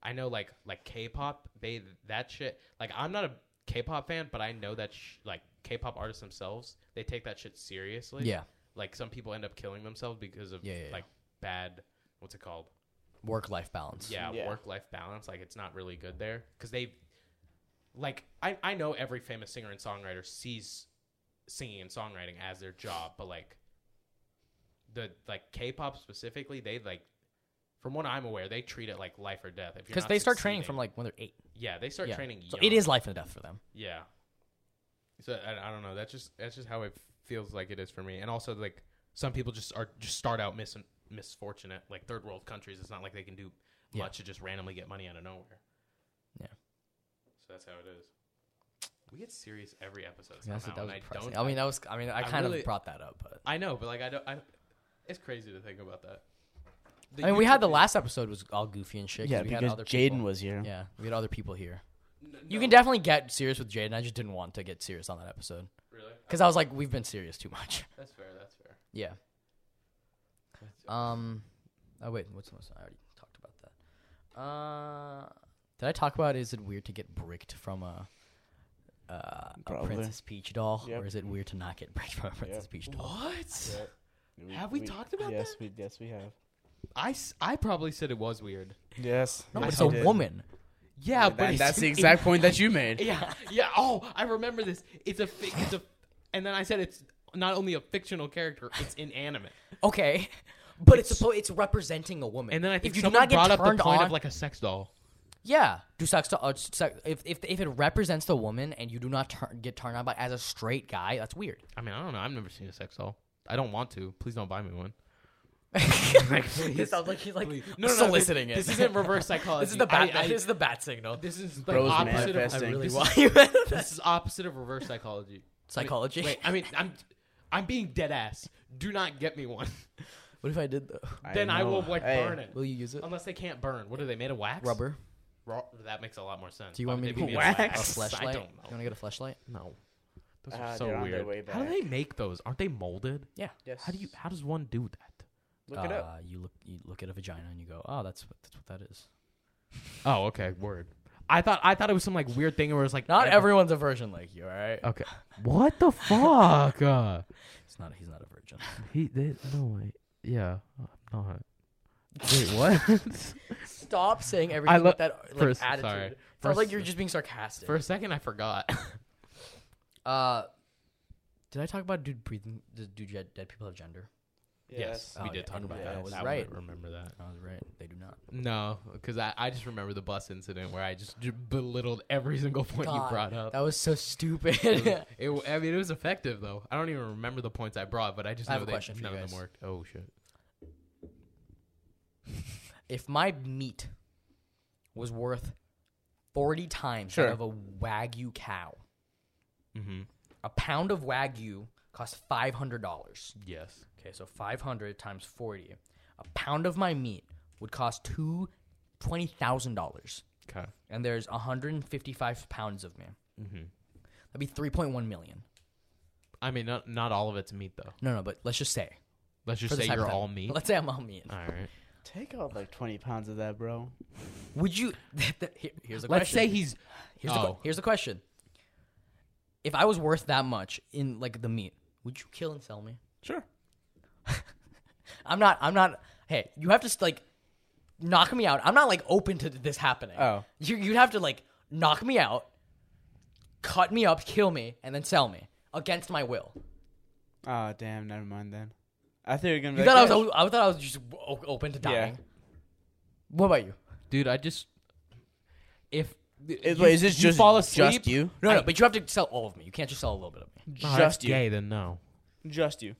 C: I know like like K-pop, they that shit. Like I'm not a K-pop fan, but I know that sh- like K-pop artists themselves, they take that shit seriously.
A: yeah,
C: Like some people end up killing themselves because of
A: Yeah, yeah, yeah.
C: like bad. What's it called?
A: work life balance.
C: yeah,
B: Yeah.
C: work life balance like it's not really good there because they like I, I know every famous singer and songwriter sees singing and songwriting as their job but like the like k-pop specifically they like from what i'm aware they treat it like life or death if you're
A: because
C: not
A: they start training
C: succeeding-
A: from like when they're eight.
C: yeah they start
A: yeah.
C: training
A: so
C: young.
A: it is life and death for them.
C: Yeah. So I, I don't know. That's just that's just how it feels like it is for me. And also like some people just are just start out mis- misfortunate. Like third world countries, it's not like they can do
A: Yeah.
C: much to just randomly get money out of nowhere.
A: Yeah.
C: So that's how it is. We get serious every episode.
A: Yeah,
C: Somehow,
A: that was
C: and I
A: depressing.
C: don't.
A: I mean, that was. I mean, I
C: I
A: kind
C: really-
A: of brought that up, but
C: I know, but like I don't. I, it's crazy to think about that.
A: I mean, we had the
C: YouTube-
A: last episode was all goofy and shit. 'cause
B: Yeah,
A: we
B: because
A: had other
B: Jaden
A: people.
B: was here.
A: Yeah, we had other people here.
C: N-
A: You
C: no,
A: can definitely get serious with Jaden. I just didn't want to get serious on that episode
C: really.
A: because I was like, we've been serious too much.
C: That's fair. That's fair.
A: Yeah. Um. Oh wait, what's the most? I already talked about that. Uh, did I talk about? Is it weird to get bricked from a, uh, a
B: Probably.
A: Princess Peach doll,
B: Yep.
A: or is it weird to not get bricked from a Princess Peach doll?
C: What?
B: We-
C: Have we talked about
B: yes,
C: that?
B: We, yes, we have.
C: I, s- I probably said it was weird.
B: Yes.
A: No, but it's a woman.
C: Yeah,
B: That,
C: it's-
B: that's the
C: it-
B: exact point that you made.
C: Yeah, yeah. Oh, I remember this. It's a, fi- it's a, and then I said it's not only a fictional character, it's inanimate.
A: Okay, but it's supposed it's representing a woman.
C: And then I think
A: if you do
C: someone
A: not get
C: brought up
A: turned
C: the point
A: on,
C: of like a sex doll.
A: yeah, do sex to uh, sex, if if if it represents the woman and you do not turn, get turned on by as a straight guy, that's weird.
C: I mean, I don't know. I've never seen a sex doll. I don't want to. Please don't buy me one.
A: it sounds like he's like soliciting
C: soliciting
A: it.
C: This isn't reverse psychology.
A: This is the bat.
C: I- I-
A: this is the bat signal.
C: this is like
B: Bros
C: opposite of
B: manifesting.
A: really
C: this
A: want
C: is,
A: you.
C: this is opposite of reverse psychology.
A: Psychology.
C: Wait, I mean, I'm, I'm being dead ass. Do not get me one.
A: what if I did though?
C: then I
B: know.
C: will like
B: Hey.
C: burn it.
A: Will you use it?
C: Unless they can't burn. What are they made of? Wax?
A: Rubber.
C: Raw, that makes a lot more sense.
A: Do you
C: Why
A: want
C: would
A: me to
C: they
A: get
C: be
A: you
C: made
A: a
C: of
A: fla- a
C: wax? I
A: flashlight? You
C: don't
A: want to
C: know.
A: get a flashlight?
C: No. Those
B: Ah,
C: are so
B: they're on their
C: weird.
B: way
C: How do
B: back.
C: they make those? Aren't they molded?
A: Yeah.
B: Yes.
C: How do you? How does one do that?
B: look it up?
A: Uh, You look. You look at a vagina and you go, oh, that's what that's what that is.
C: Oh, okay. Word. I thought I thought it was some like weird thing where it's like
A: Not
C: ev-
A: everyone's a virgin like you, all right?
C: Okay. What the fuck? Uh,
A: It's not. Uh, He's not a virgin.
C: he. They, no way. Yeah. I'm not. Wait. What?
A: Stop saying everything
C: lo-
A: with that like,
C: first-
A: attitude.
C: sorry.
A: Sounds like
C: First-
A: you're just being sarcastic.
C: For a second, I forgot.
A: uh, did I talk about dude breathing? Do, do ge- dead people have gender?
C: yes,
A: Oh,
C: we
A: yeah,
C: did talk
A: and
C: about
A: that
C: that.
A: was
C: I
A: right.
C: Remember that.
A: I was right. They do not.
C: No, because I, I just remember the bus incident where I just j- belittled every single point you
A: God,
C: brought up.
A: That was so stupid.
C: Oh. it, it- I mean, it was effective though. I don't even remember the points I brought, but I just
A: I have
C: know
A: a
C: they,
A: question for you
C: none of
A: guys.
C: them worked. Oh shit!
A: if my meat was worth forty times
B: Sure.
A: that of a wagyu cow,
C: Mm-hmm.
A: a pound of wagyu costs five hundred dollars.
C: Yes.
A: Okay, so five hundred times forty, a pound of my meat would cost two twenty thousand dollars.
C: Okay.
A: and there's 155 pounds of me.
C: Mm-hmm.
A: That'd be 3.1 million.
C: I mean, not not all of it's meat though.
A: No, no, but let's just say
C: Let's
A: for
C: just
A: this
C: say you're
A: hypothetical-
C: all meat.
A: Let's say I'm all meat.
C: all right.
B: Take out like 20 pounds of that, bro.
A: Would you? here- here's a question.
C: Let's say he's
A: Here's, the, que-
C: Oh.
A: here's the question. If I was worth that much in like the meat, would you kill and sell me?
C: sure.
A: I'm not. I'm not. Hey, you have to like knock me out. I'm not like open to this happening.
B: Oh.
A: you, you'd have to like knock me out, cut me up, kill me, and then sell me against my will.
B: Oh, damn, never mind then. I thought you were gonna be
A: You
B: like,
A: thought I
B: yeah,
A: was? I thought I was just o- open to
B: Yeah.
A: dying. What about you?
C: Dude, I just if
B: Is, wait, is this
C: you
B: just
C: fall asleep-
B: just you?
A: No, no, but you have to sell all of me. You can't just sell a little bit of me.
C: Oh, that's
B: just you.
C: gay, then no.
B: Just you.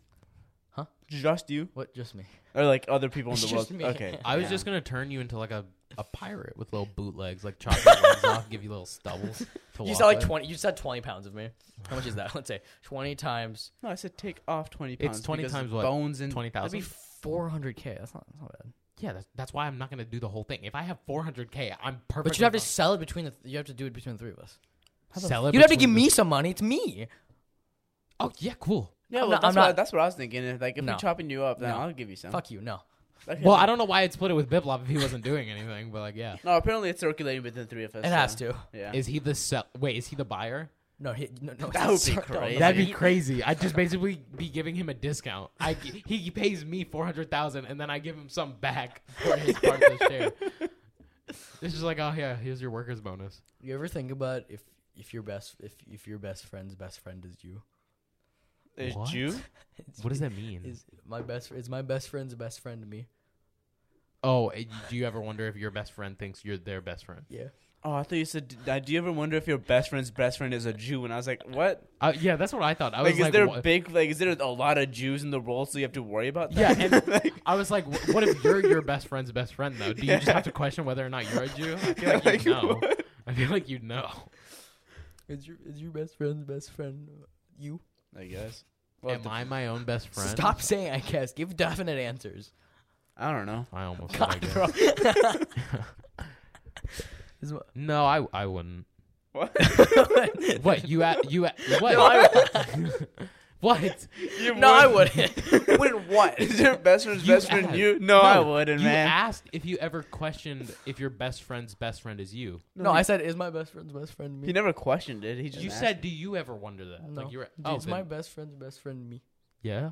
A: Huh?
B: Just you.
A: What? Just me?
B: Or like other people in the
A: It's
B: world.
A: just me.
B: Okay.
C: I was
B: yeah.
C: just gonna turn you into like a, a pirate with little bootlegs, like chop your legs off, give you little stubbles. To
A: You
C: walk
A: sell like
C: with.
A: twenty. You said twenty pounds of me. How much is that? Let's say twenty times.
B: No, I said take off 20
C: It's
B: pounds.
C: 20
B: because
C: times what?
B: Bones and.
C: twenty
A: That'd be
C: thousand.
A: four hundred k. That's not. That's not bad.
C: Yeah, that's, that's why I'm not gonna do the whole thing. If I have 400k, I'm perfect.
A: But you have to sell it between the. You have to do it between the three of us.
C: sell it.
A: You'd have to give
C: between
A: me some money. It's me.
C: the- Oh yeah, cool.
A: I'm
B: Yeah, well,
A: not-
B: that's,
A: I'm
B: what,
A: not-
B: that's what I was thinking. If, Like, if
A: No.
B: we're chopping you up, then
A: No.
B: I'll give you some.
A: Fuck you. No.
B: Okay.
C: Well, I don't know why I'd split it with Biblop if he wasn't doing anything, but like yeah,
B: No, apparently it's circulating within three of us.
A: It
B: so,
A: has to.
B: Yeah.
C: is he the sell? Wait, is he the buyer?
A: No. He, no. no
B: That would be
A: sorry, no,
B: crazy.
A: no,
C: That'd be
A: he-
C: crazy. I'd just basically be giving him a discount. I he pays me four hundred thousand, and then I give him some back for his part of the share. This is like, oh yeah, here's your workers bonus.
A: You ever think about if if your best if if your best friend's best friend is you?
B: Is
C: What?
B: Jew?
C: What does that mean?
A: Is my best is my best friend's best friend to me?
C: oh, eh, do you ever wonder if your best friend thinks you're their best friend?
A: Yeah.
B: Oh, I thought you said. d- Do you ever wonder if your best friend's best friend is a Jew? And I was like, what?
C: Uh, yeah, that's what I thought. I was
B: Like,
C: like,
B: is there
C: what-
B: big? Like, is there a lot of Jews in the world, so you have to worry about
C: yeah,
B: that?
C: and I was like, wh- what if you're your best friend's best friend though? Do you just have to question whether or not you're a Jew? I feel like,
B: Like,
C: you know. I feel like you know.
A: Is your is your best friend's best friend you?
B: I guess. Well,
C: Am I my own best friend?
A: Stop saying I guess. Give definite answers.
B: I don't know.
C: I almost. said I
A: God,
C: guess.
A: bro.
C: No, I I wouldn't.
B: What?
C: What you at you at what? what?
B: You
A: no, I wouldn't.
B: wouldn't what? Is your best friend's
C: You
B: best friend
C: asked.
B: you? No, I
C: No,
B: wouldn't,
C: you
B: man.
C: asked if you ever questioned if your best friend's best friend is you.
A: no, I said is my best friend's best friend
B: he
A: me?
B: never questioned it. He just
C: You
B: asked.
C: said, "Do you ever wonder that?"
A: No.
C: Like you were.
A: Dude,
C: Oh,
A: is
C: then-
A: my best friend's best friend me?
C: yeah.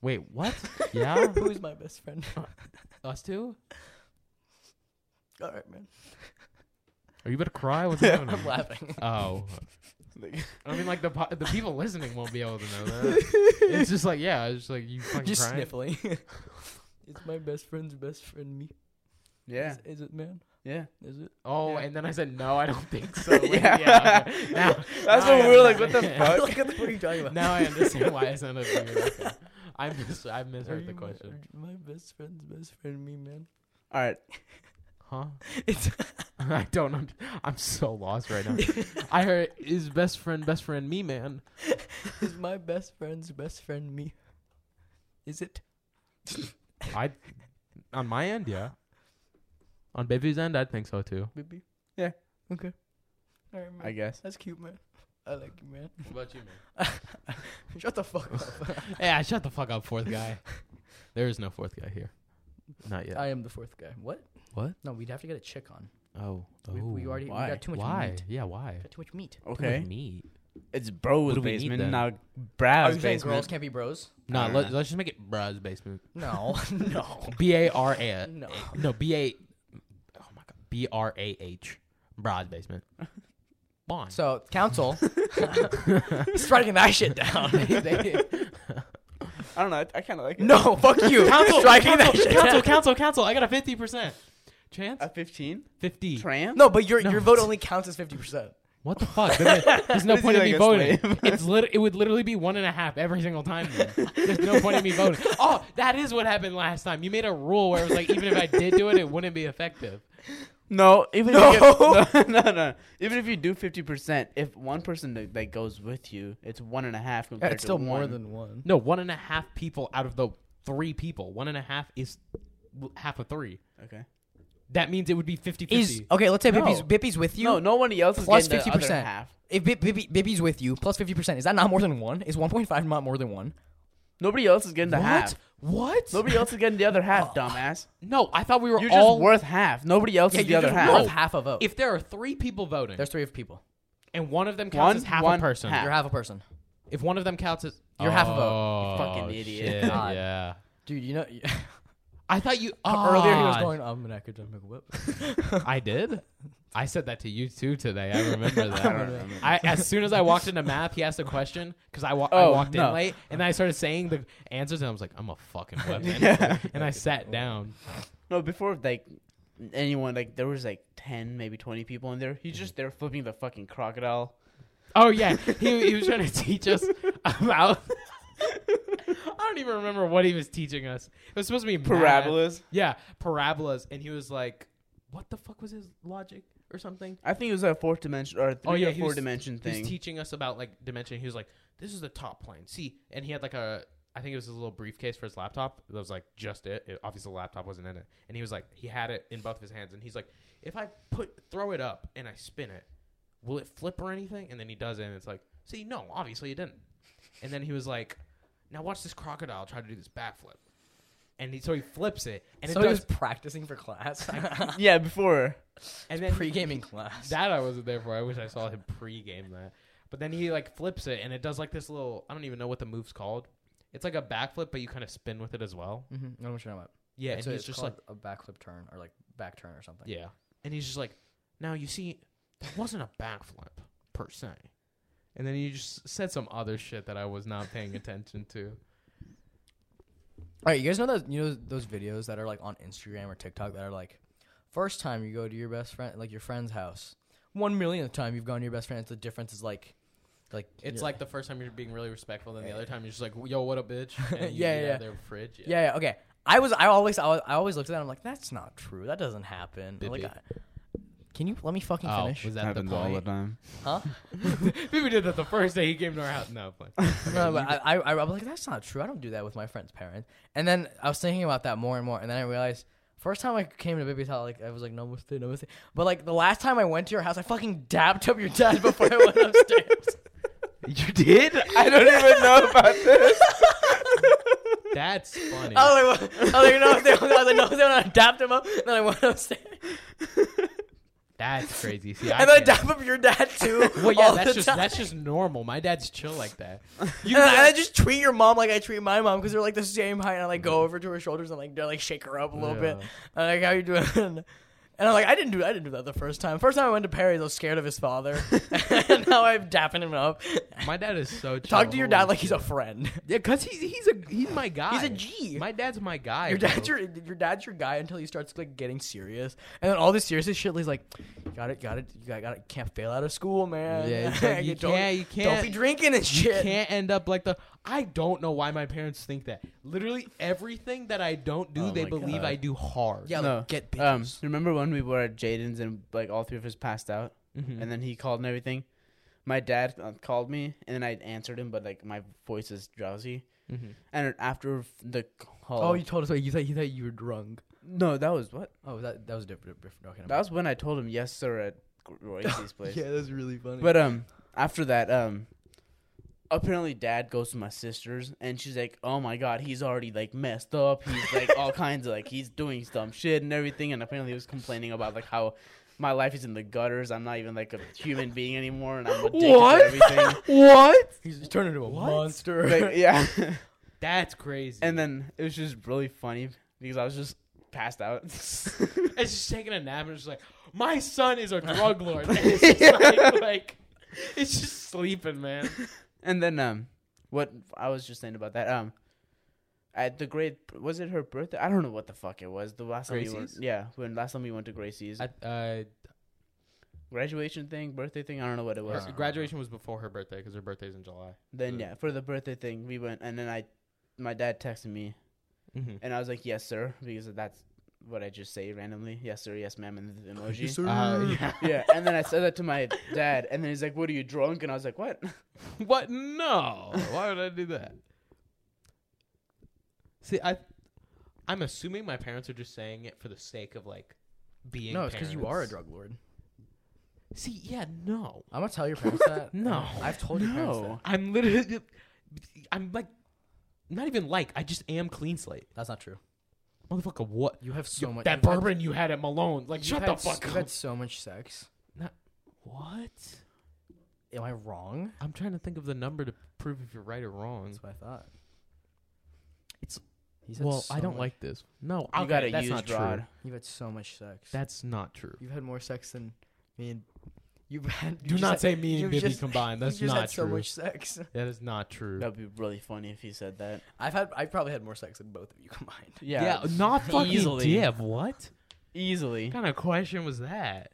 C: Wait, what? yeah,
A: Who is my best friend?
C: us two.
A: All right, man.
C: Are you about to cry? What's happening?
A: I'm laughing.
C: Oh,
B: Like-
C: I mean, like the po- the people listening won't be able to know that. it's just like, yeah, it's just like you fucking
A: Just
C: crying.
A: sniffling. it's my best friend's best friend me.
B: yeah,
A: Is, is it, man?
B: yeah.
A: Is it?
C: Oh,
B: Yeah.
C: and then I said, no, I don't think so. Wait,
B: Yeah.
C: yeah, okay. Now-
B: That's
C: now
B: what
C: I
B: we were like. What the
C: understand.
B: fuck?
A: Look at the what are you talking about?
C: Now I understand why I sounded weird. Okay. I mis- I misheard the question.
A: My, best friend's best friend me, man.
B: All right.
C: Huh?
A: It's
C: I don't. Under- I'm so lost right now. I heard is best friend best friend me man.
A: is my best friend's best friend me. Is it?
C: I on my end, yeah. On baby's end, I think so too.
A: Baby.
B: Yeah.
A: Okay. All right, man.
B: I guess.
A: That's cute, man. I like you, man.
C: What about you, man?
A: Shut the fuck up.
C: Yeah, shut the fuck up, fourth guy. there is no fourth guy here. Not yet.
A: I am the fourth guy. What?
C: What?
A: No, we'd have to get a chick on.
C: oh,
A: We, we already we
B: Why?
A: got too much
C: why?
A: meat.
C: Yeah, why?
A: Got too much meat.
B: Okay.
C: Neat.
B: It's bro's
C: What do we need
B: basement,
C: then?
B: not
A: Are
B: Brad's
A: Oh, you saying
B: basement.
A: girls can't be bros?
C: No,
B: don't
C: let,
B: know.
C: let's just make it Brad's basement.
A: No, no,
C: B A R A.
A: No.
C: No, B A. Oh my God. B R A H. Broad basement. Bond.
A: So council striking that shit down.
B: I don't know. I, I kind of like it.
A: no, fuck you.
C: council,
A: striking that
C: council,
A: shit
C: council,
A: down.
C: council, council. I got a 50% chance.
B: At 15?
C: 50.
B: Tram?
A: No, but your your vote only counts as fifty percent.
C: What the fuck? There's no- there's no
B: Is he
C: point in
B: like
C: me
B: a
C: voting.
B: slave?
C: It's lit- it would literally be one and a half every single time. then. There's no point in me voting. Oh, that is what happened last time. You made a rule where it was like, even if I did do it, it wouldn't be effective.
B: No, even
A: No.
B: if you get, no, no, no. Even if you do fifty percent, if one person that, that goes with you, it's one and a half compared
A: It's still
B: to
A: more
B: one.
A: than one.
C: No, one and a half people out of the three people. One and a half is half of three.
B: okay.
C: that means it would be 50
A: Is okay. Let's say Bippy's Bippy's with you.
B: no, nobody else is
A: plus
B: getting
A: fifty
B: the other
A: percent.
B: half.
A: If Bib- Bibby, Bibby's with you, plus fifty percent, is that not more than one? Is one point five not more than one?
B: Nobody else is getting the half.
C: What?
B: Nobody else is getting the other half, dumbass.
C: No, I thought we were
B: You're just
C: all.
B: worth half. Nobody else
C: Yeah,
B: is the
C: you're
B: other
C: just
B: half.
A: You're
C: worth
A: of half a vote.
C: If there are three people voting,
A: There's three of people,
C: and one of them counts
B: One,
C: as half
B: one,
C: a person,
B: half.
A: you're half a person.
C: if one of them counts as
A: You're half a vote.
C: Oh,
B: You fucking idiot.
C: shit,
A: God.
C: yeah.
A: Dude, you know
C: I thought you
A: earlier he was
C: Ah,
A: going, "I'm an academic whip."
C: I did. I said that to you too today. I remember that. I, as soon as I walked into math, he asked a question because I, wa- I
B: Oh,
C: walked
B: no.
C: in late, and then I started saying the answers, and I was like, "I'm a fucking weapon," and I sat down.
B: No, before like anyone, like there was like ten, maybe twenty people in there. He's
C: Mm-hmm.
B: just there flipping the fucking crocodile.
C: Oh yeah, he, he was trying to teach us about. I don't even remember what he was teaching us. It was supposed to be math.
B: Parabolas.
C: Yeah, parabolas, and he was like, "What the fuck was his logic or something?"
B: I think it was a fourth dimension or a three
C: Oh, yeah,
B: or
C: he
B: four
C: was-
B: dimension
C: He
B: thing.
C: was teaching us about like dimension. He was like, "This is the top plane. See," and he had like a. I think it was his little briefcase for his laptop. That was like just it. it obviously, the laptop wasn't in it. And he was like, he had it in both of his hands, and he's like, "If I put throw it up and I spin it, will it flip or anything?" And then he does it, and it's like, "See, no, obviously it didn't." And then he was like, "Now watch this crocodile try to do this backflip," and he, so he flips it, and
A: so
C: it
A: he
C: does,
A: was practicing for class,
B: yeah, before.
C: and then he-
A: pre-gaming class.
C: that I wasn't there for. I wish I saw him pre-game that. But then he like flips it and it does like this little. I don't even know what the move's called. It's like a backflip, but you kind of spin with it as well.
A: Mm-hmm. I'm sure about.
C: Yeah, and
A: so
C: he's
A: it's
C: just
A: just like a backflip turn or like back turn or something.
C: like, yeah, and he's just like, now you see, that wasn't a backflip per se. And then he just said some other shit that I was not paying attention to.
A: All right, you guys know those you know those videos that are like on Instagram or TikTok that are like first time you go to your best friend like your friend's house. One millionth time you've gone to your best friend's, the difference is like, like
C: It's
A: you're-
C: like the first time you're being really respectful, then the other time you're just like, yo, what up, bitch? And you
A: Yeah,
C: eat out
A: yeah.
C: of Their fridge.
A: yeah, yeah, okay. I was I always I, was, I always looked at that. I'm like that's not true. That doesn't happen. Like,
C: Bippy.
A: I- can you let me fucking
C: Oh,
A: finish?
C: was that the point?
B: time.
C: People did that the first day he came to our house. No, but
A: No, but I, I, I was like, that's not true. I don't do that with my friend's parents. And then I was thinking about that more and more. And then I realized, first time I came to Baby's house, like I was like, no mistake, no mistake. But like the last time I went to your house, I fucking dapped up your dad before I went upstairs.
B: You did? I don't even know about this.
C: that's funny.
A: I was like, what? I was like, no mistake. I was like, no mistake. And I dapped him up. And then I went upstairs.
C: That's crazy. See, I
A: And then I dap
C: can't-
A: up your dad too.
C: Well, yeah,
A: all
C: that's
A: the
C: just
A: time.
C: that's just normal. My dad's chill like that.
A: and,
C: You
A: I, and I
C: guys-
A: just treat your mom like I treat my mom because they're like the same height. And I like go over to her shoulders and like do- like shake her up a little bit.
C: Yeah.
A: I'm like, how you doing? And I'm like, I didn't do I didn't do that the first time. First time I went to Perry's, I was scared of his father. and now I'm dapping him up.
C: my dad is so chill.
A: Talk to your dad
C: Holy
A: like he's a
C: shit.
A: friend.
C: yeah, cause he's he's a he's my guy.
A: He's a G.
C: My dad's my guy.
A: Your dad's
C: bro.
A: your your dad's your guy until he starts like getting serious, and then all this serious shit. He's like, "Got it, got it, you got, got it. Can't fail out of school, man.
C: Yeah, it's like, you
A: don't-
C: can't- you
A: Don't
C: can't-
A: be drinking and
C: You
A: shit.
C: can't end up like the. I don't know why my parents think that. Literally everything that I don't do,
B: Oh
C: they
B: my
C: believe
B: God.
C: I do hard.
A: Yeah, like,
B: No.
A: get
B: Um,
A: bitches.
B: remember when we were at Jaden's and like all three of us passed out,
C: Mm-hmm.
B: and then he called and everything. My dad uh, called me, and then I answered him, but like my voice is drowsy.
C: Mm-hmm.
B: And after the call,
A: oh, you told us. Wait, you thought you thought you were drunk.
B: no, that was what?
A: Oh, that that was different. different okay, never
B: That was when I told him yes, sir, at Royce's place.
A: Yeah, that's really funny.
B: But um, after that, um, apparently dad goes to my sister's, and she's like, "Oh my god, he's already like messed up. He's like all kinds of like he's doing dumb shit and everything." And apparently he was complaining about like how my life is in the gutters. I'm not even like a human being anymore, and I'm addicted
C: What?
B: to everything.
C: What?
A: he's turned into a
C: What?
A: monster.
B: Like, yeah.
C: That's crazy.
B: and then it was just really funny because I was just passed out.
C: it's just taking a nap and it's just like my son is a drug lord. And it's just like, like it's just sleeping, man.
B: And then um, what I was just saying about that um, at the grade was it her birthday? I don't know what the fuck it was. The last time we went,
C: Gracie's?
B: yeah, when last time we went to Gracie's
C: I, uh,
B: graduation thing, birthday thing, I don't know what it was.
C: Her uh, graduation was before her birthday because her birthday's in July.
B: Then yeah, for the birthday thing we went, and then I, my dad texted me,
C: Mm-hmm.
B: and I was like yes sir because that's what I just say randomly yes sir yes ma'am and the emoji
C: Uh, yeah.
B: yeah, and then I said that to my dad, and then he's like what are you drunk? And I was like what?
C: What? No. Why would I do that? See, I, I'm assuming my parents are just saying it for the sake of like being
A: No, it's because you are a
C: parents.
A: drug lord.
C: See, yeah, no.
A: I'm gonna tell your parents that.
C: No.
A: I've told your parents that.
B: No.
C: I'm literally I'm like not even like, I just am clean slate.
A: That's not true.
C: Motherfucker, what?
A: You have so
C: Yo,
A: much you've
C: that
A: had-
C: bourbon you had at Malone. Like,
A: you've
C: shut
A: had
C: the
A: s-
C: fuck
A: You've
C: up.
A: had so much sex.
C: What?
A: Am I wrong?
C: I'm trying to think of the number to prove if you're right or wrong.
A: That's what I thought.
C: It's-
A: He's had
C: Well,
A: so
C: I don't
A: much-
C: like this. No,
B: You
C: okay,
B: got a
C: that's
B: used
C: not
B: rod.
C: true.
A: You've had so much sex.
C: That's not true.
A: You've had more sex than me and you've had.
C: Do not say me and
A: you
C: Bibby
A: just-
C: combined. That's
A: you just
C: not
A: had
C: true.
A: so much sex.
C: That is not true.
B: That'd be really funny if he said that.
A: I've had. I've probably had more sex than both of you combined.
B: Yeah,
C: not fucking
B: Easily.
C: Div. What
B: easily.
C: kind of question was that?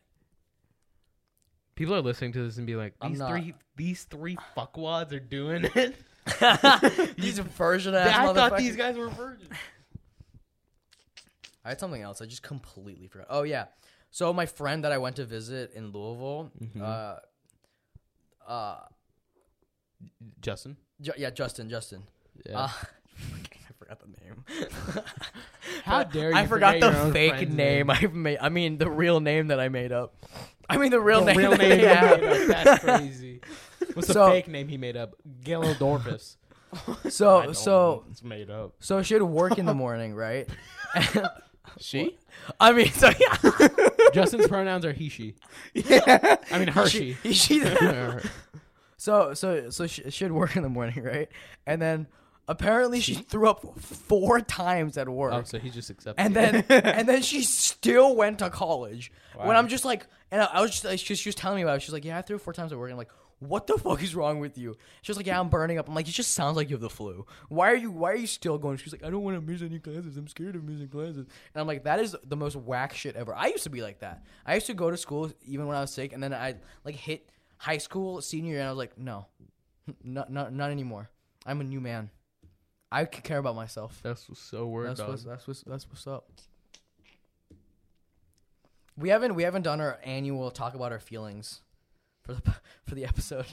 C: People are listening to this and be like,
A: I'm
C: these
A: not.
C: three, these three fuckwads are doing it.
A: These version ass
C: I thought
A: motherfuckers.
C: these guys were virgins.
A: I had something else. I just completely forgot. Oh yeah, so my friend that I went to visit in Louisville,
C: Mm-hmm.
A: uh, uh,
C: Justin,
A: Ju- yeah, Justin, Justin.
C: Yeah.
A: Uh, I forgot the name.
C: how dare you?
A: I forgot
C: forget your
A: the
C: own
A: fake
C: friend's
A: name I made. I mean, the real name that I made up. I mean, the real
C: The
A: name.
C: real
A: that I
C: name.
A: made up.
C: he made up. That's crazy. What's
A: So-
C: the fake name he made up? Gilodorpus.
A: So, so,
C: it's made up.
A: so she'd work in the morning, right?
B: She?
A: I mean, so yeah,
C: Justin's pronouns are he she. I mean Oh, Hershey.
A: she, she- So so so she, she'd work in the morning, right? And then apparently she threw up four times at work.
C: oh, so he just accepted.
A: and
C: it.
A: then and then she still went to college. When
C: Wow.
A: I'm just like, and I, I was just like, she, she was telling me about it. She was like, yeah, I threw up four times at work. I'm like, what the fuck is wrong with you? She was like, yeah, I'm burning up. I'm like, it just sounds like you have the flu. Why are you Why are you still going? She was like, I don't want to miss any classes. I'm scared of missing classes. And I'm like, that is the most whack shit ever. I used to be like that. I used to go to school even when I was sick, and then I like hit high school senior, year, and I was like, no, not not not anymore. I'm a new man. I c- care about myself.
C: that's so weird.
A: That's
C: dog.
A: what's, that's what's that's what's up. We haven't we haven't done our annual talk about our feelings for the for the episode.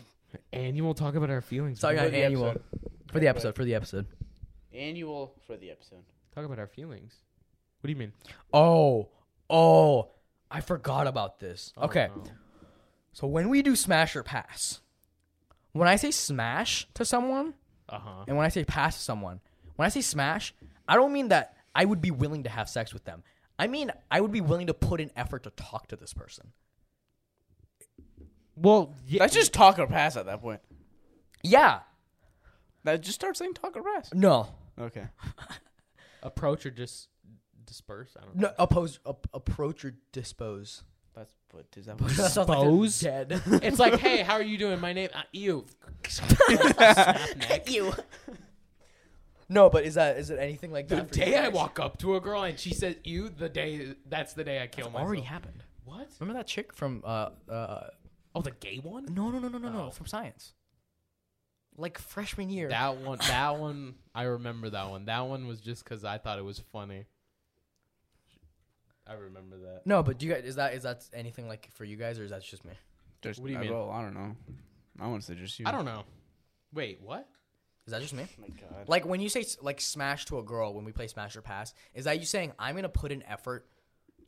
C: Annual talk about our feelings.
A: Sorry,
C: bro.
A: not annual for the episode for the episode.
B: Annual for the episode.
C: Talk about our feelings. What do you mean?
A: Oh oh, I forgot about this. okay, so when we do smash or pass, when I say smash to someone
C: Uh huh.
A: and when I say pass to someone, when I say smash, I don't mean that I would be willing to have sex with them. I mean I would be willing to put in effort to talk to this person.
C: Well, yeah.
B: That's just talk or pass at that point.
A: Yeah.
B: That just start saying talk or pass.
A: No.
B: Okay.
C: approach or just disperse. I don't know.
A: No, oppose, op- approach or dispose.
B: That's what is that?
A: Sounds like they're
C: Dispose?
A: dead.
C: It's like, hey, how are you doing? My name, uh, you.
A: you. No, but is that is it anything like
C: The
A: that? for you
C: day I
A: guys?
C: walk up to a girl and she says you, the day that's the day I kill myself.
A: already happened.
C: What?
A: Remember that chick from uh uh
C: Oh, the gay one.
A: no no no no no no
C: Oh.
A: from science. Like freshman year.
C: That one. That one. I remember that one. That one was just because I thought it was funny. I remember that.
A: no, but do you guys is that is that anything like for you guys or is that just me?
B: Just,
C: What do you
B: I
C: mean?
B: Well, I don't know. I want to say just you.
C: I don't know. Wait, what?
A: Is that just me?
B: Oh my god.
A: Like when you say s- like smash to a girl when we play smash or pass, is that you saying I'm gonna put an effort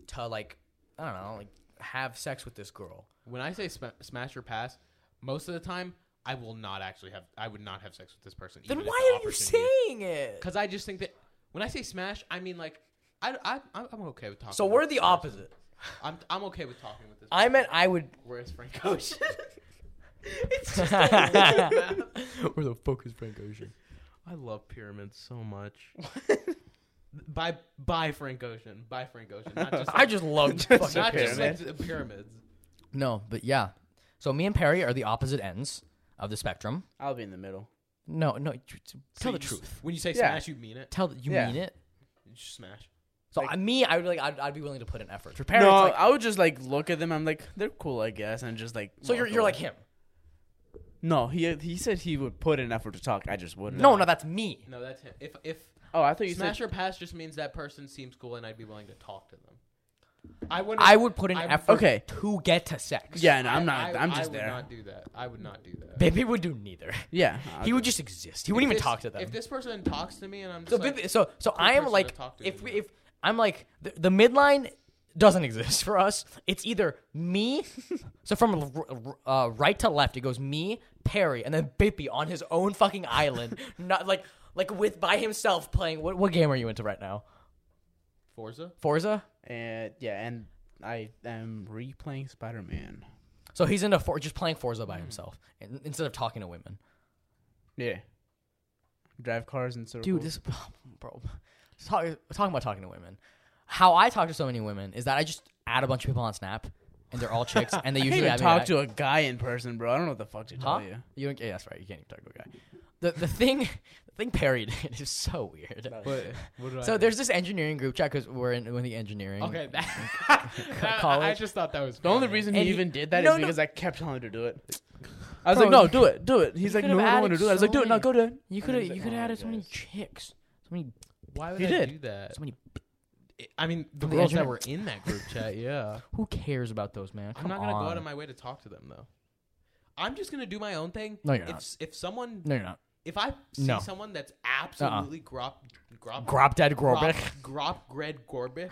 A: to like I don't know like have sex with this girl?
C: When I say sma smash or pass, most of the time I will not actually have. I would not have sex with this person.
A: Then why are you saying it?
C: Because I just think that when I say smash, I mean like I I I'm I'm okay with talking.
A: So
C: with
A: we're
C: this
A: the
C: person.
A: opposite.
C: I'm I'm okay with talking with this.
A: I meant I would.
C: person. where's Frank Ocean? it's just a weird map.
A: Where the fuck is Frank Ocean?
C: I love pyramids so much. by by Frank Ocean, by Frank Ocean. Not just
A: I
C: like,
A: just loved
C: not
A: fucking
C: just like the pyramids.
A: no, but yeah. So me and Perry are the opposite ends of the spectrum.
B: I'll be in the middle.
A: No, no. you- you- Tell
C: So
A: the
C: you just-
A: truth.
C: When you say
B: Yeah.
C: smash, you mean it.
A: Tell the, you
B: Yeah.
A: mean it.
C: You just smash.
A: So
B: Like-
A: I, me, I would like. I'd, I'd be willing to put an effort. For Perry,
B: no,
A: it's like,
B: I would just like look at them. I'm like, they're cool, I guess, and just like.
A: so
B: walk
A: you're you're like
B: away.
A: him.
B: No, he he said he would put in effort to talk. I just wouldn't.
A: No, no, that's me.
C: No, that's him. If if
B: Oh, I thought you
C: smash
B: said.
C: or pass just means that person seems cool and I'd be willing to talk to them. I wouldn't.
A: I would put an
C: I-
A: effort
B: okay.
A: to get to sex.
B: Yeah, no, I'm
C: I-
B: not. I, am
C: I
B: just
C: would
B: there.
C: not do that. I would not do that.
A: Bibby would do neither.
B: Yeah.
A: he would just exist. He wouldn't
C: If
A: even
C: this-
A: talk to them.
C: If this person talks to me and I'm
A: So,
C: just like,
A: Bib- so, so I am
C: person to
A: like,
C: talk to
A: if
C: you
A: we,
C: know.
A: if I'm like the, the midline doesn't exist for us. It's either me, so from r- r- uh, right to left, it goes me, Perry, and then Bippy on his own fucking island, not like like with by himself playing. What what game are you into right now?
C: Forza.
A: Forza.
B: And yeah, and I am replaying Spider Man.
A: So he's into for- just playing Forza
C: Mm.
A: by himself in- instead of talking to women.
B: Yeah. Drive cars in circles.
A: Dude, this bro, talk, talking about talking to women. How I talk to so many women is that I just add a bunch of people on Snap, and they're all chicks, and they
B: I can't
A: usually
B: even
A: have me
B: talk
A: at-
B: to a guy in person, bro. I don't know what the fuck to
A: Huh?
B: tell you.
A: You don't. Yeah, that's right. You can't even talk to a guy. The the thing, the thing Perry did is so weird.
C: What, what do I
A: So
C: do?
A: there's this engineering group chat because we're in with the engineering.
C: Okay, that,
A: Co-
C: I, I
A: college.
C: just thought that was
B: The only
C: funny.
B: reason
A: And
B: he
A: he-
B: even did that is
A: No, no.
B: because I kept telling him to do it. I was
A: Bro,
B: like, no,
A: you-
B: do it, do it. He's
A: you
B: like,
A: could
B: no,
A: have
B: I don't want to
A: added
B: do it. I was like,
A: so
B: do it, no,
A: many.
B: go do it.
A: You could have
B: he's like,
A: you could
B: "Oh,
A: have added so many
B: guys."
A: chicks, so many
C: Why would
B: He
C: I
B: did.
C: do that?
A: so many.
C: I mean, the
A: The
C: girls that
A: engineer-
C: were in that group chat, yeah.
A: Who cares about those man?
C: I'm
A: Come
C: not gonna
A: on.
C: go out of my way to talk to them though. I'm just gonna do my own thing.
A: No, you're
C: if
A: not.
C: s- if someone
A: No, you're not.
C: if I see
A: No. Uh-uh.
C: someone that's absolutely grop grop
A: Grop dead
C: grop
A: Gorbic.
C: grop Gred Gorbic,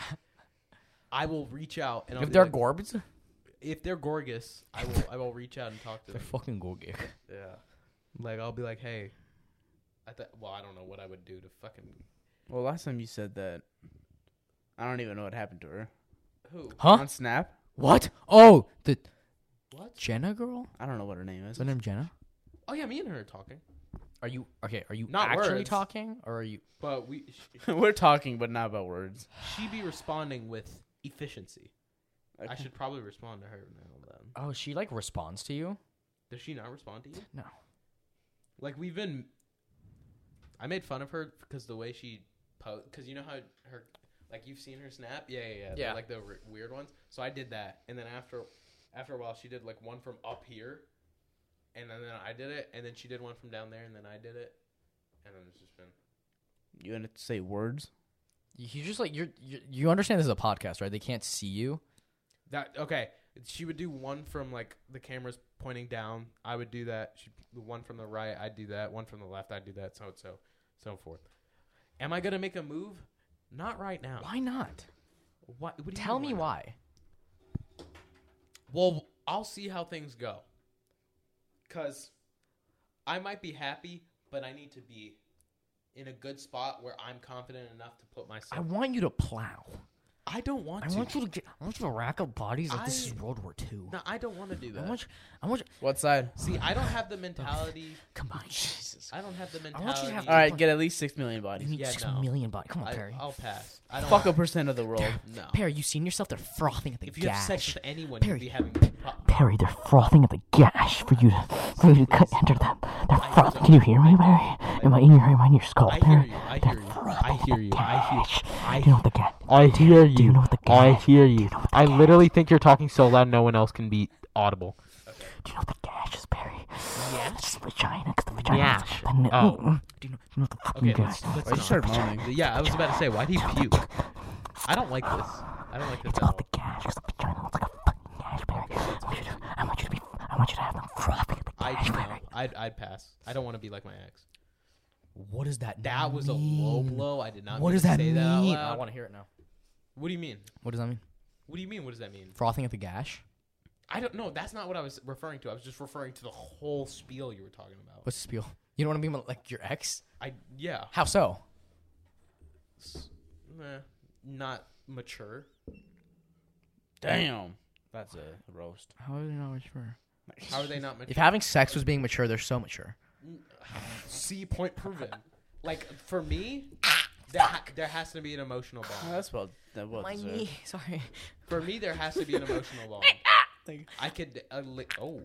C: I will reach out and I'll
A: If
C: be
A: they're
C: like,
A: Gorbs,
C: if they're gorgeous, I will I will reach out and talk to
A: they're
C: them.
A: fucking Gorgic.
C: Yeah, like I'll be like, hey, I th- well I don't know what I would do to fucking
B: Well, last time you said that, I don't even know what happened to her.
C: who
A: Huh?
B: On Snap,
A: What? Oh, the
C: what?
A: Jenna girl.
B: I don't know what her name
A: Is
B: is.
A: her name Jenna?
C: Oh yeah, me and her are talking,
A: Are you okay? Are you
C: Not
A: actually
C: words.
A: talking, or are you?
C: but we sh-
B: We're talking, but not about words.
C: she be responding with efficiency. I
B: Okay.
C: should probably respond to her now then.
A: Oh, she like responds to you.
C: Does she not respond to you?
A: No.
C: Like we've been. I made fun of her because the way she posed. Because you know how her, like you've seen her snap. Yeah, yeah, yeah.
A: Yeah.
C: Like the r- weird ones. So I did that, and then after, after a while, she did like one from up here, and then, then I did it, and then she did one from down there, and then I did it, and then it's just been.
B: You want to say words?
A: You- You just like you're, you you understand this is a podcast, right? They can't see you.
C: That okay. She would do one from like the cameras pointing down. I would do that. She the one from the right. I'd do that. One from the left. I'd do that. So so so forth. Am I gonna make a move? Not right now.
A: Why not?
C: What? what do you
A: Tell
C: mean
A: me
C: not?
A: why.
C: Well, I'll see how things go. Cause I might be happy, but I need to be in a good spot where I'm confident enough to put
A: I
C: myself.
A: want you to plow.
C: I, don't want
A: I
C: to.
A: want you to get. I want you to rack up bodies like this is
C: I-
A: World War II.
C: no, I don't want to do that.
A: I want you. I want you.
B: What side?
C: see, I don't have the mentality.
A: Come on, Jesus.
C: I don't have the
A: I want you to
C: mentality.
A: have-
B: All right, get at least six million bodies.
A: You need
C: yeah,
A: six
C: no.
A: million bodies. Come on,
C: I,
A: Perry.
C: I'll pass. I don't
B: Fuck a
C: want-
B: percent of the world.
C: No.
A: Perry, you seen yourself? They're frothing at the
C: If you have
A: gash.
C: sex with anyone,
A: Perry.
C: you'd be having.
G: Perry, they're frothing at the gash for you to for you to cut, enter them. They're frothing. Can you hear me, Perry? Am I in your am I in your skull,
C: I hear
G: Perry?
C: you. I hear you. I hear you. I hear. I Oh.
G: Do you know what the gash?
H: I hear
G: Do you
H: you.
G: know what the gash?
H: I hear you. I literally think you're talking so loud no one else can be audible.
G: Do you know what the gash is, Perry? Yeah. It's the vagina, 'cause the vagina.
H: Yeah.
G: is- the-
H: Oh.
G: mm-mm. Do you know? Do you know what the fucking
C: Okay,
G: gash?
C: let's,
G: is?
C: let's
B: Why you
C: not.
B: start moaning?
C: Yeah, I was about to say, why do you puke? I don't like this. I don't like this. At all.
G: the gash, 'cause the vagina looks like a fucking gash, Perry. I want you to, I want you to be, I want you to have them frothing at the
C: I
G: gash,
C: no,
G: Perry.
C: I'd, I'd pass. I don't want to be like my ex.
A: What does that?
C: That was a low blow. I did not.
A: What
C: mean
A: does
C: to
A: that
C: say
A: mean?
C: That out
A: I
C: loud.
A: want to hear it now.
C: What do you mean?
A: What does that mean?
C: What do you mean? What does that mean?
A: Frothing at the gash.
C: I don't know. That's not what I was referring to. I was just referring to the whole spiel you were talking about.
A: What's the spiel? You don't want to be like your ex?
C: I yeah,
A: How so?
C: s- nah, not mature.
B: Damn, that's a roast.
A: How are they not mature?
C: How are they not mature?
A: If having sex was being mature, they're so mature.
C: See, point proven. Like for me, there, ha- there has to be an emotional
B: Oh,
C: bond.
B: that's well. That well deserved.
A: Sorry.
C: For me, there has to be an emotional bond. I could uh, li- oh,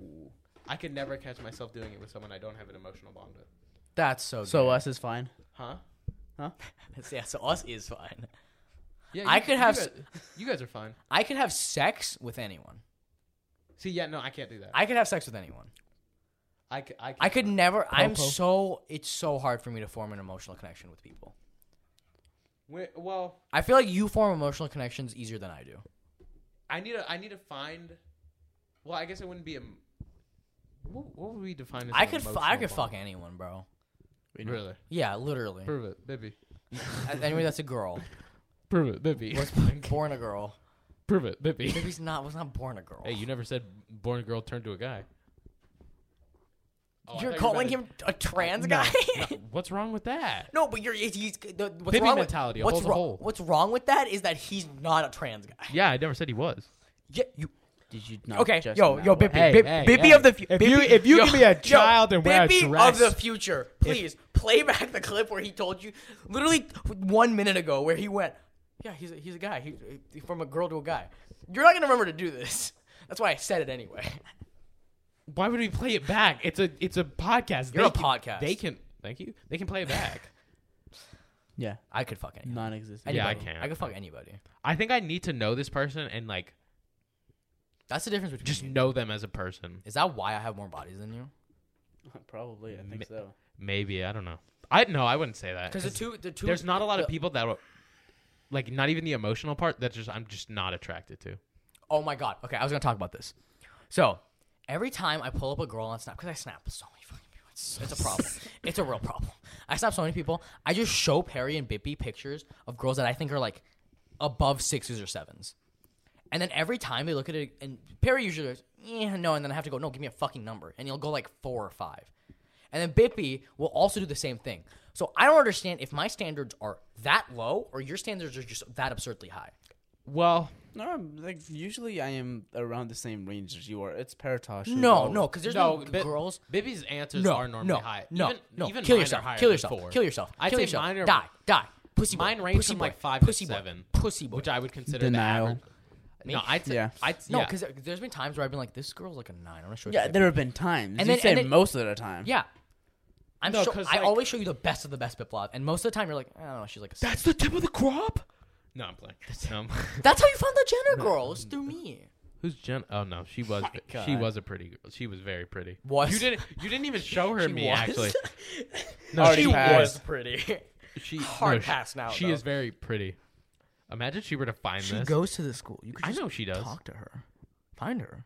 C: I could never catch myself doing it with someone I don't have an emotional bond with.
A: That's so.
B: So
A: gay.
B: us is fine.
C: Huh?
A: yeah. So us is fine.
C: Yeah,
A: I could have
C: You
A: s-
C: guys, you guys are fine.
A: I could have sex with anyone.
C: See, yeah, no, I can't do that. I
A: I could have sex with anyone.
C: I, c- I,
A: I could never. I'm
B: Coco.
A: so. It's so hard for me to form an emotional connection with people.
C: Wi- well,
A: I feel like you form emotional connections easier than I do.
C: I need to I need to find. Well, I guess it wouldn't be a. What, what would we define as?
A: I
C: an
A: could. F- I
C: emotional
A: could
C: bond?
A: fuck anyone, bro.
C: Really?
A: Yeah, literally.
C: Prove it, baby.
A: anyway, that's a girl.
C: Prove it, baby.
A: Was born a girl.
C: Prove it, Bippy.
G: Baby's not was not born a girl.
C: hey, you never said born girl turned to a guy. Oh, I
G: You're
C: thought you meant-
G: calling him a trans
C: No,
G: guy?
C: no, what's wrong with that?
G: No, but you're he's, he's the, what's
C: Baby
G: wrong
C: mentality, a
G: With,
C: hole's
G: what's,
C: a
G: wrong,
C: hole.
G: what's wrong with that is that he's not a trans guy.
C: Yeah, I never said he was.
G: Yeah, you
B: Did you not?
G: okay?
B: just
G: Yo,
B: now?
G: yo, Bippy,
C: Hey,
G: Bip-
C: hey,
G: Bippy
C: hey.
G: of the fu-
C: If
G: Bippy-
C: you- if you
G: yo,
C: give me a child and wear a
G: Bippy
C: dress-
G: of the future, please play back the clip where he told you literally one minute ago where he went. Yeah, he's a, he's a guy. He, he- from a girl to a guy. You're not gonna remember to do this. That's why I said it anyway.
C: Why would we play it back? It's a it's a podcast.
G: You're
C: They
G: a
C: can-
G: podcast.
C: They can thank you. They can play it back.
B: Yeah,
G: I could fuck anybody.
B: non-existent.
C: Yeah, I
G: Anybody.
C: can't.
G: I could fuck anybody.
C: I think I need to know this person and like
G: That's the difference between.
C: just
G: you.
C: know them as a person.
G: Is that why I have more bodies than you?
B: Probably, I
C: Mi-
B: think so.
C: Maybe I don't know. I no, I wouldn't say that.
G: Because the two, the two.
C: there's not a lot of
G: the-
C: people that would- like not even the emotional part that just I'm just not attracted to.
G: Oh my god. Okay, I was gonna talk about this. So every time I pull up a girl on Snap, because I snap so many fucking people, it's, it's a problem. it's a real problem. I snap so many people. I just show Perry and Bippy pictures of girls that I think are like above sixes or sevens. And then every time they look at it, and Perry usually goes, yeah, no, and then I have to go, no, give me a fucking number. And he'll go like four or five. And then Bippy will also do the same thing. So I don't understand if my standards are that low or your standards are just that absurdly high.
C: Well,
B: No, I'm, like usually I am around the same range as you are. It's paratosh.
G: No, no, because there's no,
C: no, Bi-
G: girls.
C: Bibby's answers
G: No,
C: are normally
G: no,
C: high.
G: no,
C: even,
G: no.
C: Even
G: kill
C: mine are
G: yourself.
C: higher
G: Kill
C: than
G: yourself.
C: Four.
G: Kill yourself.
C: I'd
G: kill
C: say
G: yourself.
C: mine are
G: die. Die. Pussy boy.
C: Mine range
G: pussy
C: from
G: boy.
C: like five
G: pussy
C: to
G: boy.
C: seven,
G: Pussy boy.
C: which I would consider
B: Denial.
C: The average. No, I'd say,
B: Yeah.
C: I'd,
G: no,
C: yeah.
G: because there's been times where I've been like, this girl's like a nine. I'm gonna show you.
B: Yeah,
G: the
B: there have been times.
G: And
B: And you
G: then-
B: say
G: and then-
B: most of the time.
G: yeah. I'm
C: No,
G: sure.
C: 'cause,
G: I
C: like-
G: always show you the best of the best bit blog, and most of the time you're like, I don't know, she's like a.
C: That's
G: That's,
C: the tip of the crop. No, I'm playing. No, I'm-
G: That's how you found the Jenner girl. It's through me.
C: Who's Jen? Oh no, she was she
B: God.
C: was a pretty girl. She was very pretty.
G: Was.
C: you didn't you didn't even show her
G: She
C: me
G: was.
C: actually.
B: Already
G: She
B: passed.
G: was pretty.
C: She
G: Hard
C: no, she-
G: pass now,
C: She
G: though.
C: is very pretty. Imagine she were to find
G: She
C: this.
G: goes to the school. You could
C: I
G: just
C: know she does.
G: talk to her, find her,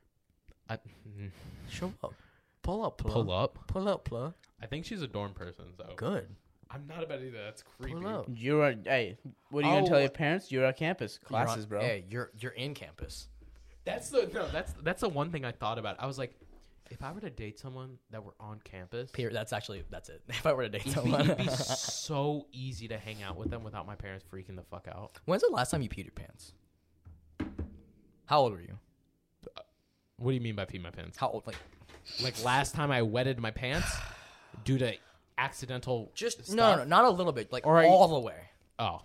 C: I, mm,
G: show up, pull up, pull,
C: pull up.
G: pull up, plug.
C: I think she's a dorm person though.
G: Good.
C: I'm not about either. That's creepy.
G: Pull up.
B: You're a, hey, what are you gonna tell
C: Oh.
B: your parents? You're on campus
G: You're on-
B: classes, bro.
G: Hey, you're you're in campus.
C: That's the no. That's that's the one thing I thought about. I was like, if I were to date someone that were on campus,
G: Period. That's actually that's it. If I were to date
C: it'd be, it'd
G: someone,
C: be so easy to hang out with them without my parents freaking the fuck out.
G: when's the last time you peed your pants? How old were you?
C: What do you mean by pee my pants?
G: How old? Like
C: Like last time I wetted my pants due to accidental.
G: just no,
C: stuff.
G: no, not a little bit. Like
C: Or are you-
G: all the way.
C: Oh,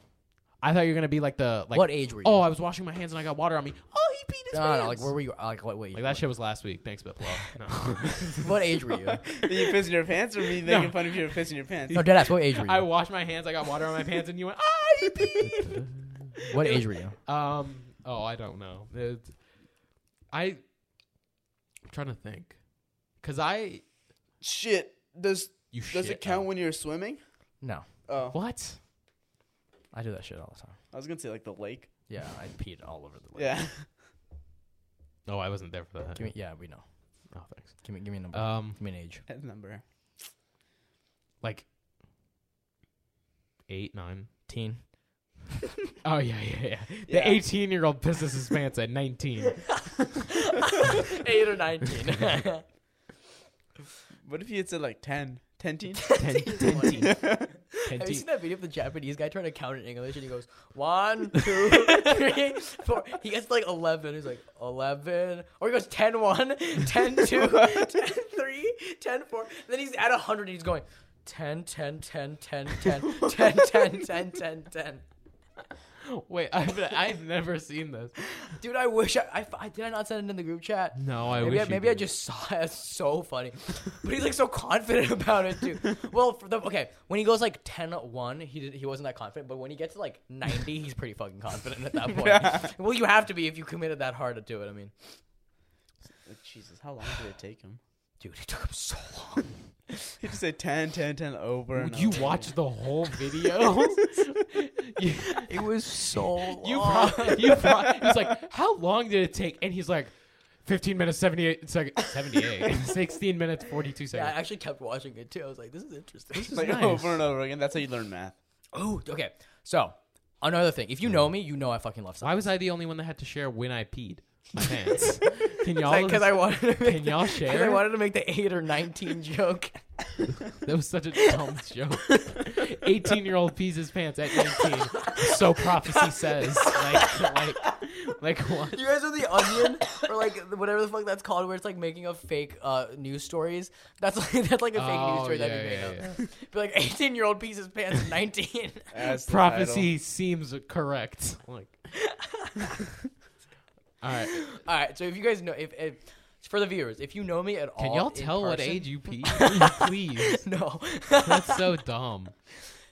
C: I thought you were gonna be like the like.
G: What age were you?
C: Oh, I was washing my hands and I got water on me. Oh, he peed his
G: No,
C: pants.
G: no, no, like where were you? Like what? Wait,
C: Like that shit was last week. Thanks, Biplo. No.
G: what age were you?
B: Did you piss in your pants or me making fun of you for pissing your pants?
G: No, deadass. What age were you?
C: I washed my hands. I got water on my pants, and you went. Ah, he peed.
G: what age were you?
C: um. Oh, I don't know. It- I. I'm trying to think, cause I.
B: Shit. Does
C: You
B: does
C: shit,
B: it count
C: oh.
B: when you're swimming?
G: No,
B: Oh,
C: What?
G: I do that shit all the time.
B: I was gonna say like the lake.
G: Yeah, I peed all over the.
B: Yeah.
C: Oh, I wasn't there for that.
G: Give me, yeah, we know.
C: Oh, thanks.
G: Give me, give me a number.
C: Um,
G: give me an age.
B: That number.
C: like. Eight, nine.
G: Teen.
C: Oh yeah, yeah, yeah.
B: Yeah.
C: The eighteen-year-old pisses his pants at nineteen.
G: Eight or nineteen.
B: What if you had said like 10? 10 teen?
C: Ten- ten- ten- ten-
G: Have you seen that video of the Japanese guy trying to count in English and he goes one, two, three, four. He gets to, like eleven. He's like eleven, or he goes 10, 1, 10, 2, 10, 3, 10, 4. And then he's at hundred and he's going 10, 10, 10, 10, 10, 10, 10, 10, 10, 10.
C: Wait, I've, I've never seen this.
G: Dude, I wish I, I, I did I not send it in the group chat.
C: No, I
G: maybe
C: wish
G: I,
C: you
G: maybe I
C: did.
G: just saw it. It's so funny. But he's like so confident about it too. Well, for the, okay, when he goes like 10-1, he did, he wasn't that confident, but when he gets to like 90, he's pretty fucking confident at that point. Well, you have to be if you committed that hard to it. I mean,
B: Jesus, how long did it take him?
G: dude, it took him so long.
B: He just said 10, 10, 10 over and
C: You
B: over.
C: watched the whole video. you,
G: It was so long.
C: you, pro- you pro- he's like, how long did it take? And he's like, 15 minutes, 78 seconds, 78, 16 minutes, 42
G: yeah, I
C: seconds.
G: actually kept watching it too. I was like, this is interesting.
B: like
C: nice.
B: over and over again. That's how you learn math.
G: Oh, okay. So Another thing, if you know me, you know I fucking love something.
C: Why was I the only one that had to share when I peed my pants? Can y'all?
G: Because I wanted to make
C: Can y'all
G: Because I
C: share?
G: wanted to make the eight or nineteen joke.
C: That was such a dumb joke. Eighteen-year-old pees his pants at nineteen. so prophecy says. Like, like, like what?
G: You guys are the Onion or like whatever the fuck that's called, where it's like making up fake uh, news stories. That's like that's like a fake news
C: Oh,
G: story
C: yeah,
G: that we made
C: yeah,
G: up. But like eighteen year old pieces pants at nineteen.
B: That's the title.
C: Prophecy seems correct. Like. All right.
G: All right, so if you guys know, if, if for the viewers, if you know me at all,
C: Can y'all
G: in
C: tell what
G: person-
C: age you pee? Please.
G: No,
C: That's so dumb.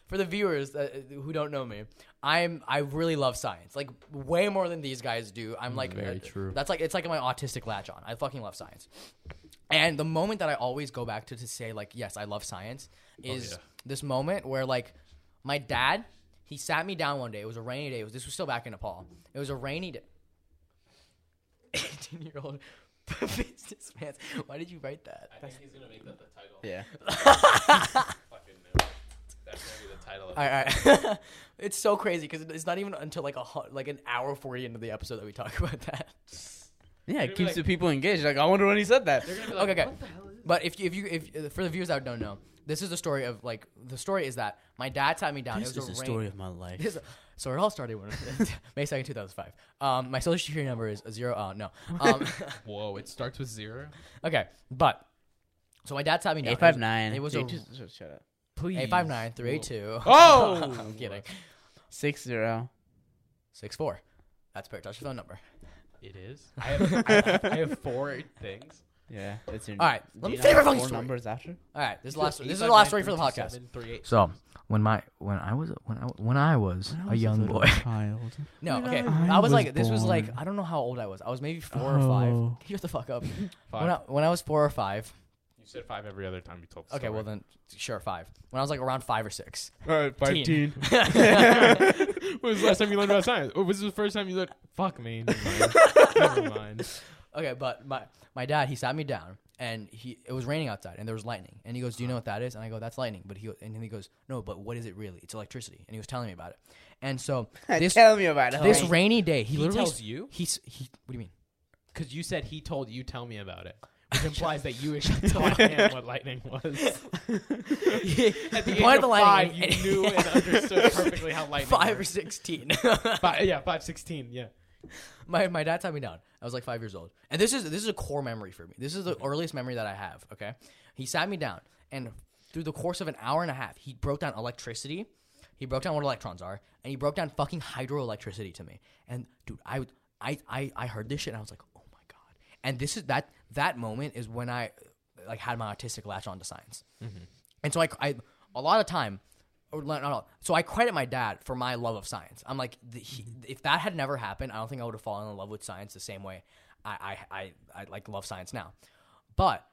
G: for the viewers that, who don't know me, I'm I really love science, like way more than these guys do. I'm like
C: Mm, Very
G: uh,
C: true.
G: That's like it's like my autistic latch on. I fucking love science. And the moment that I always go back to to say like yes, I love science is
C: Oh, yeah.
G: this moment where like my dad he sat me down one day. It was a rainy day. It was, this was still back in Nepal. It was a rainy day. Eighteen year old business man. Why did you write that?
C: he's gonna make that the title.
B: Yeah.
C: That's gonna be the title.
G: All right, all right. it's so crazy because it's not even until like a hu- like an hour before the end of the episode that we talk about that.
B: Yeah, it
C: be
B: keeps
C: like-
B: the people engaged. Like, I wonder when he said that.
G: okay, okay. But if you, if you if for the viewers that don't know, this is a story of like the story is that my dad sat me down. it was a rain-
B: of my life.
G: This- so it all started when May second, two thousand five. Um, my social security number is zero. Oh no. Um,
C: Whoa, it starts with zero.
G: okay, but so my dad sat me down.
B: Eight five nine.
G: It was
B: Dude,
G: a
B: just- just shut up.
C: Please.
G: eight five nine three eight two.
C: Oh!
G: I'm kidding.
B: Six zero.
G: Six four. That's per touch phone number.
C: It is. I have, I have, I have four things.
B: Yeah, that's your.
G: All right,
B: Do
G: let
B: you
G: me
B: know
G: favorite
B: the
G: fucking
B: four E
G: story.
B: numbers after.
G: All right, this is the last. This is the
C: 859-327-328.
G: last story for the podcast.
I: So when my when I was when I when I was, a young boy,
B: Child.
G: No, okay.
J: I
G: I was
J: was
G: like, this was like,
J: born.
G: I don't know how old I was. I was maybe four or five.
J: Oh.
G: Shut the fuck up.
C: Five.
G: When I, when I was four or five.
C: you said five every other time you told. The
G: Okay, well then, sure, five. When I was like around five or six.
C: All right,
G: Teen.
C: when was the last time you learned about science? Or was this the first time you learned? Fuck me. Never mind. Never mind.
G: Okay, but my my dad he sat me down and he it was raining outside and there was lightning and he goes, "Do you know what that is?" And I go, "That's lightning." But he and he goes, "No, but what is it really? It's electricity." And he was telling me about it. And so this
B: Tell me about it.
G: this
B: homie.
G: rainy day, he,
C: He
G: literally
C: tells you?
G: he s- he. What do you mean?
C: Because you said he told you, tell me about it, which implies that you actually taught him what lightning was. At the
G: He
C: age
G: pointed the
C: of five,
G: lightning and-
C: you knew and understood perfectly how lightning.
G: Five or
C: works.
G: sixteen.
C: five, yeah, five sixteen, yeah.
G: my my dad tied me down. I was like five years old, and this is this is a core memory for me. This is the earliest memory that I have. Okay, he sat me down, and through the course of an hour and a half, he broke down electricity. He broke down what electrons are, and he broke down fucking hydroelectricity to me. And dude, I would- I I, I heard this shit, and I was like, oh my god. And this is that that moment is when I like had my autistic latch on to science. And so I, I a lot of time, or not, not all, so I credit my dad for my love of science. I'm like, the, he, if that had never happened, I don't think I would have fallen in love with science the same way I, I, I, I like love science now. But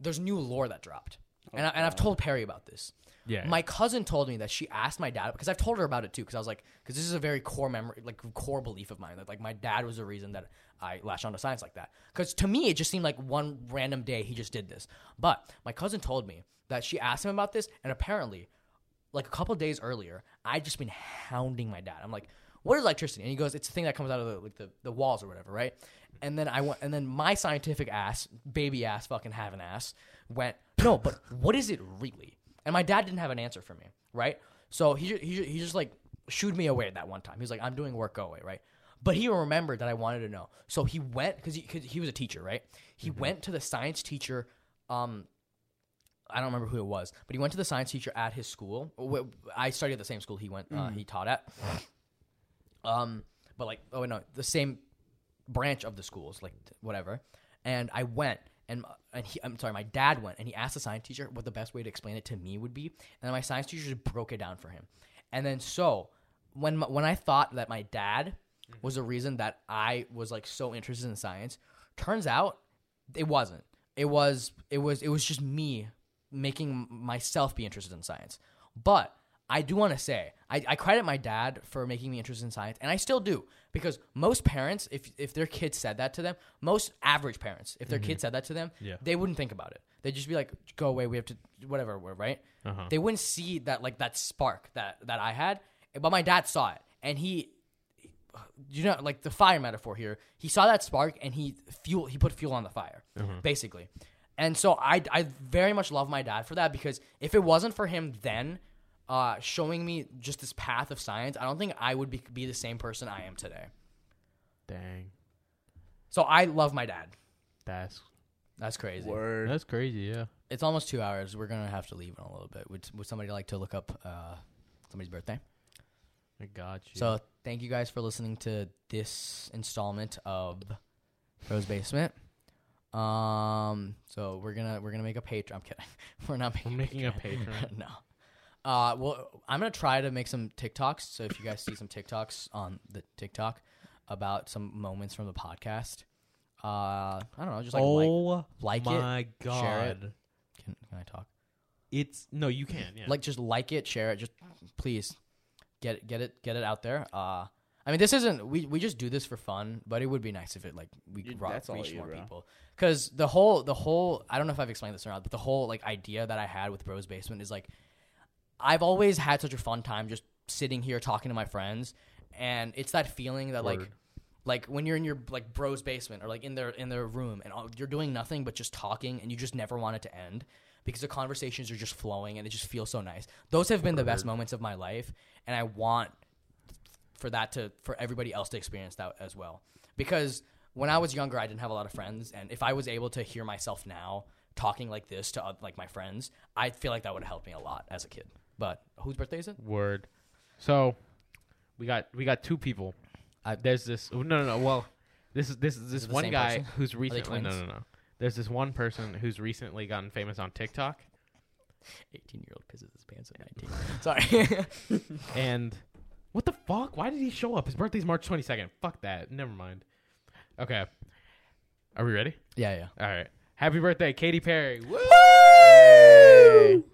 G: there's new lore that dropped. And, I, and I've told Perry about this.
C: Yeah.
G: My cousin told me that she asked my dad because I've told her about it too because I was like because this is a very core memory like core belief of mine that like my dad was the reason that I latched onto science like that because to me it just seemed like one random day he just did this but my cousin told me that she asked him about this and apparently like a couple days earlier I'd just been hounding my dad I'm like what is electricity and he goes it's the thing that comes out of the like the, the walls or whatever right and then I went and then my scientific ass baby ass fucking have an ass went no but what is it really and my dad didn't have an answer for me, right? So he ju- he ju- he just like shooed me away that one time. He was like, "I'm doing work, go away," right? But he remembered that I wanted to know, so he went because he cause he was a teacher, right? He went to the science teacher. Um, I don't remember who it was, but he went to the science teacher at his school. Wh- I studied at the same school he went. Uh, he taught at. Um, but like, oh no, the same branch of the schools, like t- whatever. And I went, and m- and he, I'm sorry, my dad went, and he asked the science teacher what the best way to explain it to me would be, and then my science teacher just broke it down for him. And then so when my, when I thought that my dad was the reason that I was like so interested in science, turns out it wasn't. It was it was it was just me making myself be interested in science. But I do want to say I, I credit my dad for making me interested in science, and I still do because most parents, if if their kid said that to them, most average parents, if their kid said that to them,
C: Yeah.
G: they wouldn't think about it. They'd just be like, "Go away, we have to whatever." We're right. They wouldn't see that like that spark that that I had, but my dad saw it, and he you know like the fire metaphor here he saw that spark and he fuel he put fuel on the fire basically and so I, I very much love my dad for that because if it wasn't for him then uh, showing me just this path of science i don't think i would be, be the same person i am today
C: Dang,
G: so i love my dad
C: that's
G: that's crazy
B: Word.
K: That's crazy. Yeah.
G: it's almost two hours we're gonna have to leave in a little bit would, would somebody like to look up uh, somebody's birthday
C: I got you.
G: So thank you guys for listening to this installment of Rose Basement. Um, so we're gonna we're gonna make a Patreon. I'm kidding. We're not making.
C: we're making a Patreon.
G: no. Uh, well, I'm gonna try to make some TikToks. So if you guys see some TikToks on the TikTok about some moments from the podcast, uh, I don't know, just like like, like it.
C: Oh my
G: share it. Can, can I talk?
C: It's no, you can. Yeah.
G: like just like it share it just please get it get it get it out there uh i mean this isn't we, we just do this for fun but it would be nice if it like we
B: You-
G: could ro-
B: that's all
G: reach
B: you,
G: more
B: bro.
G: people because the whole the whole i don't know if i've explained this or not but the whole like idea that i had with bros basement is like i've always had such a fun time just sitting here talking to my friends and it's that feeling that like like when you're in your like bro's basement or like in their in their room and all, you're doing nothing but just talking and you just never want it to end because the conversations are just flowing and it just feels so nice. Those have been the best moments of my life and I want for that to for everybody else to experience that as well. Because when I was younger I didn't have a lot of friends and if I was able to hear myself now talking like this to uh, like my friends, I feel like that would have helped me a lot as a kid. But whose birthday is it?
C: Word. So we got we got two people. There's this oh, no no no. Well, this is this is this
G: it the
C: one
G: same
C: guy
G: person?
C: who's recently no
G: twins?
C: no no. There's this one person who's recently gotten famous on TikTok,
G: 18-year-old pisses his pants at 19. Sorry.
C: and what the fuck? Why did he show up? His birthday's March 22nd. Fuck that. Never mind. Okay. Are we ready?
G: yeah, yeah.
C: All right. Happy birthday, Katy Perry. Woo!